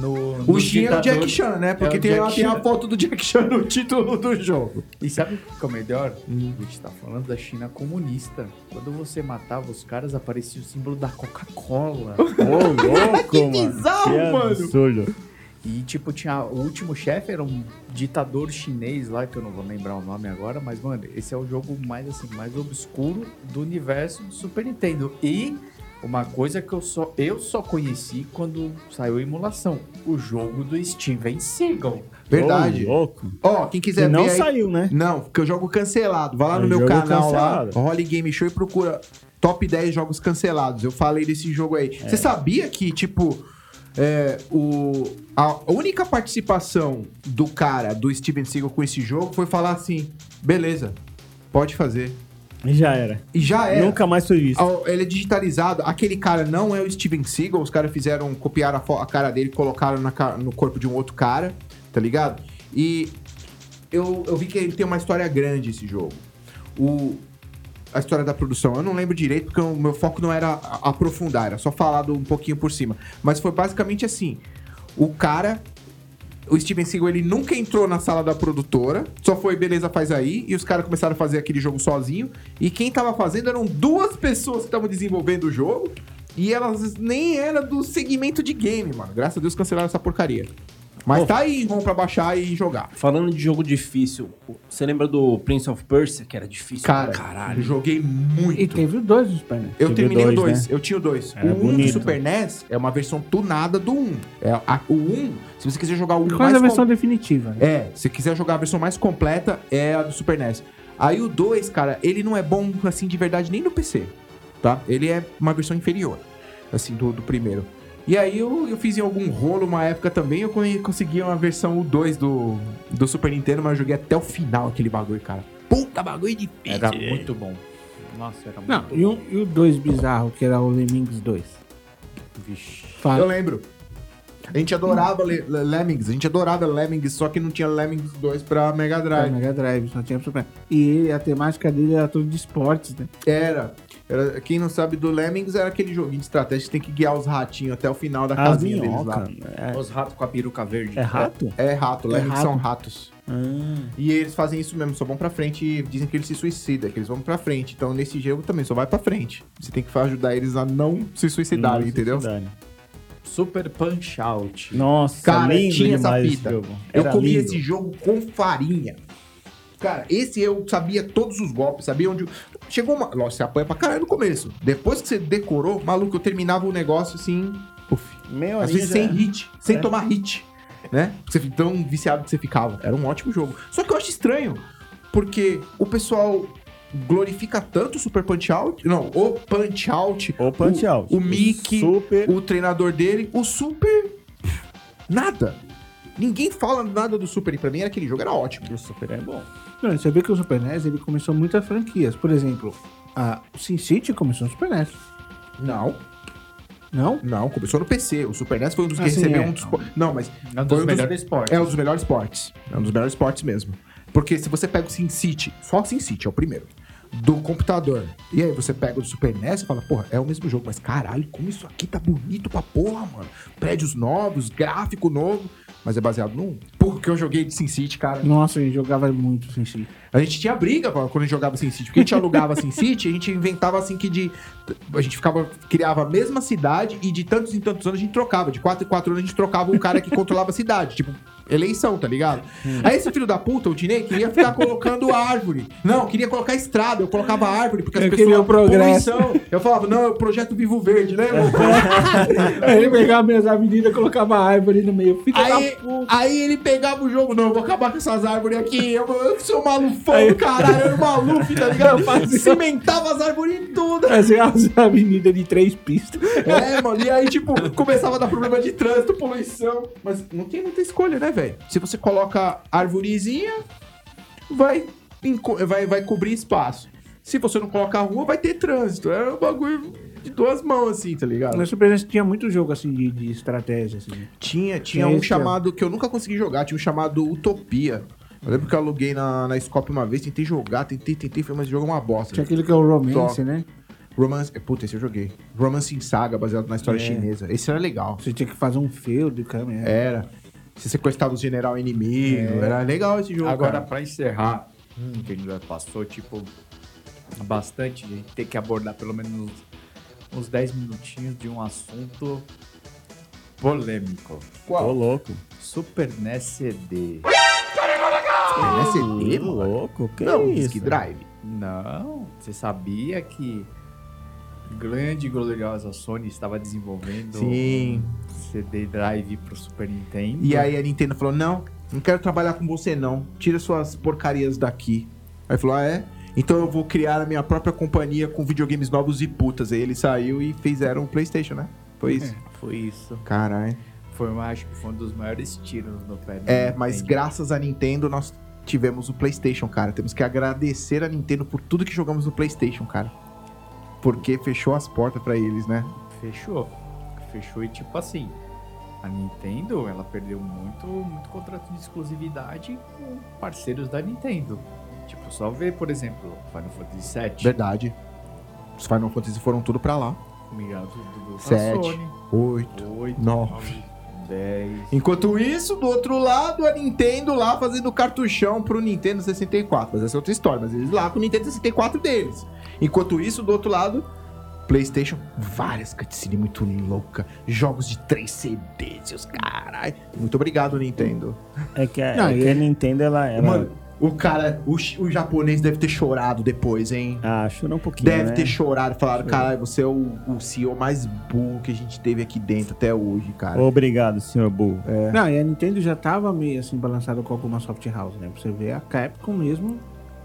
Speaker 3: no.
Speaker 1: O
Speaker 3: nos
Speaker 1: Shin é o Jack
Speaker 3: ditadores.
Speaker 1: Chan, né? Porque
Speaker 3: o
Speaker 1: tem,
Speaker 3: Jack
Speaker 1: lá- tem a
Speaker 3: Chan.
Speaker 1: foto do Jack Chan no título do jogo.
Speaker 3: E sabe o que é o melhor?
Speaker 1: Hum.
Speaker 3: A gente tá falando da China comunista. Quando você matava os caras, aparecia o símbolo da Coca-Cola.
Speaker 2: Ô, louco,
Speaker 1: Que
Speaker 2: mano.
Speaker 1: bizarro, mano.
Speaker 2: absurdo.
Speaker 3: E, tipo, tinha. O último chefe era um ditador chinês lá, que eu não vou lembrar o nome agora, mas, mano, esse é o jogo mais, assim, mais obscuro do universo do Super Nintendo. E uma coisa que eu só, eu só conheci quando saiu a emulação: o jogo do Steven Seagal.
Speaker 1: Verdade.
Speaker 2: Ô, louco.
Speaker 1: Ó, quem quiser
Speaker 2: E não
Speaker 1: ver aí-
Speaker 2: saiu, né?
Speaker 1: Não, porque eu jogo cancelado. Vai lá no
Speaker 2: Eu
Speaker 1: meu
Speaker 2: jogo
Speaker 1: canal lá,
Speaker 2: cancelado.
Speaker 1: Holly Game Show e procura top 10 jogos cancelados. Eu falei desse jogo aí.
Speaker 2: É.
Speaker 1: Você sabia que, tipo, é, o, a única participação do cara, do Steven Seagal com esse jogo, foi falar assim, beleza, pode fazer.
Speaker 2: E já era.
Speaker 1: E já era.
Speaker 2: Nunca mais foi visto.
Speaker 1: Ó, Ele é digitalizado. Aquele cara não é o Steven Seagal. Os caras fizeram, copiaram a, fo- a cara dele, e colocaram na ca- no corpo de um outro cara, tá ligado? E eu, eu vi que ele tem uma história grande esse jogo. O, a história da produção. Eu não lembro direito, porque o meu foco não era a- aprofundar, era só falar do- um pouquinho por cima. Mas foi basicamente assim: o cara. O Steven Seagal, ele nunca entrou na sala da produtora, só foi beleza, faz aí, e os caras começaram a fazer aquele jogo sozinho, e quem tava fazendo eram duas pessoas que estavam desenvolvendo o jogo, e elas nem eram do segmento de game, mano. Graças a Deus cancelaram essa porcaria. Mas
Speaker 5: Pô.
Speaker 1: tá aí, vão pra baixar e jogar.
Speaker 5: Falando de jogo difícil, você lembra do Prince of Persia, que era difícil
Speaker 1: Cara,
Speaker 5: pra caralho?
Speaker 1: joguei muito.
Speaker 4: E teve os dois do Super Nintendo.
Speaker 1: Eu
Speaker 2: Tive
Speaker 1: terminei o
Speaker 2: dois,
Speaker 1: 2, eu tinha o 2.
Speaker 2: Era
Speaker 1: O 1 um do
Speaker 2: bonito.
Speaker 1: Super NES é uma versão tunada do 1. Um. É a- o 1, um, se você quiser jogar o 1 um
Speaker 4: Quase
Speaker 1: mais
Speaker 4: a versão definitiva. né?
Speaker 1: é, se quiser jogar a versão mais completa, é a do Super NES. Aí o 2, cara, ele não é bom, assim, de verdade, nem no PC, tá? Ele é uma versão inferior, assim, do, do primeiro. E aí eu, eu fiz em algum rolo uma época também, eu con- consegui uma versão 2 do, do Super Nintendo, mas eu joguei até o final aquele bagulho, cara. Puta bagulho difícil.
Speaker 2: Ah,
Speaker 3: Era
Speaker 1: velho.
Speaker 3: muito bom. Nossa, era muito
Speaker 4: Não,
Speaker 3: bom.
Speaker 4: e, um, e o 2 bizarro, que era o Lemmings 2.
Speaker 3: Vixe.
Speaker 1: Eu
Speaker 4: Fala.
Speaker 1: lembro. A gente adorava Le- Le- Lemmings, a gente adorava Lemmings, só que não tinha Lemmings 2 pra Mega
Speaker 4: Pra
Speaker 1: Drive.
Speaker 4: Mega Drive, só tinha pro Super. E ele- a temática dele era toda de esportes, né?
Speaker 1: Era. Era- Quem não sabe do Lemmings era aquele joguinho de estratégia que tem que guiar os ratinhos até o final da
Speaker 2: As
Speaker 1: casinha deles lá.
Speaker 2: minhocas.
Speaker 5: É Os ratos com a peruca verde.
Speaker 2: Ah, É, é rato?
Speaker 1: É rato, Lemmings
Speaker 4: rato.
Speaker 1: são ratos.
Speaker 2: Ah,
Speaker 1: E eles fazem isso mesmo, só vão pra frente e dizem que eles se suicidam, é que eles vão pra frente. Então nesse jogo também só vai pra frente. Você tem que fa- ajudar eles a não se suicidarem,
Speaker 2: nossa,
Speaker 1: entendeu?
Speaker 2: cidade.
Speaker 3: Super Punch Out.
Speaker 2: Nossa,
Speaker 1: Cara,
Speaker 2: lindo
Speaker 1: tinha essa
Speaker 2: demais
Speaker 1: fita.
Speaker 2: esse jogo.
Speaker 1: Eu
Speaker 2: Era
Speaker 1: comi
Speaker 2: lindo.
Speaker 1: esse jogo com farinha. Cara, esse eu sabia todos os golpes, sabia onde. Chegou uma. Nossa, você apanha pra caralho no começo. Depois que você decorou, maluco, eu terminava o negócio assim. Puf.
Speaker 2: Meia
Speaker 1: Às
Speaker 2: horinha
Speaker 1: vezes
Speaker 2: já
Speaker 1: sem
Speaker 2: era.
Speaker 1: hit, sem
Speaker 2: É.
Speaker 1: tomar hit. Né? Você fica tão viciado que você ficava. Era um ótimo jogo. Só que eu acho estranho, porque o pessoal glorifica tanto o Super Punch Out. Não, o Punch Out.
Speaker 2: O Punch Out.
Speaker 1: O Mickey,
Speaker 2: Super.
Speaker 1: o treinador dele, o Super. Nada. Ninguém fala nada do Super. E pra mim era aquele jogo, era ótimo.
Speaker 2: O Super é bom.
Speaker 4: Não, você vê que o Super NES ele começou muitas franquias. Por exemplo, a o Sin City começou no Super NES.
Speaker 1: Não,
Speaker 4: Não?
Speaker 1: não, começou no PC. O Super NES foi um dos que
Speaker 4: Ah, sim,
Speaker 1: recebeu
Speaker 4: é.
Speaker 1: um dos. po- Não, mas
Speaker 3: É um
Speaker 1: Foi
Speaker 3: dos
Speaker 1: um dos-
Speaker 3: melhores esportes.
Speaker 1: é um dos melhores esportes. É um dos melhores esportes mesmo. Porque se você pega o Sin City, só o Sin City é o primeiro. Do computador. E aí você pega o do Super NES e fala, porra, é o mesmo jogo, mas caralho, como isso aqui tá bonito pra porra, mano. Prédios novos, gráfico novo. Mas é baseado num. Porra, que eu joguei de Sin City, cara.
Speaker 4: Nossa, eu jogava muito Sin City.
Speaker 1: A gente tinha briga pô, quando a gente jogava SimCity, porque a gente alugava SimCity, a gente inventava assim que de. A gente ficava, criava a mesma cidade e de tantos em tantos anos a gente trocava. De 4 em 4 anos a gente trocava um cara que controlava a cidade. Tipo, eleição, tá ligado?
Speaker 4: Uhum.
Speaker 1: Aí esse filho da puta, o Dinei, queria ficar colocando árvore. Não, queria colocar estrada, eu colocava árvore, porque as
Speaker 4: Eu
Speaker 1: pessoas.
Speaker 4: queria o progresso.
Speaker 1: Poluição. Eu falava, não, é o projeto Vivo Verde, lembra?
Speaker 4: Aí ele pegava minhas avenidas e colocava a árvore no meio. Fica
Speaker 1: Aí,
Speaker 4: na puta.
Speaker 1: aí ele pegava o jogo, não, eu vou acabar com essas árvores aqui. Eu, eu sou malufão do caralho, eu era maluf, tá ligado? Cimentava as árvores em tudo.
Speaker 4: Fazer as avenidas de três pistas.
Speaker 1: É, mano, e aí, tipo, começava a dar problema de trânsito, poluição. Mas não tem muita escolha, né, velho? Se você coloca arvorezinha, vai, enco- vai, vai cobrir espaço. Se você não colocar rua, vai ter trânsito. É um bagulho de duas mãos, assim, tá ligado?
Speaker 4: No Super NES tinha muito jogo assim de, de estratégia. Assim.
Speaker 1: Tinha, tinha
Speaker 4: Esse é
Speaker 1: um
Speaker 4: o-
Speaker 1: chamado que eu nunca consegui jogar, tinha um chamado Utopia. Eu lembro que eu aluguei na, na Scope uma vez, tentei jogar, tentei, tentei, falei, mas o jogo é uma bosta.
Speaker 4: Tinha aquele que é o Romance,
Speaker 1: Só.
Speaker 4: né?
Speaker 1: Romance. eh, Puta, esse eu joguei. Romance em Saga, baseado na história chinesa. Esse era legal.
Speaker 4: Você tinha que fazer um feudo, cara. né?
Speaker 1: Era. Você sequestrava os general inimigo. Era legal esse jogo.
Speaker 3: Agora,
Speaker 1: cara.
Speaker 3: pra encerrar, hum, que a gente já passou, tipo, bastante, a gente tem que abordar pelo menos uns 10 minutinhos de um assunto polêmico.
Speaker 2: Ô,
Speaker 1: qual?
Speaker 2: louco.
Speaker 3: Super NES CD.
Speaker 1: É CD,
Speaker 2: Ô,
Speaker 1: mano?
Speaker 2: louco. Que
Speaker 1: Não,
Speaker 2: isso?
Speaker 1: Disk Drive.
Speaker 3: Não, você sabia que grande e gloriosa Sony estava desenvolvendo
Speaker 1: Sim.
Speaker 3: um CD Drive pro Super Nintendo?
Speaker 1: E aí a Nintendo falou: não, não quero trabalhar com você, não. Tira suas porcarias daqui. Aí falou: ah, é? Então eu vou criar a minha própria companhia com videogames novos e putas. Aí ele saiu e fizeram o PlayStation, né? Foi isso.
Speaker 3: Foi isso.
Speaker 1: Caralho.
Speaker 3: Foi, uma- acho que foi um dos maiores tiros no pé do
Speaker 1: É, mas
Speaker 3: Nintendo.
Speaker 1: graças à Nintendo nós tivemos o PlayStation, cara. Temos que agradecer a Nintendo por tudo que jogamos no PlayStation, cara. Porque fechou as portas pra eles, né?
Speaker 3: Fechou. Fechou e tipo assim, a Nintendo, ela perdeu muito, muito contrato de exclusividade com parceiros da Nintendo. Tipo, só ver, por exemplo, Final Fantasy VII,
Speaker 1: Verdade. Os Final Fantasy foram tudo pra lá.
Speaker 3: com mirado do, do, da
Speaker 1: Sete.
Speaker 3: Sony,
Speaker 1: Oito.
Speaker 3: 8,
Speaker 1: Nove.
Speaker 3: 10.
Speaker 1: Enquanto isso, do outro lado, a Nintendo lá fazendo cartuchão pro Nintendo 64. Mas essa é outra história, mas eles lá com o Nintendo 64 deles. Enquanto isso, do outro lado, PlayStation, várias cutscenes muito louca, jogos de 3 CDs, seus caralho. Muito obrigado, Nintendo.
Speaker 2: É que a,
Speaker 4: Não,
Speaker 2: é que
Speaker 4: e-
Speaker 2: a Nintendo, ela... ela...
Speaker 1: Mano, o cara, o, chi- o japonês deve ter chorado depois, hein?
Speaker 2: Ah, chorou um pouquinho,
Speaker 1: Deve
Speaker 2: né?
Speaker 1: ter chorado, falaram, caralho, você é o, o CEO mais burro que a gente teve aqui dentro até hoje, cara.
Speaker 2: Obrigado, senhor É, Bull.
Speaker 4: Não, e a Nintendo já tava meio assim balançada com alguma soft house, né? Pra você ver, a Capcom mesmo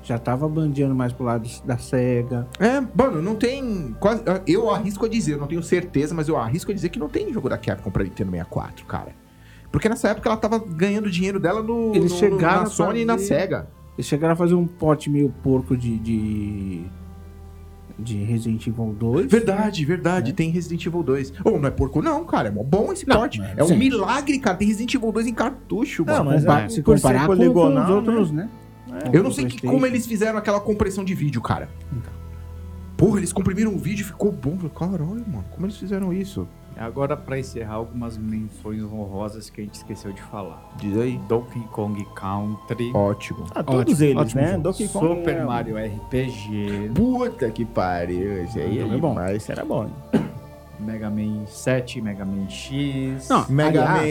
Speaker 4: Já tava bandeando mais pro lado da SEGA.
Speaker 1: É, mano, não tem. quase- Eu arrisco a dizer, eu não tenho certeza, mas eu arrisco a dizer que não tem jogo da Capcom pra Nintendo 64, cara. Porque nessa época ela tava ganhando dinheiro dela no,
Speaker 4: Eles
Speaker 1: no-
Speaker 4: chegaram
Speaker 1: na
Speaker 4: a
Speaker 1: Sony e na
Speaker 4: fazer-
Speaker 1: Sega.
Speaker 4: Eles chegaram a fazer um pote meio porco de. de, de Resident Evil 2.
Speaker 1: Verdade,
Speaker 4: É.
Speaker 1: verdade. Tem Resident Evil 2. Ou não é porco, não, cara. É mó bom esse porte. É um
Speaker 4: sim.
Speaker 1: milagre, cara. Tem Resident Evil 2 em cartucho,
Speaker 2: Não,
Speaker 1: mano.
Speaker 2: mas
Speaker 4: Compa-
Speaker 2: é,
Speaker 4: se
Speaker 2: por ser
Speaker 4: comparar com, com
Speaker 2: poligonal,
Speaker 4: os outros, né?
Speaker 1: Eu não sei que- como eles fizeram aquela compressão de vídeo, cara.
Speaker 4: Então.
Speaker 1: Porra, eles comprimiram o vídeo e ficou bom. Caralho, mano, como eles fizeram isso?
Speaker 3: Agora, pra encerrar, algumas menções honrosas que a gente esqueceu de falar.
Speaker 1: Diz aí.
Speaker 3: Donkey Kong Country,
Speaker 1: Ótimo.
Speaker 2: Ah, todos
Speaker 4: Ótimo,
Speaker 2: eles,
Speaker 4: ótimo
Speaker 2: né?
Speaker 1: é,
Speaker 4: jogo.
Speaker 2: Donkey Kong
Speaker 3: Super
Speaker 1: um-
Speaker 2: era-
Speaker 3: Mario RPG,
Speaker 1: Puta que pariu. Isso aí
Speaker 2: Então
Speaker 1: é
Speaker 2: é bom.
Speaker 1: demais.
Speaker 2: Isso era bom. hein?
Speaker 3: Mega Man 7, Mega Man X.
Speaker 4: Não,
Speaker 1: Mega Man.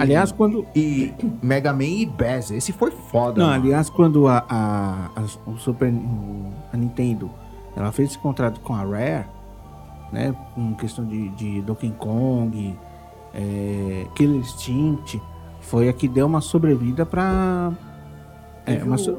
Speaker 4: Aliás, quando.
Speaker 1: E Mega Man e Bez. Esse foi foda.
Speaker 4: Não,
Speaker 1: mano.
Speaker 4: aliás, quando a, a- a- o Super. o- a Nintendo ela fez esse contrato com a Rare, né? Com questão de, de Donkey Kong, é, Killer Instinct, foi a que deu uma sobrevida pra. É,
Speaker 5: Teve
Speaker 4: uma
Speaker 5: o
Speaker 4: so-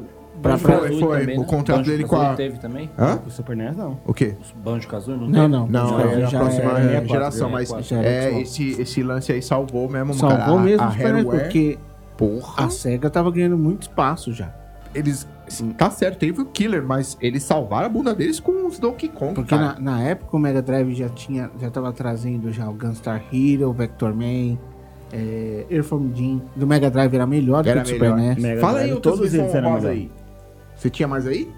Speaker 4: pra-
Speaker 5: Banjo
Speaker 1: foi,
Speaker 5: Kazooie
Speaker 1: foi, o
Speaker 5: né?
Speaker 1: contrato
Speaker 5: Banjo
Speaker 1: dele com a-
Speaker 5: Kazooie teve também?
Speaker 1: Hã?
Speaker 2: O Super NES, não.
Speaker 1: O quê?
Speaker 5: Os Banjo Kazooie não
Speaker 4: Não,
Speaker 5: teve?
Speaker 4: não.
Speaker 1: Não,
Speaker 4: já
Speaker 1: é
Speaker 4: era-
Speaker 1: a
Speaker 4: já
Speaker 1: próxima
Speaker 4: era-
Speaker 2: é,
Speaker 1: geração, mas
Speaker 4: já era
Speaker 1: é,
Speaker 4: Xbox.
Speaker 1: esse, esse lance aí salvou mesmo, cara.
Speaker 4: Salvou
Speaker 1: A-
Speaker 4: mesmo,
Speaker 1: a
Speaker 4: o Super NES,
Speaker 1: Rareware,
Speaker 4: porque
Speaker 1: porra,
Speaker 4: a SEGA tava ganhando muito espaço já.
Speaker 1: eles... Tá certo, teve o Killer, mas eles salvaram a bunda deles com os Donkey Kong,
Speaker 4: Porque
Speaker 1: cara.
Speaker 4: na, na época o Mega Drive já tinha, já tava trazendo já o Gunstar Hero, Vector Man, é, Earthworm Jim. Do Mega Drive era melhor do
Speaker 1: Era
Speaker 4: que o Super
Speaker 1: melhor.
Speaker 4: NES.
Speaker 2: Mega
Speaker 1: Fala aí
Speaker 2: Drive,
Speaker 1: outras
Speaker 2: todos eles
Speaker 1: menções
Speaker 2: eram
Speaker 1: honrosas
Speaker 2: melhor.
Speaker 1: aí. Você tinha mais aí?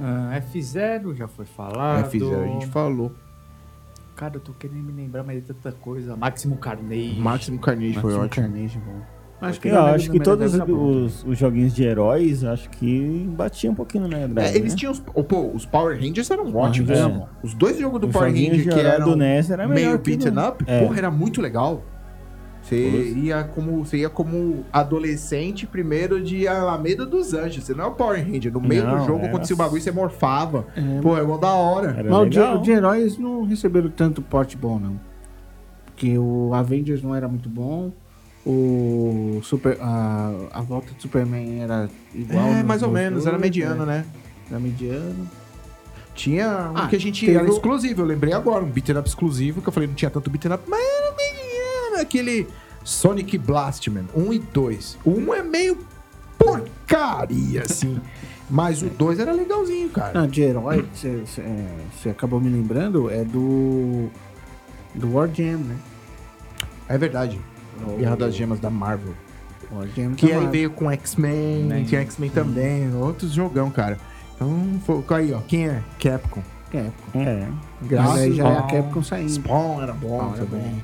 Speaker 3: Ah, F0 já foi
Speaker 4: Ah,
Speaker 3: falado.
Speaker 1: É, fizeram, a gente falou.
Speaker 3: Cara, eu tô querendo me lembrar, mas é tanta coisa. Máximo Carneiro.
Speaker 1: Máximo Carnage foi
Speaker 4: Maximum
Speaker 1: ótimo.
Speaker 4: Carnage, bom.
Speaker 3: Acho
Speaker 2: Eu
Speaker 1: né?
Speaker 2: acho que todos os, os joguinhos de heróis, acho que batiam um pouquinho no Mega Drive.
Speaker 1: É, eles
Speaker 2: né?
Speaker 1: tinham os, oh, pô, os Power Rangers eram
Speaker 2: Power
Speaker 1: ótimos.
Speaker 2: Rangers,
Speaker 1: né? Os dois jogos do
Speaker 2: Os
Speaker 1: Power
Speaker 2: joguinhos
Speaker 1: Ranger
Speaker 2: de
Speaker 1: que
Speaker 2: herói
Speaker 1: eram
Speaker 2: do NES era
Speaker 1: meio
Speaker 2: melhor. que
Speaker 1: beaten
Speaker 2: do-
Speaker 1: up,
Speaker 2: É.
Speaker 1: porra, era muito legal. Você
Speaker 2: Gostoso.
Speaker 1: ia, como, você ia como adolescente primeiro de Alameda dos Anjos. Você não é o Power Ranger. No meio do
Speaker 2: Não,
Speaker 1: jogo
Speaker 2: era-
Speaker 1: acontecia o bagulho você morfava.
Speaker 4: É,
Speaker 1: Pô, é mó da hora.
Speaker 2: Era
Speaker 4: mas o de,
Speaker 2: legal.
Speaker 4: o de heróis não receberam tanto porte bom, não. Porque o Avengers não era muito bom. O Super, a, a volta do Superman era igual.
Speaker 1: é,
Speaker 4: nos
Speaker 1: mais ou
Speaker 4: dois,
Speaker 1: menos, era
Speaker 4: dois,
Speaker 1: mediano, né?
Speaker 4: é, Era mediano.
Speaker 1: Tinha um
Speaker 4: Ah,
Speaker 1: que a gente.
Speaker 4: teve
Speaker 1: Era
Speaker 4: o-
Speaker 1: exclusivo, eu lembrei agora, um beaten up exclusivo, que eu falei não tinha tanto beaten up, mas era mediano, aquele Sonic Blastman 1 e 2. O 1 é meio porcaria, assim. Mas o 2 era legalzinho, cara.
Speaker 4: Não, de herói, você- você é, você acabou me lembrando, é do. Do War Jam, né?
Speaker 1: É verdade. Guerra das Gemas da Marvel.
Speaker 4: War Jam
Speaker 1: Que
Speaker 4: tá
Speaker 1: aí
Speaker 4: lá.
Speaker 1: veio com X-Men,
Speaker 3: Né?
Speaker 1: tinha X-Men também, outros jogão, cara. Então, foi, aí, ó, quem é? Capcom.
Speaker 4: Capcom.
Speaker 2: É.
Speaker 4: Mas aí Ah, já é a
Speaker 1: ao-
Speaker 4: Capcom saindo.
Speaker 1: Spawn era bom
Speaker 4: Spawn era
Speaker 1: também.
Speaker 4: bom.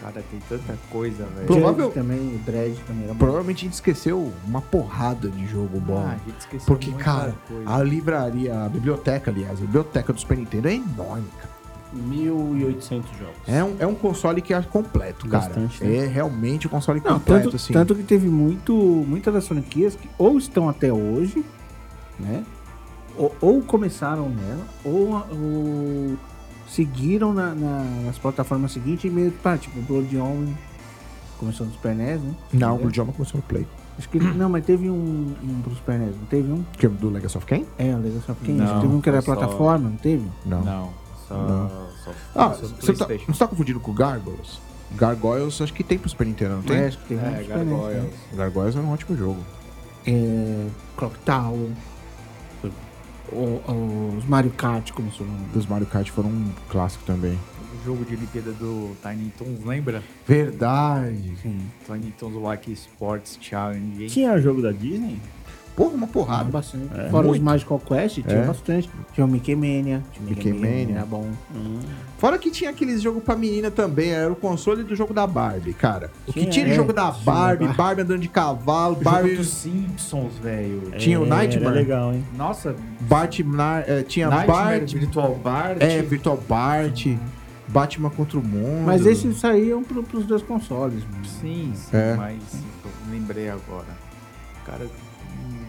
Speaker 3: Cara, tem tanta coisa, velho.
Speaker 1: Pro- provável-
Speaker 4: Dread também, o Dread também era bom.
Speaker 1: Provavelmente a gente esqueceu uma porrada de jogo bom.
Speaker 3: Ah, a gente esqueceu
Speaker 1: Porque,
Speaker 3: muita
Speaker 1: cara, ah,
Speaker 3: coisa.
Speaker 1: a livraria, a biblioteca, aliás, a biblioteca do Super Nintendo é enorme, cara.
Speaker 5: 1.800 jogos.
Speaker 1: É um, é um console que é completo, cara.
Speaker 2: Bastante, né?
Speaker 1: É realmente um console
Speaker 4: Não,
Speaker 1: completo,
Speaker 4: tanto,
Speaker 1: assim.
Speaker 4: tanto que teve muito, muitas das franquias que ou estão até hoje, né? Ou, ou começaram nela, ou, ou seguiram na- na- nas plataformas seguintes e meio que, pá, tipo, Blood Omen começou no Super NES, né?
Speaker 1: Não, o idioma começou no é Play.
Speaker 4: Acho que não, mas teve um, um pro Super NES, não teve um?
Speaker 1: Que é do Legacy of Kain?
Speaker 4: É, o Legacy of Kings.
Speaker 3: Não,
Speaker 4: teve um que era
Speaker 3: foi só-
Speaker 4: plataforma, não teve?
Speaker 1: Não.
Speaker 3: Não, só. só
Speaker 1: Ah,
Speaker 3: só
Speaker 1: você tá, não tá confundindo com Gargoyles? Gargoyles acho que tem pro Super Nintendo, não tem?
Speaker 4: É, acho que teve um
Speaker 3: É,
Speaker 4: pro Super NES, né?
Speaker 3: Gargoyles.
Speaker 1: Gargoyles era um ótimo jogo.
Speaker 4: É, Clock Tower. O- o- os Mario Kart começou no
Speaker 1: Os Mario Kart foram um clássico também.
Speaker 3: O jogo de Olimpíada do Tiny Toons, lembra?
Speaker 1: Verdade.
Speaker 3: Tiny Toons Wacky Sports Challenge. hein?
Speaker 2: Tinha jogo da Disney?
Speaker 1: Porra, uma
Speaker 4: Ah,
Speaker 1: porrada.
Speaker 4: bastante. Fora os Magical Quest, tinha
Speaker 1: Uhum. É.
Speaker 4: bastante. Tinha o Mickey Mania. Tinha o
Speaker 1: Mickey Mania. Uhum.
Speaker 4: Era bom.
Speaker 1: Fora que tinha aqueles jogos pra menina também, era o console do jogo da Barbie, cara. O que
Speaker 2: Tinha,
Speaker 1: tinha de
Speaker 4: é.
Speaker 1: jogo da
Speaker 4: Tinha
Speaker 1: Barbie,
Speaker 4: Barbie.
Speaker 1: Barbie andando de cavalo,
Speaker 3: O jogo
Speaker 1: Barbie.
Speaker 3: dos Simpsons, velho.
Speaker 1: Tinha o
Speaker 2: É,
Speaker 1: Nightmare.
Speaker 2: Era legal, hein?
Speaker 3: Nossa,
Speaker 1: Batman, eh, tinha
Speaker 3: Nightmare,
Speaker 1: Bart,
Speaker 3: Virtual Bart.
Speaker 1: é, Virtual Bart, Batman contra o Mundo.
Speaker 4: Mas esses saíam pro, pros dois consoles. mano.
Speaker 3: Sim, sim,
Speaker 1: É.
Speaker 3: mas eu lembrei agora. Cara,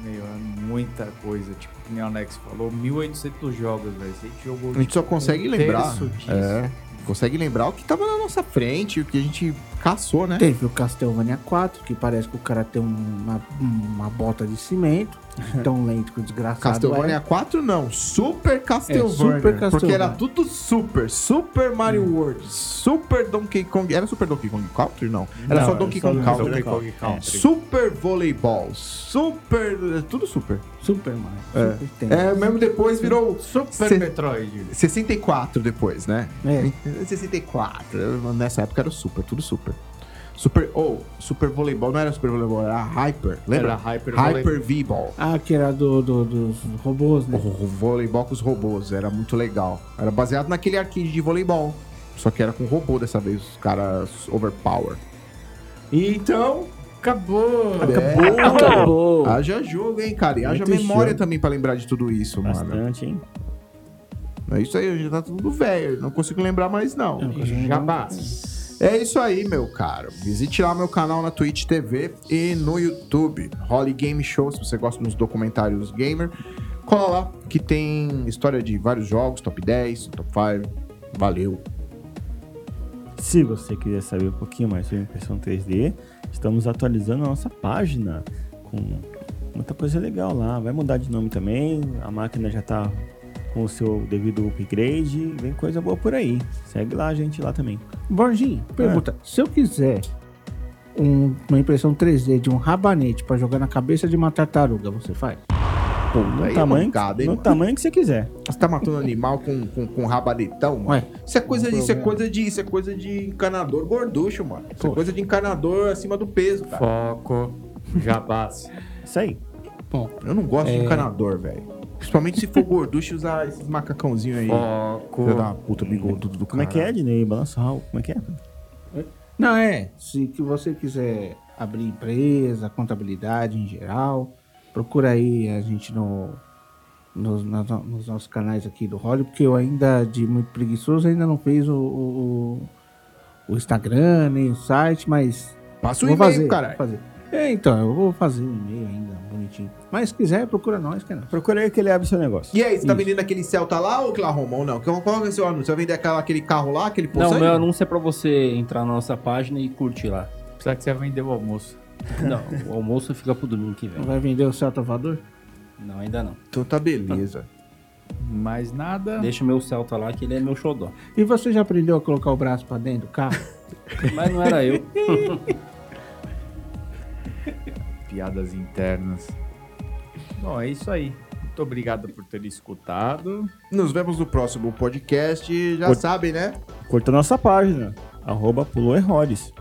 Speaker 3: meu, é muita coisa. Tipo, que nem o Alex falou, 1.800 jogos, velho. Você jogou tipo, um
Speaker 1: A gente só consegue lembrar.
Speaker 3: terço disso.
Speaker 1: É, consegue lembrar o que tava na nossa frente, o que a gente Caçou, né?
Speaker 4: Teve o Castlevania 4, que parece que o cara tem uma, uma bota de cimento, tão lento que o desgraçado é.
Speaker 1: Castlevania 4 não, Super Castlevania.
Speaker 4: Super
Speaker 1: Porque
Speaker 4: Castlevania.
Speaker 1: era tudo super. Super Mario World, Super Donkey Kong. Era Super Donkey Kong Country? Não. Era
Speaker 2: Não,
Speaker 1: só
Speaker 2: era
Speaker 1: Donkey
Speaker 2: só
Speaker 1: Kong
Speaker 3: Então,
Speaker 1: né?
Speaker 2: Donkey
Speaker 1: Country.
Speaker 2: Kong
Speaker 1: É.
Speaker 2: Country.
Speaker 1: Super Voleibol, Super. Tudo super.
Speaker 4: é. Super Mario.
Speaker 1: É.
Speaker 4: Super tempo.
Speaker 1: É, mesmo depois virou
Speaker 3: Super
Speaker 1: Cê-
Speaker 3: Metroid.
Speaker 1: 64 depois, né?
Speaker 4: É.
Speaker 1: 64. Nessa época era o super, tudo super. Super. Ou, super voleibol não era super voleibol, era hyper. Lembra?
Speaker 3: Era Hyper
Speaker 1: Hyper V-Ball.
Speaker 4: Ah, que era do, do- dos robôs,
Speaker 1: O
Speaker 4: né?
Speaker 1: ro- voleibol com os robôs, era muito legal. Era baseado naquele arcade de voleibol. Só que era com robô dessa vez, os caras overpower. E então,
Speaker 3: Acabou.
Speaker 4: Acabou!
Speaker 1: É. haja jogo, hein, cara? E haja
Speaker 2: Muito
Speaker 1: memória
Speaker 2: jogo.
Speaker 1: também pra lembrar de tudo isso, mano.
Speaker 2: Bastante, hein?
Speaker 1: É isso aí, eu já tá tudo velho. Não consigo lembrar mais, não.
Speaker 3: Jabás.
Speaker 1: É isso aí, meu caro. Visite lá meu canal na Twitch TV e no YouTube. Holly Game Show, se você gosta dos documentários gamer. Cola lá, que tem história de vários jogos, top 10, top 5. Valeu.
Speaker 2: Se você quiser saber um pouquinho mais sobre impressão 3D, estamos atualizando a nossa página com muita coisa legal lá. Vai mudar de nome também, a máquina já está com o seu devido upgrade, vem coisa boa por aí. Segue lá a gente lá também.
Speaker 4: Borginho, pergunta:
Speaker 1: É.
Speaker 4: se eu quiser um- uma impressão 3D de um rabanete pra jogar na cabeça de uma tartaruga, você faz?
Speaker 2: Pô, no
Speaker 1: Aí é
Speaker 2: tamanho,
Speaker 1: mancada, hein,
Speaker 2: no
Speaker 1: mano?
Speaker 2: tamanho que você quiser.
Speaker 1: Você tá matando animal com, com, com rabanetão, mano?
Speaker 4: Ué,
Speaker 1: isso é coisa de. Isso é
Speaker 4: problema.
Speaker 1: coisa de. Isso é coisa de encanador gorducho, mano. Isso é
Speaker 2: Pô.
Speaker 1: coisa de encanador acima do peso, cara.
Speaker 3: Foco. Jabás.
Speaker 2: Isso aí.
Speaker 1: Eu não gosto
Speaker 2: É.
Speaker 1: de encanador, velho. Principalmente se for gorducho e usar esses macacãozinhos aí.
Speaker 3: Foco.
Speaker 1: Filho da puta, bigodudo do
Speaker 2: Como é que é, Dinei? Balanço Raul. Como é que é?
Speaker 4: Não, é. Se que você quiser abrir empresa, contabilidade em geral, procura aí a gente no, nos, nas- nos nossos canais aqui do Holly, porque eu ainda, de muito preguiçoso, ainda não fiz o, o, o Instagram, nem o site, mas
Speaker 1: Passa o
Speaker 4: vou
Speaker 1: e-mail,
Speaker 4: fazer,
Speaker 1: caralho.
Speaker 4: vou fazer. É, então, eu vou fazer o e-mail ainda, bonitinho. Mas se quiser, procura nós, é cara.
Speaker 2: Procura aí que ele abre seu negócio.
Speaker 1: E aí, você tá vendendo aquele Celta lá ou Oklahoma ou não? Qual qual é o seu anúncio? Você vai vender aquela- aquele carro lá, aquele
Speaker 5: Não,
Speaker 1: Pulsar?
Speaker 5: meu anúncio é pra você entrar na nossa página e curtir lá.
Speaker 3: Precisa que você vendeu o almoço.
Speaker 5: Não, o almoço fica pro domingo que vem.
Speaker 4: Vai vender o Celta Voador?
Speaker 5: Não, ainda não.
Speaker 1: Então tá beleza.
Speaker 3: Mais nada.
Speaker 5: Deixa o meu Celta lá, que ele é meu xodó.
Speaker 4: E você já aprendeu a colocar o braço pra dentro do carro?
Speaker 5: Mas não era eu.
Speaker 3: Piadas internas. Bom, é isso aí. Muito obrigado por ter escutado.
Speaker 1: Nos vemos no próximo podcast. Já
Speaker 2: Oi.
Speaker 1: sabem, né?
Speaker 2: Curta a nossa página. Arroba pulou é Rodes.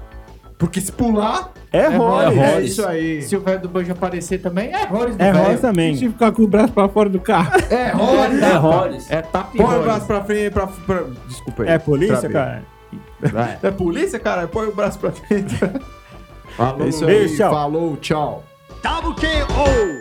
Speaker 1: Porque se pular,
Speaker 2: É
Speaker 3: Rodes.
Speaker 2: Rodes.
Speaker 1: é isso aí.
Speaker 3: Se o velho do banjo aparecer também, é Rollins do
Speaker 2: É
Speaker 3: velho.
Speaker 2: Rodes também.
Speaker 4: Se ficar com o braço pra fora do carro.
Speaker 1: É Rollins.
Speaker 5: É Rollins.
Speaker 3: É tapa e
Speaker 1: Põe o
Speaker 3: Rollins.
Speaker 1: braço pra frente e pra, pra... Desculpa aí.
Speaker 2: É polícia,
Speaker 1: Travei.
Speaker 2: cara?
Speaker 3: Vai.
Speaker 1: É polícia, cara? Põe o braço pra frente. Falou,
Speaker 2: É isso aí. Beijo, tchau.
Speaker 1: Falou, tchau.
Speaker 6: WKO!